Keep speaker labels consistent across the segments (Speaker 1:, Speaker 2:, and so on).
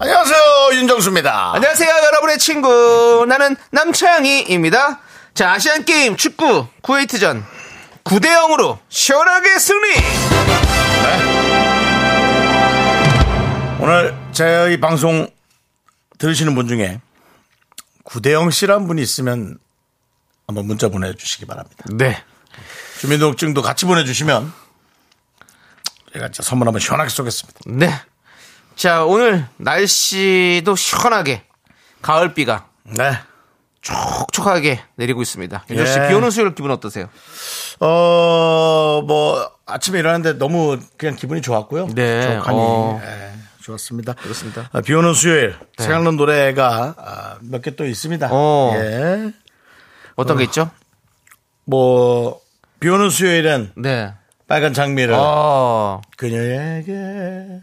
Speaker 1: 안녕하세요 윤정수입니다.
Speaker 2: 안녕하세요, 여러분의 친구. 나는 남창희입니다. 자, 아시안게임 축구 쿠웨이트전 9대0으로 시원하게 승리!
Speaker 1: 오늘 저희 방송 들으시는 분 중에 구대영 씨란 분이 있으면 한번 문자 보내주시기 바랍니다.
Speaker 2: 네.
Speaker 1: 주민등록증도 같이 보내주시면 제가 진짜 선물 한번 시원하게 쏘겠습니다.
Speaker 2: 네. 자, 오늘 날씨도 시원하게 가을비가
Speaker 1: 네.
Speaker 2: 촉촉하게 내리고 있습니다. 윤정 씨,
Speaker 1: 예.
Speaker 2: 비 오는 수요일 기분 어떠세요?
Speaker 1: 어, 뭐, 아침에 일어났는데 너무 그냥 기분이 좋았고요.
Speaker 2: 네.
Speaker 1: 족하니.
Speaker 2: 어.
Speaker 1: 예, 좋았습니다.
Speaker 2: 그렇습니다. 네.
Speaker 1: 아, 비 오는 수요일. 생각난 노래가 아, 몇 개 또 있습니다.
Speaker 2: 어.
Speaker 1: 예.
Speaker 2: 어떤 게 있죠?
Speaker 1: 뭐, 비 오는 수요일엔
Speaker 2: 네.
Speaker 1: 빨간 장미를
Speaker 2: 어.
Speaker 1: 그녀에게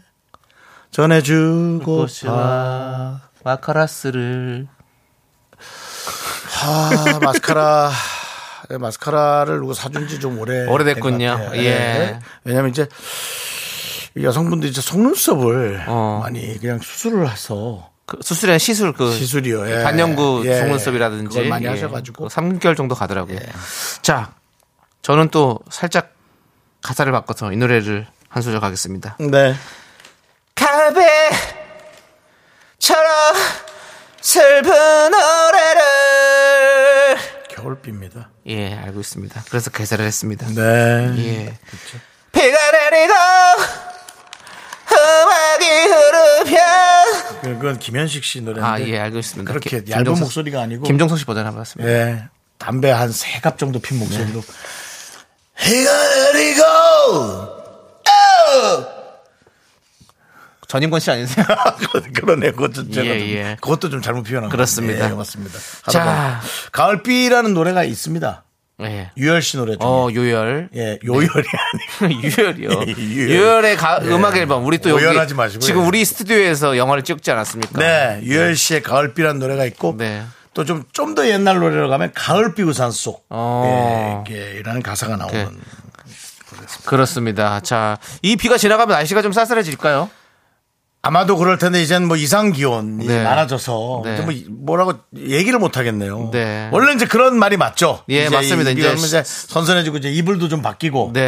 Speaker 1: 전해주고 싶어.
Speaker 2: 아, 마카라스를.
Speaker 1: 아, 마스카라. 예, 마스카라를 누가 사준 지 좀 오래.
Speaker 2: 오래됐군요.
Speaker 1: 된것 같아요. 네.
Speaker 2: 예.
Speaker 1: 왜냐면 이제 여성분들이 이제 속눈썹을
Speaker 2: 어.
Speaker 1: 많이 그냥 수술을 해서
Speaker 2: 그 수술이나 시술 그
Speaker 1: 시술이요. 예.
Speaker 2: 반영구
Speaker 1: 예.
Speaker 2: 속눈썹이라든지
Speaker 1: 그걸 많이
Speaker 2: 예.
Speaker 1: 하셔가지고. 예.
Speaker 2: 3개월 정도 가더라고요. 자, 저는 또 살짝 가사를 바꿔서 이 노래를 한 소절 가겠습니다.
Speaker 1: 네.
Speaker 2: 가베처럼 슬픈 노래를
Speaker 1: 겨울비입니다.
Speaker 2: 예 알고 있습니다. 그래서 개사를 했습니다.
Speaker 1: 네.
Speaker 2: 예. 비가 내리고 음악이 흐르면
Speaker 1: 그건 김현식 씨 노래인데.
Speaker 2: 아 예 알고 있습니다.
Speaker 1: 그렇게
Speaker 2: 김-
Speaker 1: 얇은
Speaker 2: 김종석-
Speaker 1: 목소리가 아니고.
Speaker 2: 김종석 씨 버전 한번 봤습니다.
Speaker 1: 예. 담배 한 세 갑 정도 핀 목소리로.
Speaker 2: 네.
Speaker 1: 해가 내리고! 어!
Speaker 2: 전임권 씨 아니세요?
Speaker 1: 그러네. 그것도 제가
Speaker 2: 예,
Speaker 1: 좀,
Speaker 2: 예.
Speaker 1: 그것도 좀 잘못 표현한 것
Speaker 2: 그렇습니다.
Speaker 1: 같아요. 예, 맞습니다.
Speaker 2: 자.
Speaker 1: 자. 가을비라는 노래가 있습니다.
Speaker 2: 예.
Speaker 1: 유열 씨 노래 중에.
Speaker 2: 어 네. 요열.
Speaker 1: 예, 요열이 아니.
Speaker 2: 유열이요.
Speaker 1: 유열. 예.
Speaker 2: 유열의 가- 음악 앨범. 우리 또
Speaker 1: 오열하지
Speaker 2: 여기
Speaker 1: 마시고요.
Speaker 2: 지금 우리 스튜디오에서 영화를 찍지 않았습니까?
Speaker 1: 네, 유열 씨의 가을비라는 노래가 있고
Speaker 2: 네.
Speaker 1: 또 좀 좀 더 옛날 노래로 가면 가을비 우산 속 예,
Speaker 2: 어.
Speaker 1: 예, 이라는 가사가 나오는
Speaker 2: 네. 그렇습니다. 자, 이 비가 지나가면 날씨가 좀 쌀쌀해질까요?
Speaker 1: 아마도 그럴 텐데 이젠 뭐 이상 기온이
Speaker 2: 네.
Speaker 1: 많아져서
Speaker 2: 네.
Speaker 1: 이제 뭐 이- 뭐라고 얘기를 못 하겠네요.
Speaker 2: 네.
Speaker 1: 원래 이제 그런 말이 맞죠.
Speaker 2: 예, 맞습니다.
Speaker 1: 이제, 이-
Speaker 2: 이제
Speaker 1: 이제 선선해지고 이제 이불도 좀 바뀌고
Speaker 2: 네.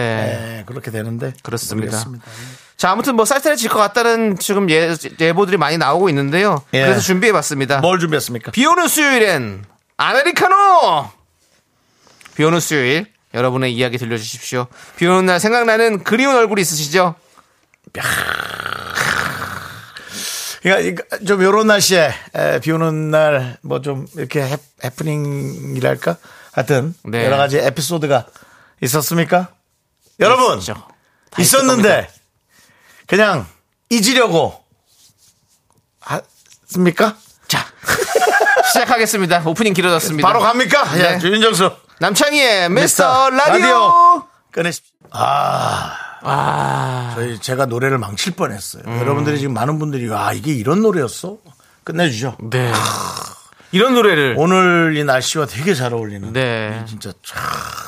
Speaker 1: 예, 그렇게 되는데
Speaker 2: 그렇습니다.
Speaker 1: 모르겠습니다. 예.
Speaker 2: 자, 아무튼 뭐 쌀쌀해질 것 같다는 지금 예, 예보들이 많이 나오고 있는데요.
Speaker 1: 예.
Speaker 2: 그래서 준비해봤습니다.
Speaker 1: 뭘 준비했습니까?
Speaker 2: 비 오는 수요일엔 아메리카노! 비 오는 수요일 여러분의 이야기 들려주십시오. 비 오는 날 생각나는 그리운 얼굴 있으시죠?
Speaker 1: 그러니까 이거 좀 요런 날씨에 에, 비 오는 날 뭐 좀 이렇게 해, 해프닝이랄까 하여튼
Speaker 2: 네.
Speaker 1: 여러 가지 에피소드가 있었습니까? 여러분
Speaker 2: 있었죠. 다 있을
Speaker 1: 있었는데 그냥 잊으려고 했습니까?
Speaker 2: 자, 시작하겠습니다. 오프닝 길어졌습니다.
Speaker 1: 바로 갑니까?
Speaker 2: 네.
Speaker 1: 예, 윤정수
Speaker 2: 남창희의 미스터 라디오.
Speaker 1: 꺼내십시오. 아, 음. 저희 제가 노래를 망칠 뻔했어요. 여러분들이 지금 많은 분들이 아 이게 이런 노래였어? 끝내주죠.
Speaker 2: 네. 이런 노래를.
Speaker 1: 오늘 이 날씨와 되게 잘 어울리는.
Speaker 2: 네.
Speaker 1: 진짜 참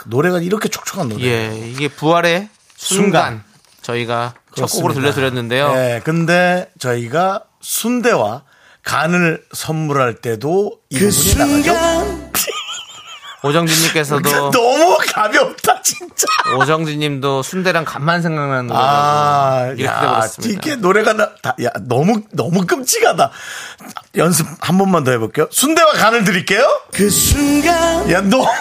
Speaker 1: 노래가 이렇게 촉촉한 노래.
Speaker 2: 예, 이게 부활의 순간.
Speaker 1: 순간.
Speaker 2: 저희가 첫
Speaker 1: 그렇습니다.
Speaker 2: 곡으로 들려드렸는데요.
Speaker 1: 예, 근데 저희가 순대와 간을 선물할 때도 이 부분이 나가죠.
Speaker 2: 오정진님께서도
Speaker 1: 너무 가볍다 진짜.
Speaker 2: 오정진님도 순대랑 간만 생각나는 노래.
Speaker 1: 아,
Speaker 2: 이렇게
Speaker 1: 야,
Speaker 2: 돼버렸습니다.
Speaker 1: 이게 노래가 나, 다, 야, 너무 너무 끔찍하다. 연습 한 번만 더 해볼게요. 순대와 간을 드릴게요. 그 순간. 야, 너,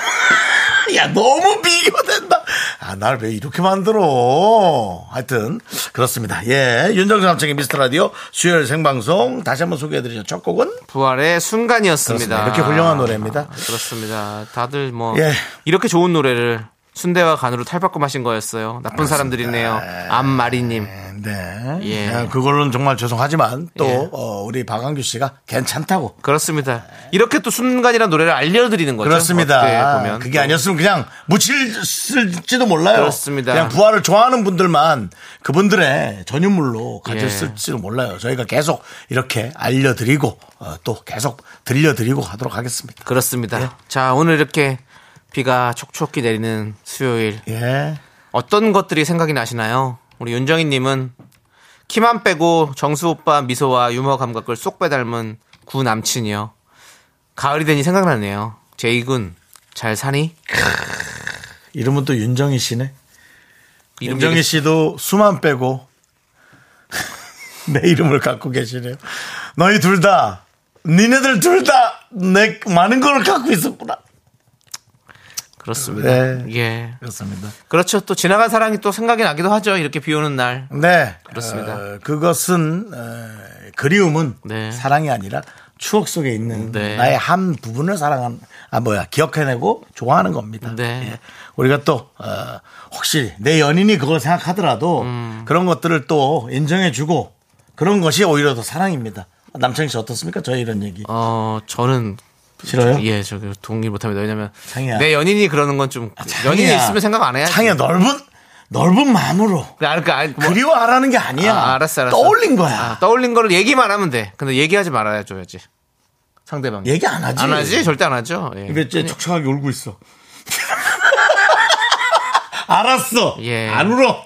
Speaker 1: 야, 너무 비교된다. 아, 날 왜 이렇게 만들어? 하여튼 그렇습니다. 예, 윤정수 남창의 미스터 라디오 수요일 생방송 다시 한번 소개해드리죠. 첫 곡은
Speaker 2: 부활의 순간이었습니다.
Speaker 1: 그렇습니다. 이렇게 훌륭한 노래입니다.
Speaker 2: 아, 그렇습니다. 다들 뭐
Speaker 1: 예.
Speaker 2: 이렇게 좋은 노래를 순대와 간으로 탈바꿈 하신 거였어요. 나쁜 사람들이네요. 암마리님.
Speaker 1: 네.
Speaker 2: 예.
Speaker 1: 네, 그걸로는 정말 죄송하지만 또
Speaker 2: 예.
Speaker 1: 어, 우리 박한규 씨가 괜찮다고.
Speaker 2: 그렇습니다. 이렇게 또 순간이란 노래를 알려드리는 거죠. 어떻게
Speaker 1: 그렇습니다.
Speaker 2: 보면
Speaker 1: 그게
Speaker 2: 또.
Speaker 1: 아니었으면 그냥 묻힐지도 몰라요.
Speaker 2: 그렇습니다.
Speaker 1: 그냥 부활을 좋아하는 분들만 그분들의 전유물로
Speaker 2: 예.
Speaker 1: 가졌을지도 몰라요. 저희가 계속 이렇게 알려드리고 어, 또 계속 들려드리고 하도록 하겠습니다.
Speaker 2: 그렇습니다.
Speaker 1: 예.
Speaker 2: 자, 오늘 이렇게 비가 촉촉히 내리는 수요일
Speaker 1: 예.
Speaker 2: 어떤 것들이 생각이 나시나요? 우리 윤정희님은 키만 빼고 정수 오빠 미소와 유머 감각을 쏙 빼닮은 구 남친이요. 가을이 되니 생각나네요. 제이군 잘 사니?
Speaker 1: 이름은 또 윤정희 씨네.
Speaker 2: 이름
Speaker 1: 윤정희 씨도 수만 빼고 내 이름을 갖고 계시네요. 너희 둘 다, 니네들 둘 다 내 많은 걸 갖고 있었구나.
Speaker 2: 그렇습니다.
Speaker 1: 네.
Speaker 2: 예.
Speaker 1: 그렇습니다.
Speaker 2: 그렇죠. 또 지나간 사랑이 또 생각이 나기도 하죠. 이렇게 비 오는 날.
Speaker 1: 네.
Speaker 2: 그렇습니다.
Speaker 1: 어, 그것은 어, 그리움은
Speaker 2: 네.
Speaker 1: 사랑이 아니라 추억 속에 있는
Speaker 2: 네.
Speaker 1: 나의 한 부분을 사랑한 아 뭐야 기억해내고 좋아하는 겁니다.
Speaker 2: 네.
Speaker 1: 예. 우리가 또 어, 혹시 내 연인이 그걸 생각하더라도
Speaker 2: 음.
Speaker 1: 그런 것들을 또 인정해주고 그런 것이 오히려 더 사랑입니다. 남창희 씨 어떻습니까? 저희 이런 얘기
Speaker 2: 어, 저는
Speaker 1: 싫어요?
Speaker 2: 예, 저 동의 못합니다. 왜냐면
Speaker 1: 창희야.
Speaker 2: 내 연인이 그러는 건 좀 연인이
Speaker 1: 아, 창희야,
Speaker 2: 있으면 생각 안 해야.
Speaker 1: 창희야 넓은 넓은 마음으로
Speaker 2: 아, 그, 아, 뭐,
Speaker 1: 그리워하라는 게 아니야.
Speaker 2: 아, 알았어, 알았어.
Speaker 1: 떠올린 거야.
Speaker 2: 아, 떠올린 거를 얘기만 하면 돼. 근데 얘기하지 말아야 줘야지. 상대방.
Speaker 1: 얘기 안 하지.
Speaker 2: 안 하지? 절대 안 하죠. 예.
Speaker 1: 근데 이제 촉촉하게 울고 있어. 알았어.
Speaker 2: 예.
Speaker 1: 안 울어.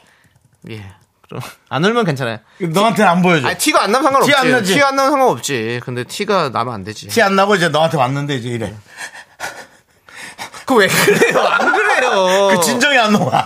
Speaker 2: 예. 그럼 안 울면 괜찮아요.
Speaker 1: 너한테는 안 보여줘.
Speaker 2: 아, 티가 안 나면 상관없지.
Speaker 1: 티안 나지?
Speaker 2: 티안 나면 상관없지. 근데 티가 나면 안 되지.
Speaker 1: 티 안 나고 이제 너한테 왔는데 이제 이래.
Speaker 2: 그 왜 그래요? 안 그래요.
Speaker 1: 그 진정이 안 나와.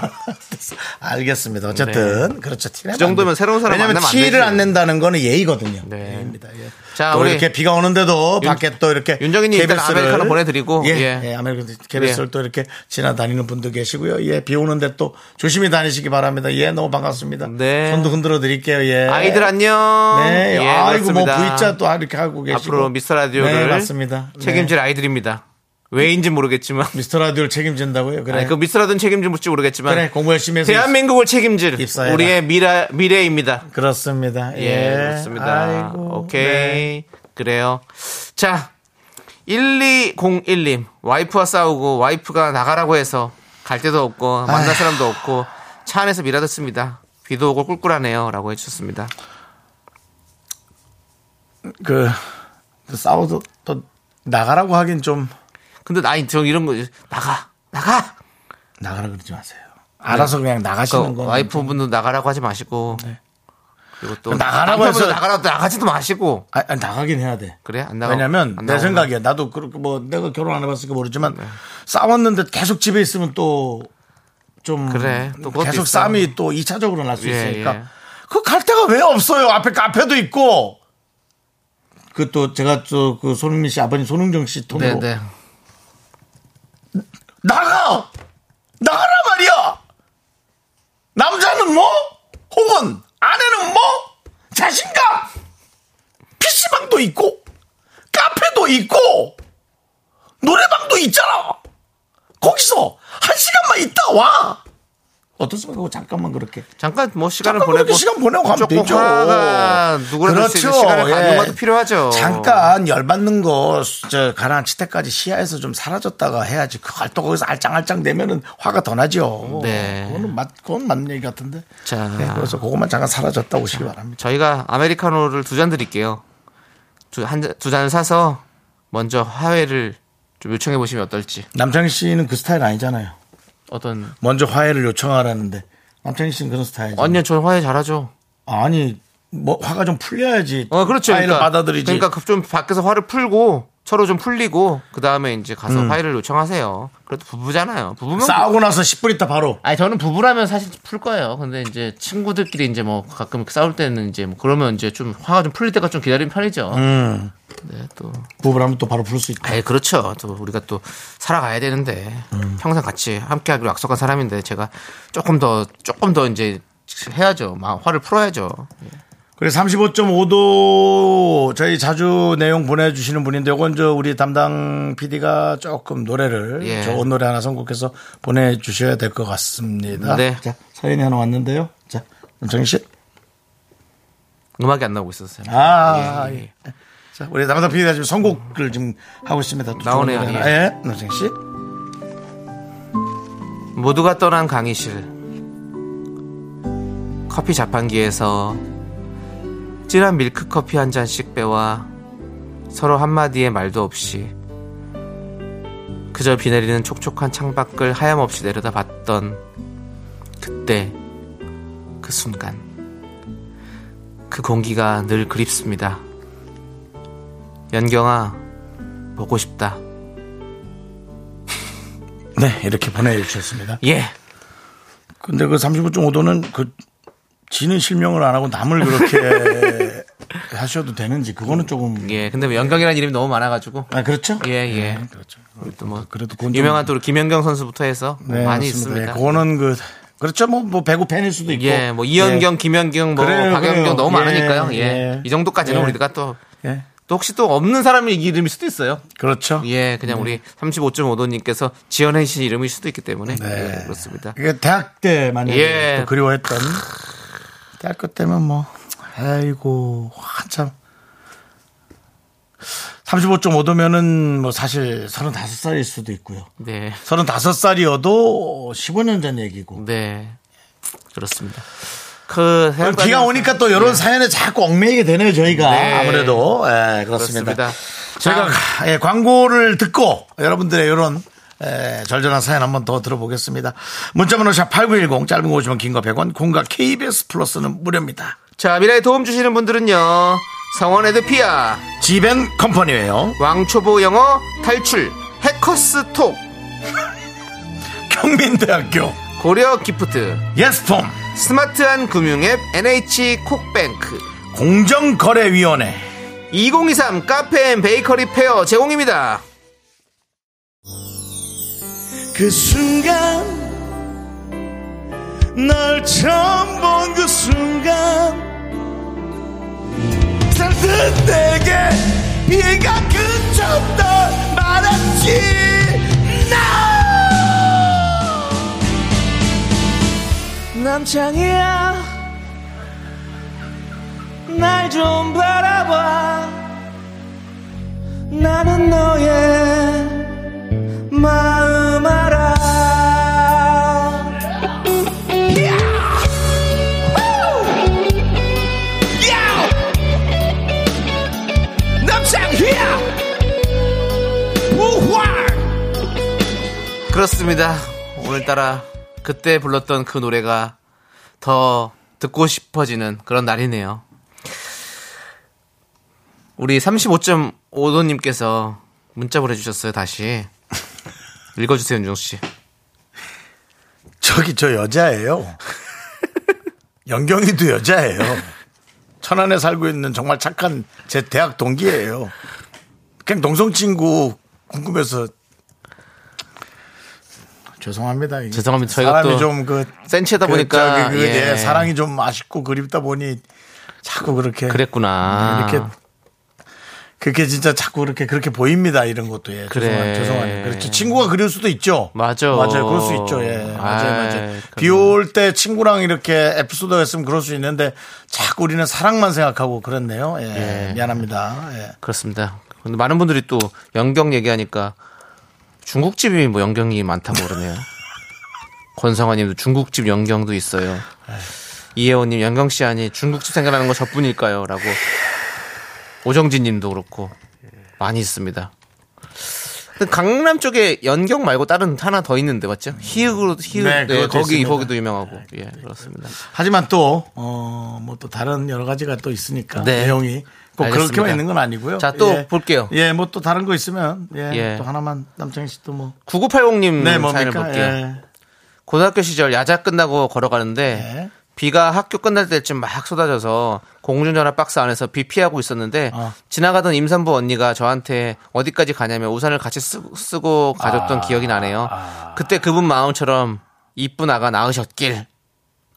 Speaker 1: 알겠습니다. 어쨌든 그렇죠. 티는 안
Speaker 2: 네. 정도면
Speaker 1: 나요.
Speaker 2: 새로운 사람
Speaker 1: 왜냐면
Speaker 2: 만나면 안
Speaker 1: 티를
Speaker 2: 되지.
Speaker 1: 안 낸다는 거는 예의거든요.
Speaker 2: 네.
Speaker 1: 예의입니다. 예.
Speaker 2: 자,
Speaker 1: 또
Speaker 2: 우리
Speaker 1: 이렇게 비가 오는데도
Speaker 2: 윤-
Speaker 1: 밖에 또 이렇게
Speaker 2: 윤정이님 일단
Speaker 1: KBS 를-
Speaker 2: 아메리카노 보내드리고,
Speaker 1: 예,
Speaker 2: 예.
Speaker 1: 예, 아메리카노 케베스를 또 이렇게 지나다니는 분도 계시고요. 예, 비 오는데 또 조심히 다니시기 바랍니다. 예, 너무 반갑습니다.
Speaker 2: 네.
Speaker 1: 손도 흔들어 드릴게요. 예.
Speaker 2: 아이들 안녕.
Speaker 1: 네,
Speaker 2: 예,
Speaker 1: 아이고 뭐
Speaker 2: 그렇습니다.
Speaker 1: V자 또 이렇게 하고 계시고
Speaker 2: 앞으로 미스터 라디오를
Speaker 1: 네, 맞습니다. 네.
Speaker 2: 책임질 아이들입니다. 왜인지 모르겠지만.
Speaker 1: 미스터 라디오를 책임진다고요? 그래,
Speaker 2: 아니, 그 미스터 라디오는 책임질지 모르겠지만.
Speaker 1: 그래 공부 열심히 해서
Speaker 2: 대한민국을 책임질
Speaker 1: 입사해라.
Speaker 2: 우리의 미래, 미래입니다.
Speaker 1: 입- 그렇습니다.
Speaker 2: 예,
Speaker 1: 예,
Speaker 2: 그렇습니다.
Speaker 1: 아이고, 네.
Speaker 2: 오케이. 그래요. 자, 1201님. 와이프와 싸우고 와이프가 나가라고 해서 갈 데도 없고 만날 사람도 없고 차 안에서 미라듣습니다. 비도 오고 꿀꿀하네요. 라고 해주셨습니다.
Speaker 1: 그, 또 싸워도 또 나가라고 하긴 좀
Speaker 2: 근데 아니, 저 이런 거, 나가, 나가!
Speaker 1: 나가라 그러지 마세요. 알아서 그냥 나가시는
Speaker 2: 네. 그러니까
Speaker 1: 건 네.
Speaker 2: 와이프분도 나가라고 하지 마시고. 그리고 또.
Speaker 1: 나가라고
Speaker 2: 남편분도
Speaker 1: 해서-
Speaker 2: 나가라고 또 나가지도 마시고.
Speaker 1: 아, 아, 나가긴 해야 돼.
Speaker 2: 그래? 안 나가-
Speaker 1: 왜냐면
Speaker 2: 안
Speaker 1: 내
Speaker 2: 나가구나. 네.
Speaker 1: 생각이야. 나도 그렇게 뭐 내가 결혼 안 해봤으니까 모르지만 싸웠는데 계속 집에 있으면 또 좀
Speaker 2: 그래. 또 그것도
Speaker 1: 계속
Speaker 2: 있어요.
Speaker 1: 싸움이 또 2차적으로 날 수
Speaker 2: 예,
Speaker 1: 있으니까
Speaker 2: 예.
Speaker 1: 그 갈 데가 왜 없어요? 앞에 카페도 있고 그 또 제가 또 그 손흥민 씨 아버님 손흥정 씨 통으로
Speaker 2: 네, 네.
Speaker 1: 나가! 나가라 말이야! 남자는 뭐? 혹은 아내는 뭐? 자신감! PC방도 있고, 카페도 있고, 노래방도 있잖아! 거기서 한 시간만 있다 와! 어떻습니까? 그거 잠깐만 그렇게.
Speaker 2: 잠깐 뭐 시간을
Speaker 1: 잠깐
Speaker 2: 보내고
Speaker 1: 그렇게 시간 보내고 가면
Speaker 2: 조금
Speaker 1: 되죠. 그렇죠. 예.
Speaker 2: 화가 누구라도 수 있는 시간을 갖는 것도 필요하죠.
Speaker 1: 잠깐 열받는 거 저, 가라앉힐 때까지 시야에서 좀 사라졌다가 해야지. 그걸 또 거기서 알짱알짱 되면은 화가 더 나죠.
Speaker 2: 네.
Speaker 1: 그거는 맞, 그건 맞는 얘기 같은데.
Speaker 2: 자.
Speaker 1: 네, 그래서 그것만 잠깐 사라졌다 오시기 바랍니다.
Speaker 2: 저희가 아메리카노를 두 잔 드릴게요. 두, 한, 잔- 두 잔을 사서 먼저 화해를 좀 요청해 보시면 어떨지.
Speaker 1: 남창희 씨는 그 스타일 아니잖아요.
Speaker 2: 어떤.
Speaker 1: 먼저 화해를 요청하라는데. 남창희 씨는 그런 스타일이죠.
Speaker 2: 아니요, 저는 네. 화해 잘하죠.
Speaker 1: 아니, 뭐, 화가 좀 풀려야지.
Speaker 2: 어, 그렇죠.
Speaker 1: 화해를 받아들이지.
Speaker 2: 그러니까 그 좀 밖에서 화를 풀고 서로 좀 풀리고 그 다음에 이제 가서 화해를 요청하세요. 그래도 부부잖아요. 부부면.
Speaker 1: 싸우고 나서 10분 있다 바로.
Speaker 2: 아니 저는 부부라면 사실 풀 거예요. 근데 이제 친구들끼리 이제 뭐 가끔 싸울 때는 이제 뭐 그러면 이제 좀 화가 좀 풀릴 때까지 좀 기다리는 편이죠. 네, 또
Speaker 1: 부부라면 또 바로 부를 수 있다.
Speaker 2: 아예 그렇죠. 또 우리가 또 살아가야 되는데 평생 같이 함께하기로 약속한 사람인데 제가 조금 더 조금 더 이제 해야죠. 막 화를 풀어야죠. 예.
Speaker 1: 그래서 35.5도 저희 자주 내용 보내주시는 분인데 요건 저 우리 담당 PD가 조금 노래를
Speaker 2: 예.
Speaker 1: 좋은 노래 하나 선곡해서 보내주셔야 될 것 같습니다.
Speaker 2: 네. 예.
Speaker 1: 자 사연이 하나 왔는데요. 자 남정희 씨.
Speaker 2: 음악이 안 나오고 있었어요.
Speaker 1: 아,
Speaker 2: 예,
Speaker 1: 예. 자, 우리 담당 PD가 지금 선곡을 지금 하고 있습니다. 또
Speaker 2: 나오네요,
Speaker 1: 좋은 노래 하나.
Speaker 2: 예.
Speaker 1: 예, 남정희 씨.
Speaker 2: 모두가 떠난 강의실 커피 자판기에서 진한 밀크커피 한 잔씩 빼와 서로 한마디의 말도 없이 그저 비 내리는 촉촉한 창밖을 하염없이 내려다봤던 그때 그 순간 그 공기가 늘 그립습니다 연경아 보고 싶다
Speaker 1: 네, 이렇게 보내주셨습니다.
Speaker 2: 예
Speaker 1: 근데 그 35.5도는 그 지는 실명을 안 하고 남을 그렇게 하셔도 되는지 그거는 조금
Speaker 2: 예, 근데 뭐 연경이라는 이름이 너무 많아가지고
Speaker 1: 아 그렇죠?
Speaker 2: 예, 예.
Speaker 1: 네, 그렇죠.
Speaker 2: 또뭐
Speaker 1: 그래도 그건 좀-
Speaker 2: 유명한 또 김연경 선수부터 해서 뭐
Speaker 1: 네,
Speaker 2: 많이
Speaker 1: 맞습니다.
Speaker 2: 있습니다.
Speaker 1: 예, 그거는 그 그렇죠. 뭐, 뭐 배구 팬일 수도 있고.
Speaker 2: 예, 뭐 이연경, 김연경, 뭐
Speaker 1: 그래요,
Speaker 2: 박연경
Speaker 1: 그래요.
Speaker 2: 너무
Speaker 1: 예,
Speaker 2: 많으니까요. 예,
Speaker 1: 예.
Speaker 2: 이 정도까지는
Speaker 1: 예.
Speaker 2: 우리가 또,
Speaker 1: 예. 예,
Speaker 2: 또 혹시 또 없는 사람의 이름일 수도 있어요.
Speaker 1: 그렇죠.
Speaker 2: 예, 그냥 우리 35.5도님께서 지원해 주신 이름일 수도 있기 때문에
Speaker 1: 네.
Speaker 2: 예, 그렇습니다.
Speaker 1: 이게 대학 때 만약에
Speaker 2: 예.
Speaker 1: 또 그리워했던 대학교 때면 뭐 아이고 한참 35.5도면은 뭐 사실 35살일 수도 있고요.
Speaker 2: 네,
Speaker 1: 35살이어도 15년 전 얘기고.
Speaker 2: 네, 그렇습니다. 그
Speaker 1: 그럼 비가 오니까 또 이런 사연에 자꾸 얽매이게 네. 되네요, 저희가.
Speaker 2: 네.
Speaker 1: 아무래도. 예, 그렇습니다.
Speaker 2: 그렇습니다.
Speaker 1: 저희가
Speaker 2: 자.
Speaker 1: 가- 예, 광고를 듣고 여러분들의 이런 예, 절절한 사연 한번 더 들어보겠습니다. 문자번호 샵8910 짧은 거 50원 긴거 100원 공과 KBS 플러스는 무료입니다.
Speaker 2: 자 미라에 도움 주시는 분들은요. 성원 에드피아,
Speaker 1: 지벤 컴퍼니웨어
Speaker 2: 왕초보 영어 탈출, 해커스 톡,
Speaker 1: 경민대학교
Speaker 2: 고려 기프트.
Speaker 1: 예스폼
Speaker 2: 스마트한 금융앱 NH 콕뱅크
Speaker 1: 공정거래위원회
Speaker 2: 2023 카페 앤 베이커리 페어 제공입니다.
Speaker 1: 그 순간 널 처음 본 그 순간 산뜻 내게 비가 그쳤다 말았지 나
Speaker 2: 남창이야, 날 좀 바라봐. 나는 너의 마음 알아. 그렇습니다. 오늘따라 그때 불렀던 그 노래가 더 듣고 싶어지는 그런 날이네요. 우리 35.5도님께서 문자 보내주셨어요, 다시. 읽어주세요, 윤종씨.
Speaker 1: 저기 저 여자예요 연경이도 여자예요 천안에 살고 있는 정말 착한 제 대학 동기예요 그냥 동성 친구 궁금해서 죄송합니다 이게
Speaker 2: 죄송합니다. 저희가
Speaker 1: 사람이
Speaker 2: 또
Speaker 1: 좀그
Speaker 2: 센치하다 보니까.
Speaker 1: 그, 저기 그,
Speaker 2: 예.
Speaker 1: 예, 사랑이 좀 아쉽고 그립다 보니 자꾸 그렇게
Speaker 2: 그랬구나.
Speaker 1: 이렇게 그렇게 진짜 자꾸 그렇게 그렇게 보입니다 이런 것도 예
Speaker 2: 그래.
Speaker 1: 죄송합니다 죄송합니다 그렇죠 친구가 그리울 수도 있죠
Speaker 2: 맞아.
Speaker 1: 맞아요 그럴 수 있죠 예 맞아요
Speaker 2: 아이,
Speaker 1: 맞아요
Speaker 2: 그럼.
Speaker 1: 비 올 때 친구랑 이렇게 에피소드가 있으면 그럴 수 있는데 자꾸 우리는 사랑만 생각하고 그랬네요 예,
Speaker 2: 예.
Speaker 1: 미안합니다 예
Speaker 2: 그렇습니다. 근데 많은 분들이 또 연경 얘기하니까 중국집이 뭐 연경이 많다고 그러네요. 권성아님도 중국집 연경도 있어요. 이혜원님 연경 씨 아니 중국집 생각나는 거 저뿐일까요?라고 오정진님도 그렇고 많이 있습니다. 근데 강남 쪽에 연경 말고 다른 하나 더 있는데 맞죠? 희읍으로 희읍
Speaker 1: 네,
Speaker 2: 네,
Speaker 1: 그것도
Speaker 2: 거기
Speaker 1: 있습니다. 네,
Speaker 2: 거기도 유명하고 예 그렇습니다.
Speaker 1: 하지만 또 어 뭐 또 다른 여러 가지가 또 있으니까
Speaker 2: 네.
Speaker 1: 내용이 꼭
Speaker 2: 알겠습니다.
Speaker 1: 그렇게만 있는 건 아니고요.
Speaker 2: 자, 또 볼게요.
Speaker 1: 예, 뭐 또 다른 거 있으면 예,
Speaker 2: 예.
Speaker 1: 또 하나만 남창희 씨도 뭐.
Speaker 2: 9980님
Speaker 1: 네,
Speaker 2: 사연을
Speaker 1: 뭡니까?
Speaker 2: 볼게요.
Speaker 1: 예.
Speaker 2: 고등학교 시절 야자 끝나고 걸어가는데
Speaker 1: 네.
Speaker 2: 비가 학교 끝날 때쯤 막 쏟아져서 공중전화 박스 안에서 비 피하고 있었는데
Speaker 1: 아.
Speaker 2: 지나가던 임산부 언니가 저한테 어디까지 가냐며 우산을 같이 쓰, 고
Speaker 1: 아.
Speaker 2: 가줬던 기억이 나네요. 그때 그분 마음처럼 이쁜 아가 낳으셨길.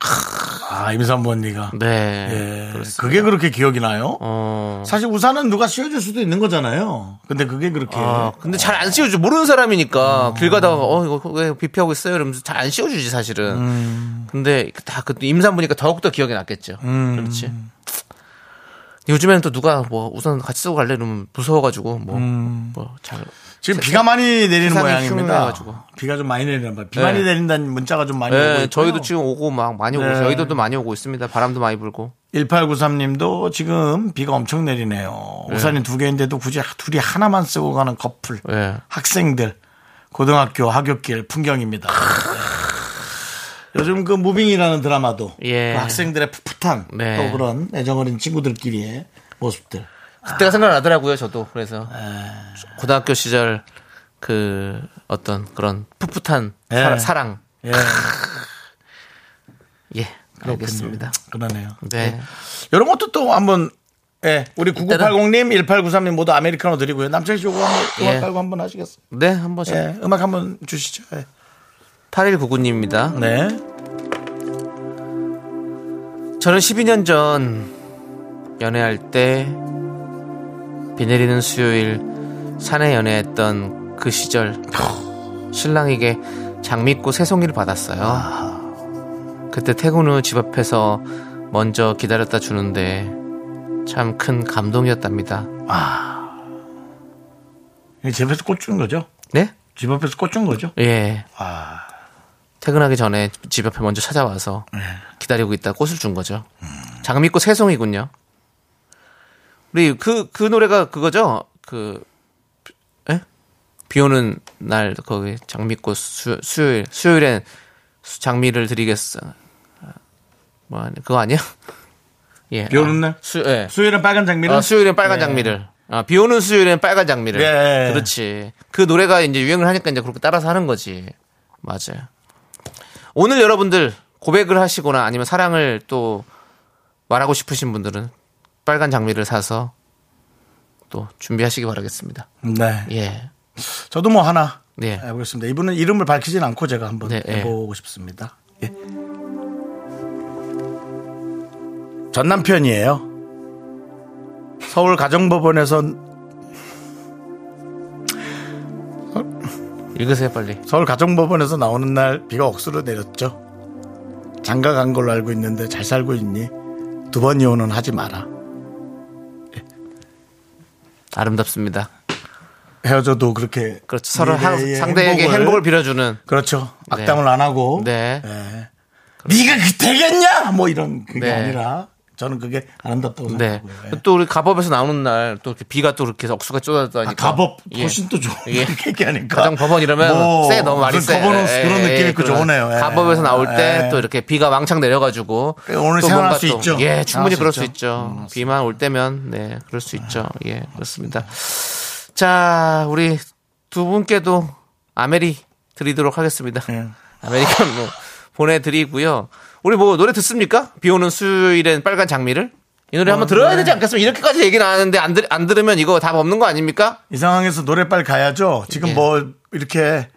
Speaker 2: 크으,
Speaker 1: 아, 임산부 언니가.
Speaker 2: 네.
Speaker 1: 예. 그게 그렇게 기억이 나요?
Speaker 2: 어.
Speaker 1: 사실 우산은 누가 씌워줄 수도 있는 거잖아요. 근데 그게 그렇게.
Speaker 2: 아, 근데 잘 안 씌워주지. 모르는 사람이니까.
Speaker 1: 음.
Speaker 2: 길 가다가, 어, 이거 왜 비피하고 있어요? 이러면서 잘 안 씌워주지, 사실은.
Speaker 1: 음.
Speaker 2: 근데 다, 그 임산부니까 더욱더 기억이 났겠죠. 그렇지. 요즘에는 또 누가 뭐 우선 같이 쓰고 갈래? 이러면 무서워가지고, 뭐,
Speaker 1: 음.
Speaker 2: 뭐, 잘.
Speaker 1: 지금 비가 많이 내리는
Speaker 2: 세상이
Speaker 1: 모양입니다.
Speaker 2: 흉흉해가지고.
Speaker 1: 비가 좀 많이 내리는 말. 비
Speaker 2: 네.
Speaker 1: 많이 내린다는 문자가 좀 많이 오고
Speaker 2: 예,
Speaker 1: 있고요.
Speaker 2: 저희도 지금 오고 막 많이 오고,
Speaker 1: 네.
Speaker 2: 있어요. 저희도 또 많이 오고 있습니다. 바람도 많이 불고.
Speaker 1: 1893님도 지금 비가 엄청 내리네요. 우산이 두 개인데도 굳이 둘이 하나만 쓰고 가는 커플,
Speaker 2: 예.
Speaker 1: 학생들, 고등학교 하굣길 풍경입니다. 네. 요즘 그 무빙이라는 드라마도
Speaker 2: 예.
Speaker 1: 그 학생들의 풋풋한
Speaker 2: 네.
Speaker 1: 또 그런 애정 어린 친구들끼리의 모습들.
Speaker 2: 그때가 생각나더라고요, 저도. 그래서.
Speaker 1: 아.
Speaker 2: 고등학교 시절 그 어떤 그런 풋풋한
Speaker 1: 예.
Speaker 2: 사랑, 사랑.
Speaker 1: 예,
Speaker 2: 예. 알겠습니다.
Speaker 1: 그러네요.
Speaker 2: 네.
Speaker 1: 이런 것도 또 한번 예, 우리 9980님, 1893님 모두 아메리카노 드리고요. 남창희 씨 요거 한번 음악
Speaker 2: 예.
Speaker 1: 깔고 한번 하시겠어요?
Speaker 2: 네, 한 번씩.
Speaker 1: 예, 음악 한번 주시죠. 예.
Speaker 2: 8199님입니다.
Speaker 1: 네.
Speaker 2: 저는 12년 전 연애할 때 비 내리는 수요일 산에 연애했던 그 시절 신랑에게 장미꽃 세 송이를 받았어요. 그때 퇴근 후 집 앞에서 먼저 기다렸다 주는데 참 큰 감동이었답니다.
Speaker 1: 이게 집 앞에서 꽃 주는 거죠?
Speaker 2: 네?
Speaker 1: 집 앞에서 꽃 준 거죠?
Speaker 2: 예.
Speaker 1: 아.
Speaker 2: 퇴근하기 전에 집 앞에 먼저 찾아와서
Speaker 1: 예.
Speaker 2: 기다리고 있다 꽃을 준 거죠. 장미꽃 세 송이군요. 우리 그 그 노래가 그거죠. 그 에? 비 오는 날 거기 장미꽃 수, 수요일 수요일엔 수- 장미를 드리겠어. 아, 뭐 아니- 그거 아니야? 예.
Speaker 1: 비 오는 날?
Speaker 2: 수, 예.
Speaker 1: 수요일은 빨간 장미를
Speaker 2: 아, 수요일엔 빨간 장미를. 아, 비 오는 수요일엔 빨간 장미를.
Speaker 1: 예.
Speaker 2: 그렇지. 그 노래가 이제 유행을 하니까 이제 그렇게 따라서 하는 거지. 맞아요. 오늘 여러분들 고백을 하시거나 아니면 사랑을 또 말하고 싶으신 분들은 빨간 장미를 사서 또 준비하시기 바라겠습니다.
Speaker 1: 네.
Speaker 2: 예.
Speaker 1: 저도 뭐 하나
Speaker 2: 네.
Speaker 1: 해보겠습니다. 이분은 이름을 밝히진 않고 제가 한번
Speaker 2: 네, 예.
Speaker 1: 해보고 싶습니다. 예. 전 남편이에요. 서울 가정법원에서
Speaker 2: 읽으세요, 빨리.
Speaker 1: 서울 가정법원에서 나오는 날 비가 억수로 내렸죠. 장가 간 걸로 알고 있는데 잘 살고 있니? 두 번 이혼은 하지 마라.
Speaker 2: 아름답습니다.
Speaker 1: 헤어져도 그렇게
Speaker 2: 그렇죠. 서로 하-
Speaker 1: 미래의
Speaker 2: 상대에게 행복을, 빌어주는
Speaker 1: 그렇죠.
Speaker 2: 네.
Speaker 1: 악담을 안 하고.
Speaker 2: 네.
Speaker 1: 예. 네가 그 되겠냐? 뭐 이런 그게
Speaker 2: 네.
Speaker 1: 아니라 저는 그게 아름답다고
Speaker 2: 네.
Speaker 1: 생각하고요. 예.
Speaker 2: 또 우리 가법에서 나오는 날 또 비가 또 이렇게 억수가 쏟아다니까.
Speaker 1: 아, 가법
Speaker 2: 예.
Speaker 1: 훨씬 또 좋은
Speaker 2: 예.
Speaker 1: 그렇게 얘기하니까. 뭐
Speaker 2: 가정 법원 이러면 세 너무 많이
Speaker 1: 무슨
Speaker 2: 세.
Speaker 1: 법원은 그런
Speaker 2: 예,
Speaker 1: 느낌이
Speaker 2: 예,
Speaker 1: 있고
Speaker 2: 그런
Speaker 1: 좋으네요. 예.
Speaker 2: 가법에서 나올 때
Speaker 1: 예.
Speaker 2: 또 이렇게 비가 왕창 내려가지고
Speaker 1: 그래, 오늘
Speaker 2: 또
Speaker 1: 생활할
Speaker 2: 뭔가
Speaker 1: 수
Speaker 2: 또-
Speaker 1: 있죠.
Speaker 2: 예, 충분히
Speaker 1: 생활할 수
Speaker 2: 그럴 수
Speaker 1: 있죠. 음.
Speaker 2: 있죠. 비만 올 때면 네, 그럴 수 있죠. 예, 그렇습니다. 자, 우리 두 분께도 아메리 드리도록 하겠습니다.
Speaker 1: 예.
Speaker 2: 아메리카노 뭐 보내드리고요. 우리 뭐 노래 듣습니까? 비 오는 수요일엔 빨간 장미를 이 노래
Speaker 1: 아,
Speaker 2: 한번
Speaker 1: 네.
Speaker 2: 들어야 되지 않겠습니까? 이렇게까지 얘기는 하는데 안, 들, 안 들으면 이거 답 없는 거 아닙니까?
Speaker 1: 이 상황에서 노래 빨리 가야죠. 지금
Speaker 2: 예.
Speaker 1: 뭐 이렇게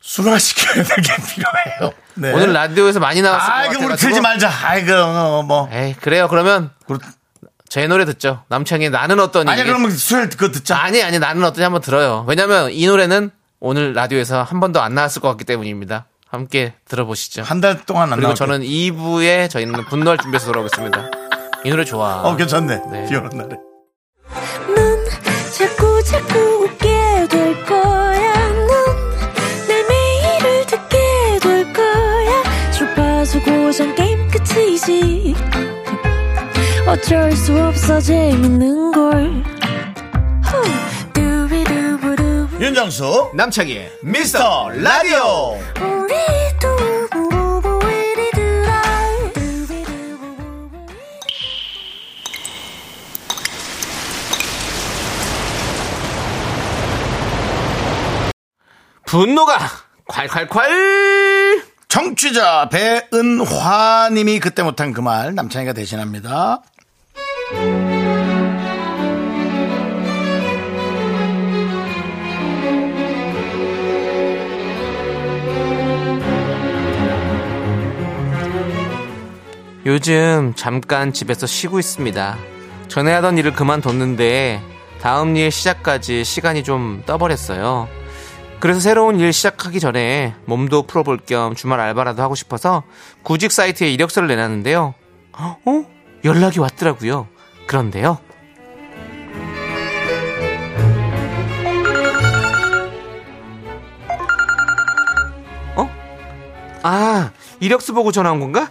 Speaker 1: 순화시켜야 될 게 필요해요. 네.
Speaker 2: 오늘 라디오에서 많이 나왔을 것
Speaker 1: 아이고
Speaker 2: 같아요.
Speaker 1: 우리 틀지 말자. 아이고 어, 뭐.
Speaker 2: 에이 그래요 그러면
Speaker 1: 그렇-
Speaker 2: 네, 제 노래 듣죠 남창희 나는 어떠니
Speaker 1: 아니 그러면 수요일 그거 듣자.
Speaker 2: 아니 아니 나는 어떠니 한번 들어요 왜냐면 이 노래는 오늘 라디오에서 한 번도 안 나왔을 것 같기 때문입니다 함께 들어보시죠
Speaker 1: 한 달 동안 안
Speaker 2: 그리고
Speaker 1: 나왔고.
Speaker 2: 저는 2부에 저희는 분노할 준비해서 돌아오겠습니다 이 노래 좋아
Speaker 1: 어 괜찮네.
Speaker 2: 네.
Speaker 1: 비 오는 날에.
Speaker 3: 넌 자꾸 자꾸 웃게 될 거야. 넌내 매일을 듣게 될 거야. 주파수 고정 게임 끝이지. 어쩔 수 없어 재밌는 걸. 후. 두비두부두.
Speaker 1: 윤정수
Speaker 2: 남창희의
Speaker 1: 미스터 라디오.
Speaker 3: 우리 두부부부 우리 두라. 두비두부부부.
Speaker 2: 분노가 콸콸콸
Speaker 1: 청취자 배은화님이 그때 못한 그 말 남창이가 대신합니다.
Speaker 2: 요즘 잠깐 집에서 쉬고 있습니다. 전에 하던 일을 그만뒀는데 다음 일 시작까지 시간이 좀 떠버렸어요. 그래서 새로운 일 시작하기 전에 몸도 풀어볼 겸 주말 알바라도 하고 싶어서 구직 사이트에 이력서를 내놨는데요. 어? 연락이 왔더라고요. 그런데요. 어? 아, 이력서 보고 전화 온 건가?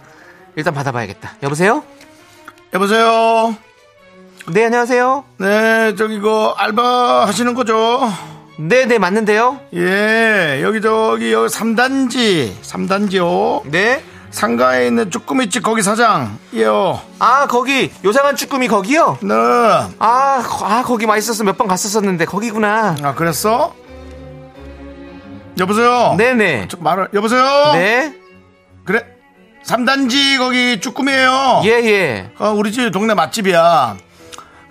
Speaker 2: 일단 받아봐야겠다. 여보세요?
Speaker 1: 여보세요.
Speaker 2: 네, 안녕하세요.
Speaker 1: 네, 저기 그 알바 하시는 거죠?
Speaker 2: 네, 네, 맞는데요.
Speaker 1: 예, 여기 저기 여기 3단지, 3단지요.
Speaker 2: 네.
Speaker 1: 상가에 있는 쭈꾸미집 거기 사장이요.
Speaker 2: 아, 거기 요상한 쭈꾸미 거기요?
Speaker 1: 네.
Speaker 2: 아, 거- 아 거기 맛있었어. 몇 번 갔었었는데 거기구나.
Speaker 1: 아, 그랬어? 여보세요.
Speaker 2: 네, 네.
Speaker 1: 어. 저 말을 여보세요.
Speaker 2: 네.
Speaker 1: 그래. 3단지 거기 쭈꾸미예요.
Speaker 2: 예, 예.
Speaker 1: 어, 우리 집 동네 맛집이야.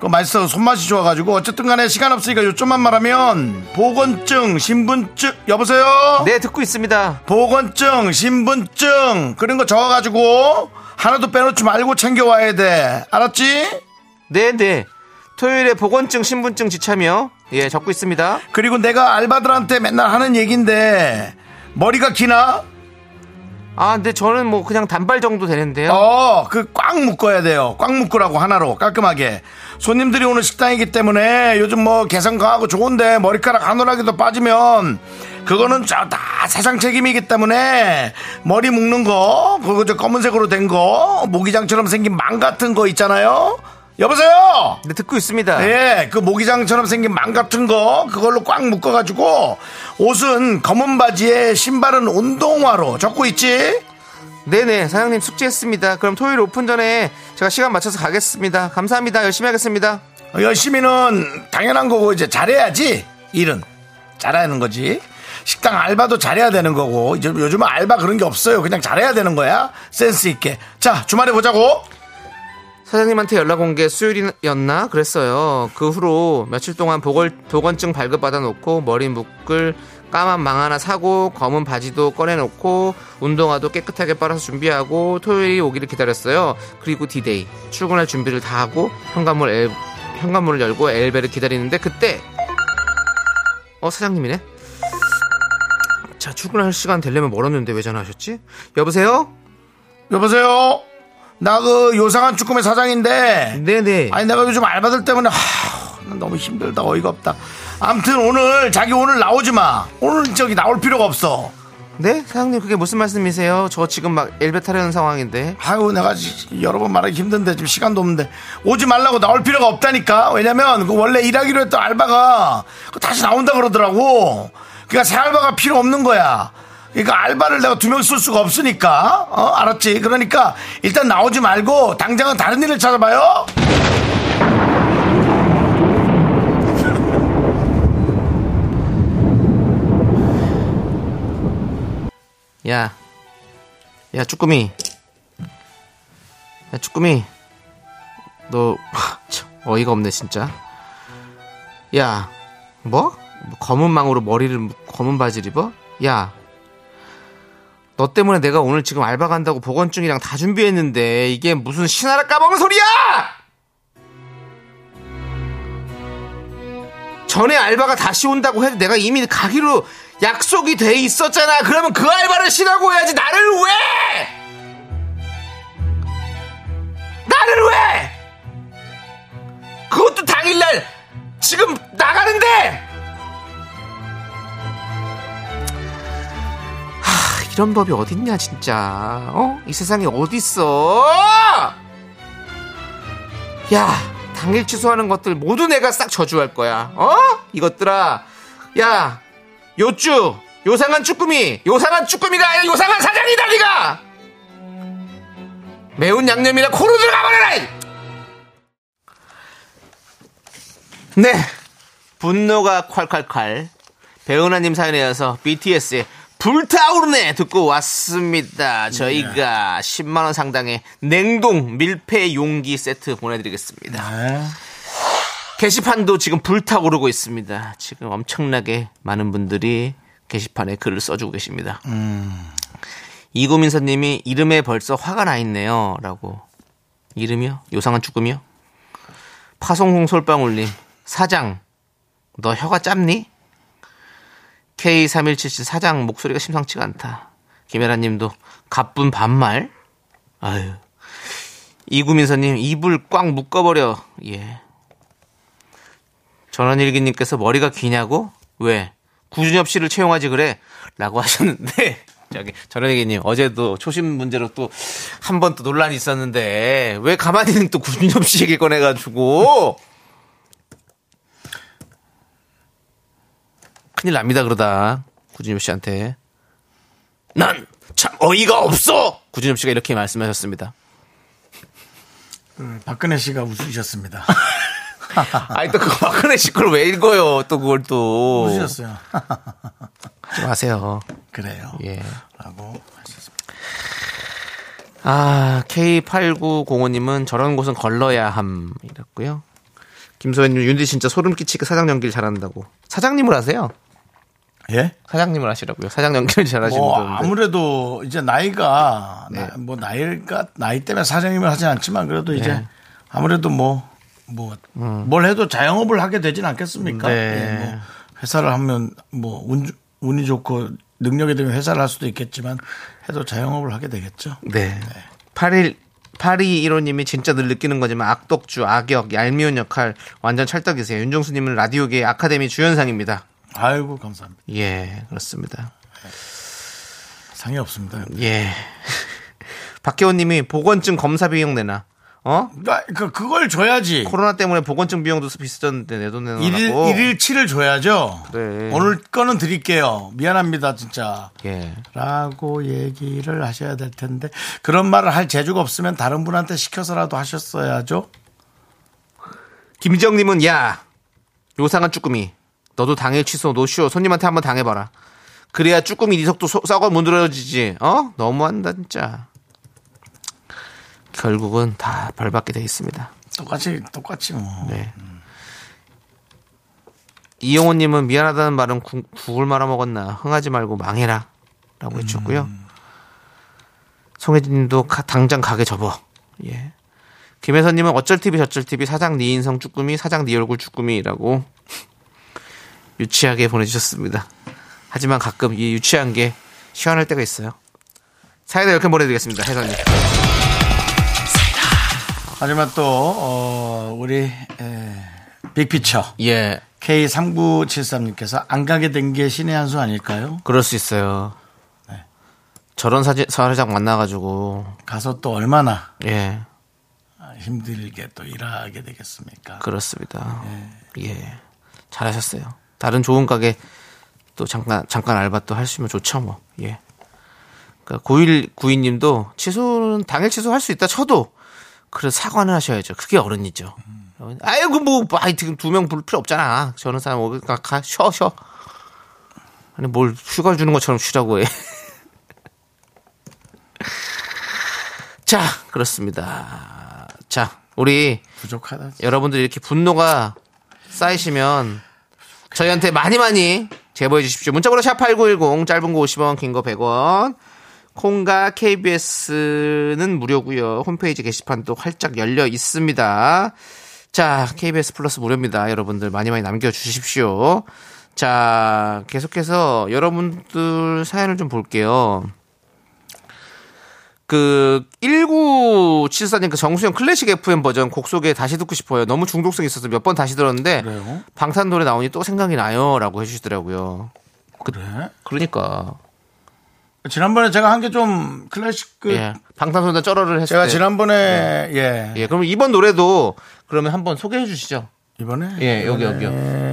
Speaker 1: 그 맛있어 손맛이 좋아가지고 어쨌든 간에 시간 없으니까 요점만 말하면 보건증, 신분증 여보세요.
Speaker 2: 네, 듣고 있습니다.
Speaker 1: 보건증, 신분증 그런 거 적어가지고 하나도 빼놓지 말고 챙겨와야 돼. 알았지?
Speaker 2: 네, 네. 토요일에 보건증 신분증 지참이요. 예, 적고 있습니다.
Speaker 1: 그리고 내가 알바들한테 맨날 하는 얘긴데 머리가 기나?
Speaker 2: 아, 근데 저는 뭐 그냥 단발 정도 되는데요.
Speaker 1: 어, 그 꽉 묶어야 돼요. 꽉 묶으라고 하나로 깔끔하게. 손님들이 오는 식당이기 때문에 요즘 뭐 개성 강하고 좋은데 머리카락 한 올하기도 빠지면 그거는 저 다 사장 책임이기 때문에 머리 묶는 거, 그거 저 검은색으로 된 거, 모기장처럼 생긴 망 같은 거 있잖아요. 여보세요.
Speaker 2: 네, 듣고 있습니다.
Speaker 1: 예, 그 모기장처럼 생긴 망 같은 거 그걸로 꽉 묶어가지고 옷은 검은 바지에 신발은 운동화로 적고 있지.
Speaker 2: 네, 네. 사장님 숙제했습니다. 그럼 토요일 오픈 전에 제가 시간 맞춰서 가겠습니다. 감사합니다. 열심히 하겠습니다.
Speaker 1: 열심히는 당연한 거고 이제 잘해야지 일은 잘하는 거지 식당 알바도 잘해야 되는 거고 이제 요즘은 알바 그런 게 없어요 그냥 잘해야 되는 거야 센스 있게 자 주말에 보자고
Speaker 2: 사장님한테 연락 온 게 수요일이었나 그랬어요. 그 후로 며칠 동안 보걸, 보건증 발급 받아놓고 머리 묶을 까만 망 하나 사고 검은 바지도 꺼내놓고 운동화도 깨끗하게 빨아서 준비하고 토요일이 오기를 기다렸어요. 그리고 디데이 출근할 준비를 다 하고 현관문 엘, 현관문을 열고 엘베를 기다리는데 그때 어 사장님이네. 자 출근할 시간 되려면 멀었는데 왜 전화하셨지? 여보세요?
Speaker 1: 여보세요 나 그 요상한 쭈꾸미 사장인데
Speaker 2: 네네.
Speaker 1: 아니 내가 요즘 알바들 때문에 하, 난 너무 힘들다 어이가 없다 암튼 오늘 자기 오늘 나오지 마 오늘 저기 나올 필요가 없어
Speaker 2: 네? 사장님 그게 무슨 말씀이세요? 저 지금 막 엘베 타려는 상황인데
Speaker 1: 아유 내가 지- 여러 번 말하기 힘든데 지금 시간도 없는데 오지 말라고 나올 필요가 없다니까 왜냐면 그 원래 일하기로 했던 알바가 그 다시 나온다 그러더라고 그러니까 새 알바가 필요 없는 거야 그러니까 알바를 내가 두 명 쓸 수가 없으니까 어 알았지 그러니까 일단 나오지 말고 당장은 다른 일을 찾아봐요
Speaker 2: 야, 야 쭈꾸미 야 쭈꾸미 너 하, 참, 어이가 없네 진짜 야 뭐? 뭐 검은 망으로 머리를 묶- 검은 바지를 입어? 야 너 때문에 내가 오늘 지금 알바 간다고 보건증이랑 다 준비했는데 이게 무슨 신하라 까먹은 소리야! 전에 알바가 다시 온다고 해도 내가 이미 가기로 약속이 돼 있었잖아. 그러면 그 알바를 쉬라고 해야지. 나를 왜? 나를 왜? 그것도 당일날 지금 나가는데. 하, 이런 법이 어딨냐 진짜. 어? 이 세상에 어딨어? 야, 당일 취소하는 것들 모두 내가 싹 저주할 거야. 어? 이것들아. 야, 요쭈, 요상한 쭈꾸미, 요상한 쭈꾸미가 아니라 요상한 사장이다, 니가! 매운 양념이라 코로 들어가 버려라! 이! 네. 분노가 콸콸콸. 배은하님 사연에 이어서 BTS의 불타오르네 듣고 왔습니다. 저희가 10만원 상당의 냉동 밀폐 용기 세트 보내드리겠습니다. 게시판도 지금 불타오르고 있습니다. 지금 엄청나게 많은 분들이 게시판에 글을 써주고 계십니다. 이구민서님이 이름에 벌써 화가 나 있네요. 라고. 이름이요? 요상한 죽음이요? 파송홍 솔방울님. 사장. 너 혀가 짧니? K3177 사장 목소리가 심상치가 않다. 김혜라 님도 가쁜 반말. 아유. 이구민서님 입을 꽉 묶어버려. 예. 전원일기님께서 머리가 기냐고? 왜? 구준엽 씨를 채용하지 그래? 라고 하셨는데, 저기, 전원일기님, 어제도 초심 문제로 또 한 번 또 논란이 있었는데, 왜 가만히 있는 또 구준엽 씨 얘기 꺼내가지고, 큰일 납니다, 그러다. 구준엽 씨한테. 난 참 어이가 없어! 구준엽 씨가 이렇게 말씀하셨습니다.
Speaker 1: 박근혜 씨가 웃으셨습니다.
Speaker 2: 아니, 또 그 박근혜 씨 걸 왜 읽어요? 또 그걸 또.
Speaker 1: 웃으셨어요.
Speaker 2: 하지 마세요.
Speaker 1: 그래요.
Speaker 2: 예.
Speaker 1: 라고.
Speaker 2: 아, K8905님은 저런 곳은 걸러야 함. 이랬고요. 김소연님, 윤디 진짜 소름 끼치게 사장 연기를 잘한다고. 사장님을 하세요.
Speaker 1: 예?
Speaker 2: 사장님을 하시라고요. 사장 연기를 잘하시는
Speaker 1: 뭐
Speaker 2: 분. 데
Speaker 1: 아무래도 이제 나이가
Speaker 2: 네.
Speaker 1: 나, 뭐 나이가 나이 때문에 사장님을 하진 않지만 그래도 이제
Speaker 2: 네. 음.
Speaker 1: 아무래도 뭐 뭐 뭘 해도 자영업을 하게 되진 않겠습니까?
Speaker 2: 네.
Speaker 1: 예, 뭐 회사를 하면 뭐 운, 운이 좋고 능력이 되면 회사를 할 수도 있겠지만 해도 자영업을 하게 되겠죠.
Speaker 2: 네. 8일 8215님이 진짜 늘 느끼는 거지만 악덕주, 악역, 얄미운 역할 완전 찰떡이세요. 윤종수님은 라디오계 아카데미 주연상입니다.
Speaker 1: 아이고 감사합니다.
Speaker 2: 예, 그렇습니다.
Speaker 1: 상이 없습니다.
Speaker 2: 예. 박혜원님이 보건증 검사 비용 내나? 어?
Speaker 1: 나, 그 그걸 줘야지.
Speaker 2: 코로나 때문에 보건증 비용도 비슷한데 내 돈 내놔라고.
Speaker 1: 일일 일일치를 줘야죠.
Speaker 2: 네.
Speaker 1: 오늘 거는 드릴게요. 미안합니다 진짜.
Speaker 2: 예.
Speaker 1: 라고 얘기를 하셔야 될 텐데 그런 말을 할 재주가 없으면 다른 분한테 시켜서라도 하셨어야죠.
Speaker 2: 김정님은 야 요상한 쭈꾸미 너도 당일 취소 노쇼 손님한테 한번 당해봐라 그래야 쭈꾸미 니석도 소- 썩어 문드러지지 어 너무한다 진짜 결국은 다 벌받게 돼 있습니다
Speaker 1: 똑같이 똑같이 뭐.
Speaker 2: 네 이영호님은 미안하다는 말은 구, 국을 말아먹었나 흥하지 말고 망해라 라고 해주셨고요 송혜진님도 가- 당장 가게 접어 예 김혜선님은 어쩔 TV 저쩔 TV 사장 니 인성 쭈꾸미 사장 니 얼굴 쭈꾸미라고 유치하게 보내주셨습니다. 하지만 가끔 이 유치한 게 시원할 때가 있어요. 사이다 이렇게 보내드리겠습니다. 혜선님.
Speaker 1: 하지만 또 어, 우리 에, 빅피처
Speaker 2: 예,
Speaker 1: K3973님께서 안 가게 된 게 신의 한 수 아닐까요?
Speaker 2: 그럴 수 있어요. 저런 사진 사회장 만나가지고
Speaker 1: 가서 또 얼마나
Speaker 2: 예
Speaker 1: 힘들게 또 일하게 되겠습니까?
Speaker 2: 그렇습니다. 예 잘하셨어요. 다른 좋은 가게 또 잠깐 잠깐 알바 또 하시면 좋죠 뭐. 예. 그러니까 9192님도 취소는 당일 취소할 수 있다 쳐도 그래 사과는 하셔야죠. 그게 어른이죠. 아이고 뭐 아이 지금 두 명 부를 필요 없잖아. 저런 사람 오가가 쉬어 쉬어. 아니 뭘 휴가 주는 것처럼 쉬라고 해. 자 그렇습니다. 자 우리
Speaker 1: 부족하다.
Speaker 2: 여러분들 이렇게 분노가 쌓이시면 저희한테 많이 많이 제보해 주십시오. 문자번호 샵8910 짧은 거 50원 긴 거 100원 콩과 KBS는 무료고요. 홈페이지 게시판도 활짝 열려 있습니다. 자, KBS 플러스 무료입니다. 여러분들 많이 많이 남겨 주십시오. 자, 계속해서 여러분들 사연을 좀 볼게요. 그 1974님 그 정수영 클래식 FM 버전 곡 속에 다시 듣고 싶어요. 너무 중독성이 있어서 몇 번 다시 들었는데
Speaker 1: 그래요?
Speaker 2: 방탄 노래 나오니 또 생각이 나요라고 해주시더라고요.
Speaker 1: 그래?
Speaker 2: 그러니까
Speaker 1: 지난번에 제가 한 게 좀 클래식 그
Speaker 2: 예 방탄소년단 쩔어를 했을
Speaker 1: 제가
Speaker 2: 때.
Speaker 1: 지난번에 예,
Speaker 2: 예 그럼 이번 노래도 그러면 한번 소개해 주시죠.
Speaker 1: 이번에
Speaker 2: 예 여기 여기요.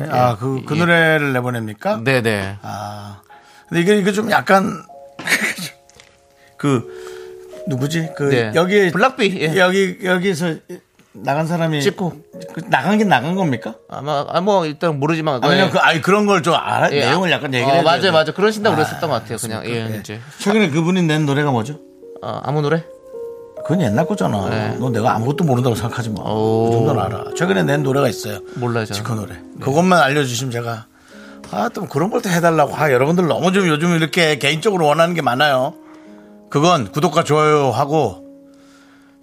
Speaker 1: 아그 그
Speaker 2: 예.
Speaker 1: 노래를 내보냅니까?
Speaker 2: 네네
Speaker 1: 아, 근데 이게 이게 좀 약간 그 누구지? 그
Speaker 2: 네.
Speaker 1: 여기
Speaker 2: 블락비 예.
Speaker 1: 여기 여기서 나간 사람이
Speaker 2: 찍고.
Speaker 1: 그 나간 게 나간 겁니까?
Speaker 2: 아마 아뭐 일단 모르지만
Speaker 1: 아니요,
Speaker 2: 예.
Speaker 1: 그 아니 그런 걸 좀 알아
Speaker 2: 예.
Speaker 1: 내용을 약간 얘기를
Speaker 2: 어,
Speaker 1: 해줘야
Speaker 2: 맞아요
Speaker 1: 돼요.
Speaker 2: 맞아요 그러신다고 그랬었던 것 같아요 그냥 예,
Speaker 1: 예.
Speaker 2: 이제
Speaker 1: 최근에 그분이 낸 노래가 뭐죠?
Speaker 2: 어, 아무 노래
Speaker 1: 그건 옛날 거잖아.
Speaker 2: 네.
Speaker 1: 넌 내가 아무것도 모른다고 생각하지 마.
Speaker 2: 오.
Speaker 1: 그 정도는 알아. 최근에 낸 노래가 있어요.
Speaker 2: 몰라요, 저는. 네.
Speaker 1: 지코 노래. 그것만 알려주시면 제가 아 또 그런 걸 또 해달라고. 아 여러분들 너무 좀 요즘 이렇게 개인적으로 원하는 게 많아요. 그건 구독과 좋아요 하고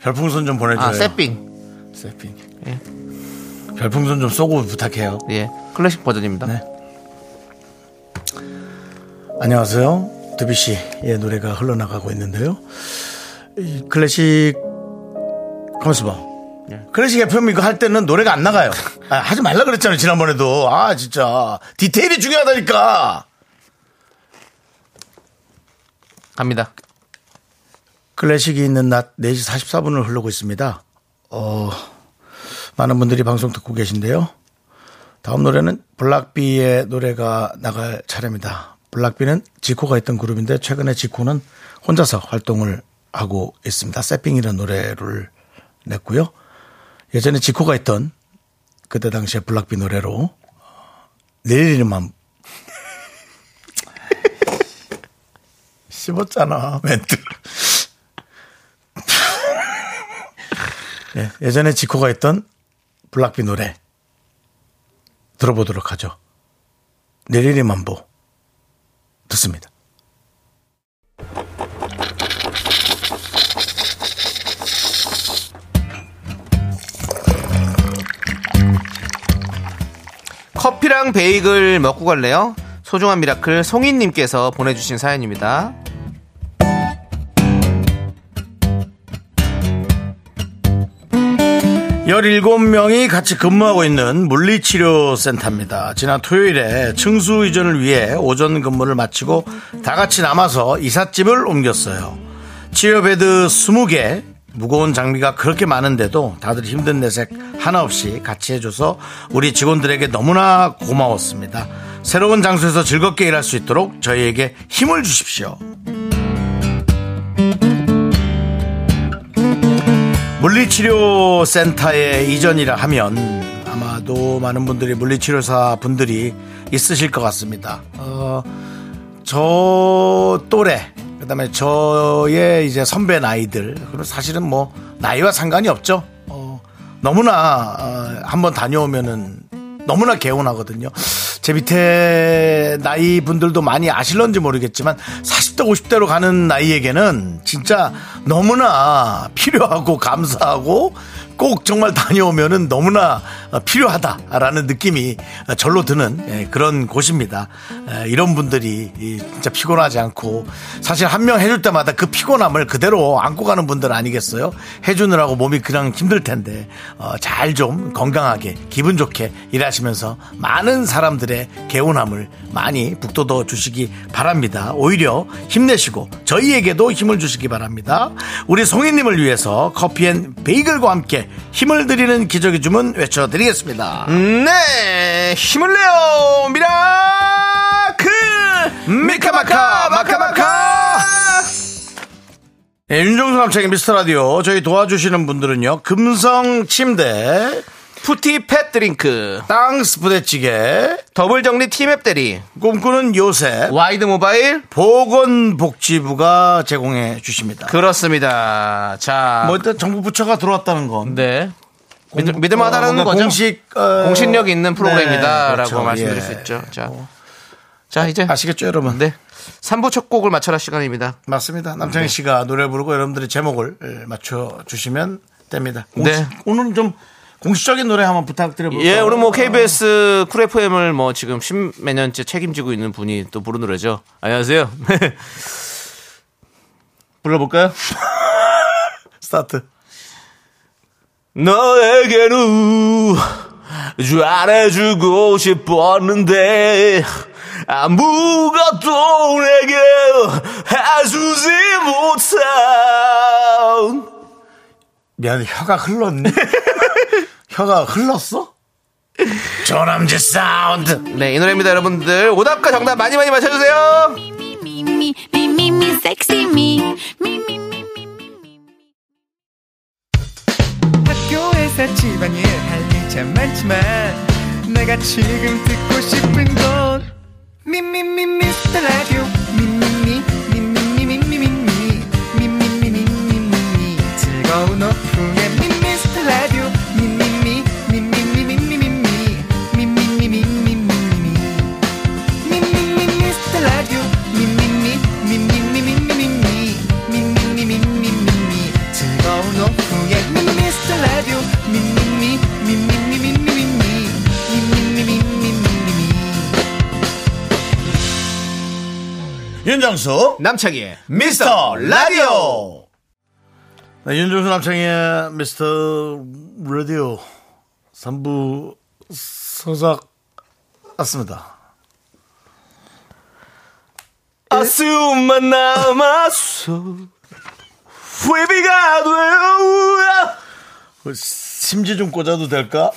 Speaker 1: 별풍선 좀 보내줘요.
Speaker 2: 아, 세핑.
Speaker 1: 세핑.
Speaker 2: 예.
Speaker 1: 별풍선 좀 쏘고 부탁해요.
Speaker 2: 예. 클래식 버전입니다.
Speaker 1: 네. 안녕하세요. 드비씨의 노래가 흘러나가고 있는데요. 이 클래식, 가만있어 봐. 클래식 FM 이거 할 때는 노래가 안 나가요. 아, 하지 말라 그랬잖아요, 지난번에도. 아, 진짜. 디테일이 중요하다니까.
Speaker 2: 갑니다.
Speaker 1: 클래식이 있는 낮 4시 44분을 흐르고 있습니다. 어, 많은 분들이 방송 듣고 계신데요. 다음 노래는 블락비의 노래가 나갈 차례입니다. 블락비는 지코가 있던 그룹인데 최근에 지코는 혼자서 활동을 하고 있습니다. 세핑이라는 노래를 냈고요. 예전에 지코가 있던 그때 당시에 블락비 노래로 어, 내일 이름만 씹었잖아 멘트. 예, 예전에 지코가 했던 블락비 노래 들어보도록 하죠. 내일이 만보 듣습니다.
Speaker 2: 커피랑 베이글 먹고 갈래요? 소중한 미라클 송인님께서 보내주신 사연입니다.
Speaker 1: 열일곱 명이 같이 근무하고 있는 물리치료센터입니다. 지난 토요일에 층수 이전을 위해 오전 근무를 마치고 다 같이 남아서 이삿집을 옮겼어요. 치료베드 20개, 무거운 장비가 그렇게 많은데도 다들 힘든 내색 하나 없이 같이 해줘서 우리 직원들에게 너무나 고마웠습니다. 새로운 장소에서 즐겁게 일할 수 있도록 저희에게 힘을 주십시오. 물리치료센터의 이전이라 하면 아마도 많은 분들이 물리치료사 분들이 있으실 것 같습니다. 어, 저 또래 그다음에 저의 이제 선배 나이들 그리고 사실은 뭐 나이와 상관이 없죠. 어, 너무나 어, 한번 다녀오면은 너무나 개운하거든요. 제 밑에 나이 분들도 많이 아실런지 모르겠지만 40대 50대로 가는 나이에게는 진짜 너무나 필요하고 감사하고 꼭 정말 다녀오면은 너무나 필요하다라는 느낌이 절로 드는 예, 그런 곳입니다. 예, 이런 분들이 이 진짜 피곤하지 않고 사실 한 명 해줄 때마다 그 피곤함을 그대로 안고 가는 분들 아니겠어요? 해주느라고 몸이 그냥 힘들 텐데 어, 잘 좀 건강하게 기분 좋게 일하시면서 많은 사람들의 개운함을 많이 북돋워 주시기 바랍니다. 오히려 힘내시고 저희에게도 힘을 주시기 바랍니다. 우리 송이님을 위해서 커피앤 베이글과 함께 힘을 드리는 기적의 주문 외쳐드리겠습니다.
Speaker 2: 네! 힘을 내요! 미라클!
Speaker 1: 미카마카 마카마카 예, 윤종수 남창의 미스터라디오 저희 도와주시는 분들은요 금성침대
Speaker 2: 푸티 팻 드링크.
Speaker 1: 땅스 부대찌개
Speaker 2: 더블 정리 티맵 대리.
Speaker 1: 꿈꾸는 요새
Speaker 2: 와이드 모바일.
Speaker 1: 보건복지부가 제공해 주십니다
Speaker 2: 그렇습니다. 자.
Speaker 1: 뭐 일단 정부 부처가 들어왔다는 건
Speaker 2: 네. 믿을,
Speaker 1: 공-
Speaker 2: 믿을만하다는
Speaker 1: 어, 뭔가
Speaker 2: 거죠.
Speaker 1: 공식, 어,
Speaker 2: 공신력 있는
Speaker 1: 네,
Speaker 2: 프로그램이다라고
Speaker 1: 그렇죠.
Speaker 2: 말씀드릴
Speaker 1: 예.
Speaker 2: 수 있죠. 자, 자 이제
Speaker 1: 아시겠죠 여러분
Speaker 2: 네 3부 첫 곡을 맞춰라 시간입니다.
Speaker 1: 맞습니다
Speaker 2: 네.
Speaker 1: 남창희 씨가 노래 부르고 여러분들이 제목을 예, 맞춰주시면 됩니다 공식-
Speaker 2: 네.
Speaker 1: 오늘은 좀 공식적인 노래 한번 부탁드려볼까요
Speaker 2: 예, 오늘 뭐 KBS 쿨 FM을 뭐 지금 십몇 년째 책임지고 있는 분이 또 부른 노래죠. 안녕하세요. 네.
Speaker 1: 불러볼까요? 스타트.
Speaker 2: 너에게 누 잘해주고 싶었는데 아무것도 내게 해주지 못한
Speaker 1: 미안해, 혀가 흘렀네. 혀가 흘렀어? 조남지 사운드.
Speaker 2: 네, 이 노래입니다, 여러분들. 오답과 정답 많이 많이 맞춰주세요.
Speaker 3: me, me, me, me, me, sexy me. Me, me, me, me, me, me.
Speaker 4: 학교에서 집안일 할 일 참 많지만 내가 지금 듣고 싶은 건 미미미 미스터 라디오 미미미 미미미 미미미 미미미 미미미 즐거운 오후에 미스터 라디오 미미미 미미미 미미미 미미미 미미미 미미미 미스터 라디오 미미미 미미미 미미미 미미미
Speaker 1: 윤정수
Speaker 2: 남창희의 미스터 라디오
Speaker 1: 네, 윤정수 남창의 미스터 라디오 3부 서작 왔습니다
Speaker 2: 예? 아스만 남았어 회비가 돼요
Speaker 1: 그 심지 좀 꽂아도 될까?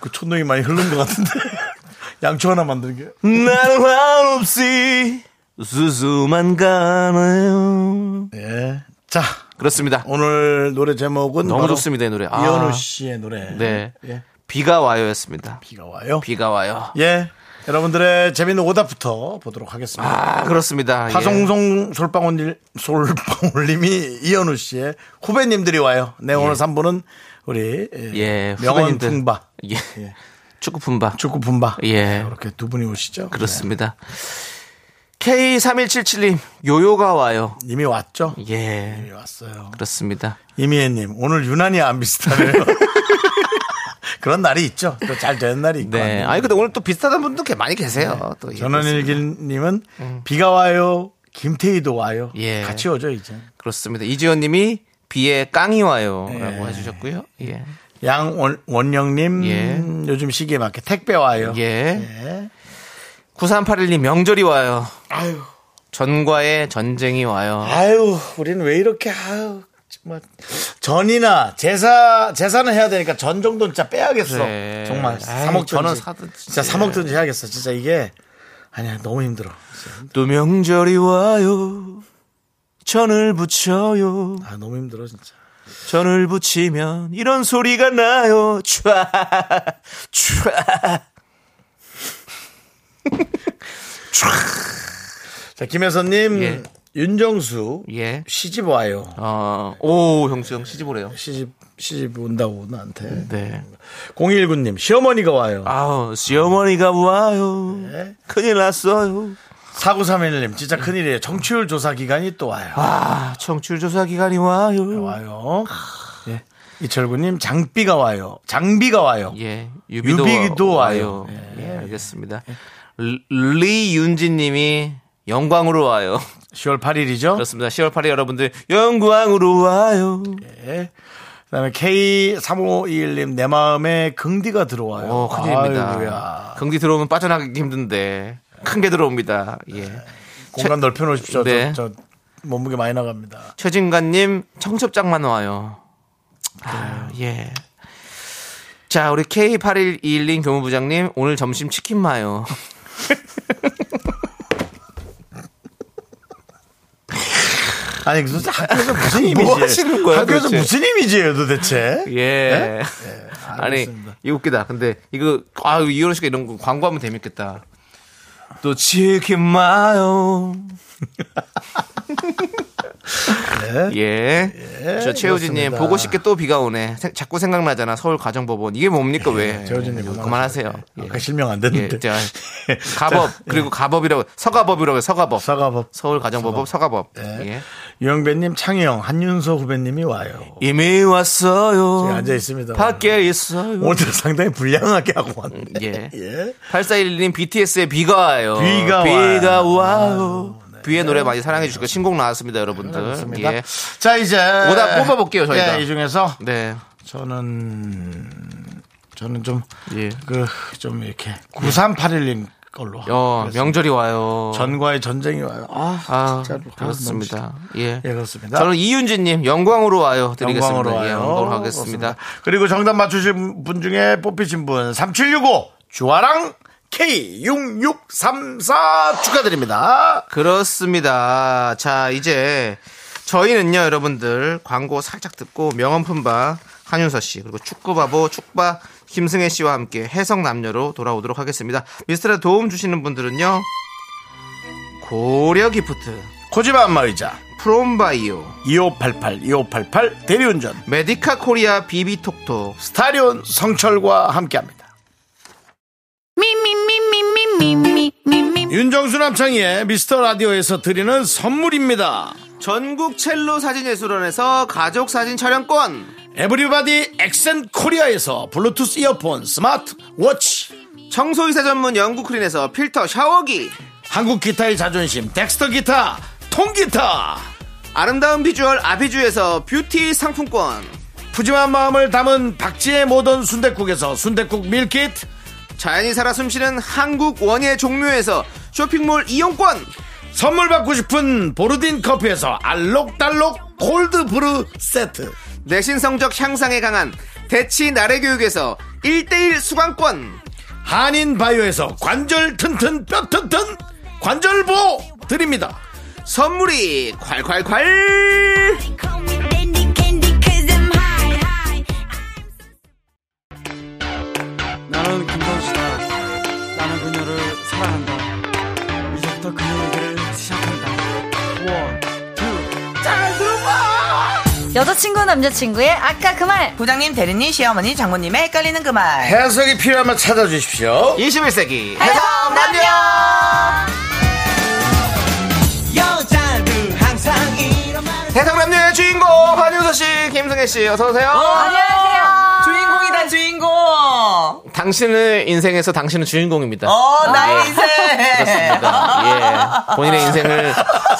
Speaker 1: 그 촌동이 많이 흐른 것 같은데 양초 하나 만들게
Speaker 2: 나는 한없이 수수만 가나요
Speaker 1: 예. 자
Speaker 2: 그렇습니다
Speaker 1: 오늘 노래 제목은
Speaker 2: 너무
Speaker 1: 바로
Speaker 2: 좋습니다 이 노래 아,
Speaker 1: 이현우 씨의 노래
Speaker 2: 네
Speaker 1: 예.
Speaker 2: 비가 와요였습니다
Speaker 1: 비가 와요
Speaker 2: 비가 와요
Speaker 1: 예 여러분들의 재밌는 오답부터 보도록 하겠습니다
Speaker 2: 아 그렇습니다 예.
Speaker 1: 파송송 솔방울님, 솔방울님이 이현우 씨의 후배님들이 와요. 네, 오늘 3부는 우리
Speaker 2: 예,
Speaker 1: 명언
Speaker 2: 후배님들.
Speaker 1: 풍바,
Speaker 2: 예.
Speaker 1: 예.
Speaker 2: 축구 품바
Speaker 1: 축구 분바.
Speaker 2: 예.
Speaker 1: 이렇게 두 분이 오시죠.
Speaker 2: 그렇습니다 K3177님 요요가 와요
Speaker 1: 네, 이미 왔죠?
Speaker 2: 예
Speaker 1: 이미 왔어요.
Speaker 2: 그렇습니다
Speaker 1: 이미애님, 오늘 유난히 안 비슷하네요. 그런 날이 있죠. 또 잘 되는 날이 있고.
Speaker 2: 네. 아니 근데 오늘 또 비슷하던 분도 꽤 많이 계세요. 또 예, 그렇습니다.
Speaker 1: 전원일기님은 비가 와요. 김태희도 와요.
Speaker 2: 예.
Speaker 1: 같이 오죠, 이제.
Speaker 2: 그렇습니다. 이지현님이 비에 깡이 와요라고 해주셨고요. 예.
Speaker 1: 양원영님,
Speaker 2: 예.
Speaker 1: 요즘 시기에 맞게 택배 와요.
Speaker 2: 예. 9381님 명절이 와요.
Speaker 1: 아유.
Speaker 2: 전과의 전쟁이 와요.
Speaker 1: 아유, 우린 왜 이렇게, 아유, 정말. 전이나 제사, 제사는 해야 되니까 전 정도는 진짜 빼야겠어.
Speaker 2: 그래.
Speaker 1: 정말.
Speaker 2: 아이,
Speaker 1: 3억
Speaker 2: 전은
Speaker 1: 전은
Speaker 2: 사든지.
Speaker 1: 진짜 3억 든지 해야겠어. 진짜 이게. 아니야, 너무 힘들어. 진짜.
Speaker 2: 또 명절이 와요. 전을 붙여요.
Speaker 1: 아, 너무 힘들어, 진짜.
Speaker 2: 전을 붙이면 이런 소리가 나요. 촤, 촤.
Speaker 1: 자, 김혜선님.
Speaker 2: 예.
Speaker 1: 윤정수.
Speaker 2: 예.
Speaker 1: 시집 와요.
Speaker 2: 어, 오, 형수형 시집 오래요.
Speaker 1: 시집, 시집 온다고, 나한테.
Speaker 2: 네.
Speaker 1: 019님. 시어머니가 와요.
Speaker 2: 아우, 시어머니가 와요.
Speaker 1: 네.
Speaker 2: 큰일 났어요.
Speaker 1: 4931님. 진짜 큰일이에요. 정치율 조사 기간이 또 와요.
Speaker 2: 아, 청취율 조사 기간이 네, 와요.
Speaker 1: 와요.
Speaker 2: 아.
Speaker 1: 예. 이철구님 장비가 와요. 장비가 와요.
Speaker 2: 예, 유비도,
Speaker 1: 유비도
Speaker 2: 와요.
Speaker 1: 와요.
Speaker 2: 예, 알겠습니다. 리- 리윤지님이 영광으로 와요.
Speaker 1: 10월 8일이죠.
Speaker 2: 그렇습니다. 10월 8일 여러분들 영광으로 와요.
Speaker 1: 예. 그다음에 K3521님 내 마음에 긍디가 들어와요.
Speaker 2: 오, 큰일입니다.
Speaker 1: 아이고야.
Speaker 2: 긍디 들어오면 빠져나가기 힘든데 큰 게 들어옵니다. 예.
Speaker 1: 공간 넓혀 놓으십시오.
Speaker 2: 네.
Speaker 1: 저, 저 몸무게 많이 나갑니다.
Speaker 2: 최진관님 청첩장만 와요. 아, 예. 자, 우리 K8121님 교무부장님 오늘 점심 치킨 마요.
Speaker 1: 아니 무슨 학교에서 무슨 이미지?
Speaker 2: 음. 뭐 하시는 거야,
Speaker 1: 학교에서
Speaker 2: 도대체?
Speaker 1: 무슨 이미지예요, 도대체?
Speaker 2: 예. 아니,
Speaker 1: 알겠습니다.
Speaker 2: 이거 웃기다. 근데 이거, 아 이런 식으로 이런 거 광고하면 재밌겠다. 또 치킨 마요. 예. 저 최우진님
Speaker 1: 네. 그렇습니다.
Speaker 2: 보고 싶게 또 비가 오네. 세- 자꾸 생각나잖아. 서울 가정법원 이게 뭡니까 왜?
Speaker 1: 재호진님
Speaker 2: 이거 예, 그만하세요. 예.
Speaker 1: 아까 실명 예. 안
Speaker 2: 예,
Speaker 1: 됐는데.
Speaker 2: 자, 가법 그리고 가법이라고 서가법이라고 해요. 서가법.
Speaker 1: 사과법
Speaker 2: 서울 가정법법 서가법. 예.
Speaker 1: 예. 유영배님, 창희형, 한윤서 후배님이 와요.
Speaker 2: 이미 왔어요.
Speaker 1: 지금 앉아 있습니다.
Speaker 2: 밖에 있어요.
Speaker 1: 오늘 상당히 불량하게 하고 왔는데.
Speaker 2: 예.
Speaker 1: 예.
Speaker 2: 8411님 BTS의 비가 와요.
Speaker 1: 비가
Speaker 2: 비가
Speaker 1: 와요. 아, 네.
Speaker 2: 와요. 비의 노래 많이 사랑해 주시고 신곡 나왔습니다, 여러분들.
Speaker 1: 그렇습니다.
Speaker 2: 예.
Speaker 1: 자 이제
Speaker 2: 오답 뽑아볼게요, 저희가.
Speaker 1: 예, 이 중에서
Speaker 2: 네.
Speaker 1: 저는 저는
Speaker 2: 예.
Speaker 1: 좀 그 좀 이렇게 9381님 걸로
Speaker 2: 어, 명절이 와요.
Speaker 1: 전과의 전쟁이 와요. 아,
Speaker 2: 아,
Speaker 1: 진짜로
Speaker 2: 그렇습니다. 예.
Speaker 1: 예 그렇습니다.
Speaker 2: 저는 이윤진 님 영광으로 와요 드리겠습니다.
Speaker 1: 영광으로 와요.
Speaker 2: 예, 영광으로 하겠습니다.
Speaker 1: 그렇습니다. 그리고 정답 맞추신 분 중에 뽑히신 분 3765 주아랑 K6634 축하드립니다.
Speaker 2: 그렇습니다. 자, 이제 저희는요, 여러분들 광고 살짝 듣고 명언품바 한윤서 씨 그리고 축구바보 축바 김승혜 씨와 함께 해석 남녀로 돌아오도록 하겠습니다. 미스터라 도움 주시는 분들은요. 고려 기프트,
Speaker 1: 코지마 안마의자
Speaker 2: 프롬바이오,
Speaker 1: 2588 2588 대리운전
Speaker 2: 메디카 코리아 비비톡톡,
Speaker 1: 스타리온 성철과 함께합니다. 윤정수 남창희의 미스터 라디오에서 드리는 선물입니다.
Speaker 2: 전국 첼로 사진예술원에서 가족 사진 촬영권,
Speaker 1: 에브리바디 엑센 코리아에서 블루투스 이어폰 스마트 워치
Speaker 2: 청소이사 전문 영국 크린에서 필터 샤워기,
Speaker 1: 한국 기타의 자존심 덱스터 기타 통기타
Speaker 2: 아름다운 비주얼 아비주에서 뷰티 상품권
Speaker 1: 푸짐한 마음을 담은 박지의 모던 순댓국에서순댓국 밀키트
Speaker 2: 자연이 살아 숨쉬는 한국 원예 종묘에서 쇼핑몰 이용권
Speaker 1: 선물 받고 싶은 보르딘 커피에서 알록달록 골드브루 세트
Speaker 2: 내신 성적 향상에 강한 대치 나래 교육에서 1대1 수강권
Speaker 1: 한인 바이오에서 관절 튼튼 뼈 튼튼 관절보 드립니다
Speaker 2: 선물이 콸콸콸
Speaker 3: Call me Dandy Candy cause I'm high, high.
Speaker 5: 나는 김선수다. 나는 그녀를 사랑한다. 이제부터 그녀에게를 시작한다. 원, 투.
Speaker 6: 여자친구 남자친구의 아까 그 말
Speaker 7: 부장님, 대리님, 시어머니, 장모님의 헷갈리는 그
Speaker 2: 예,
Speaker 7: 말.
Speaker 1: 해석이 필요하면 찾아주십시오
Speaker 2: 21세기
Speaker 5: 여자는 항상 이런 말을.
Speaker 2: 해상남녀의 주인공 한윤서 씨, 김승혜 씨, 어서 오세요.
Speaker 7: 안녕하세요. 주인공이다, 주인공. 어,
Speaker 2: 당신의 인생에서 당신은 주인공입니다.
Speaker 7: 나의 인생.
Speaker 2: 그렇습니다. 예, 본인의 인생을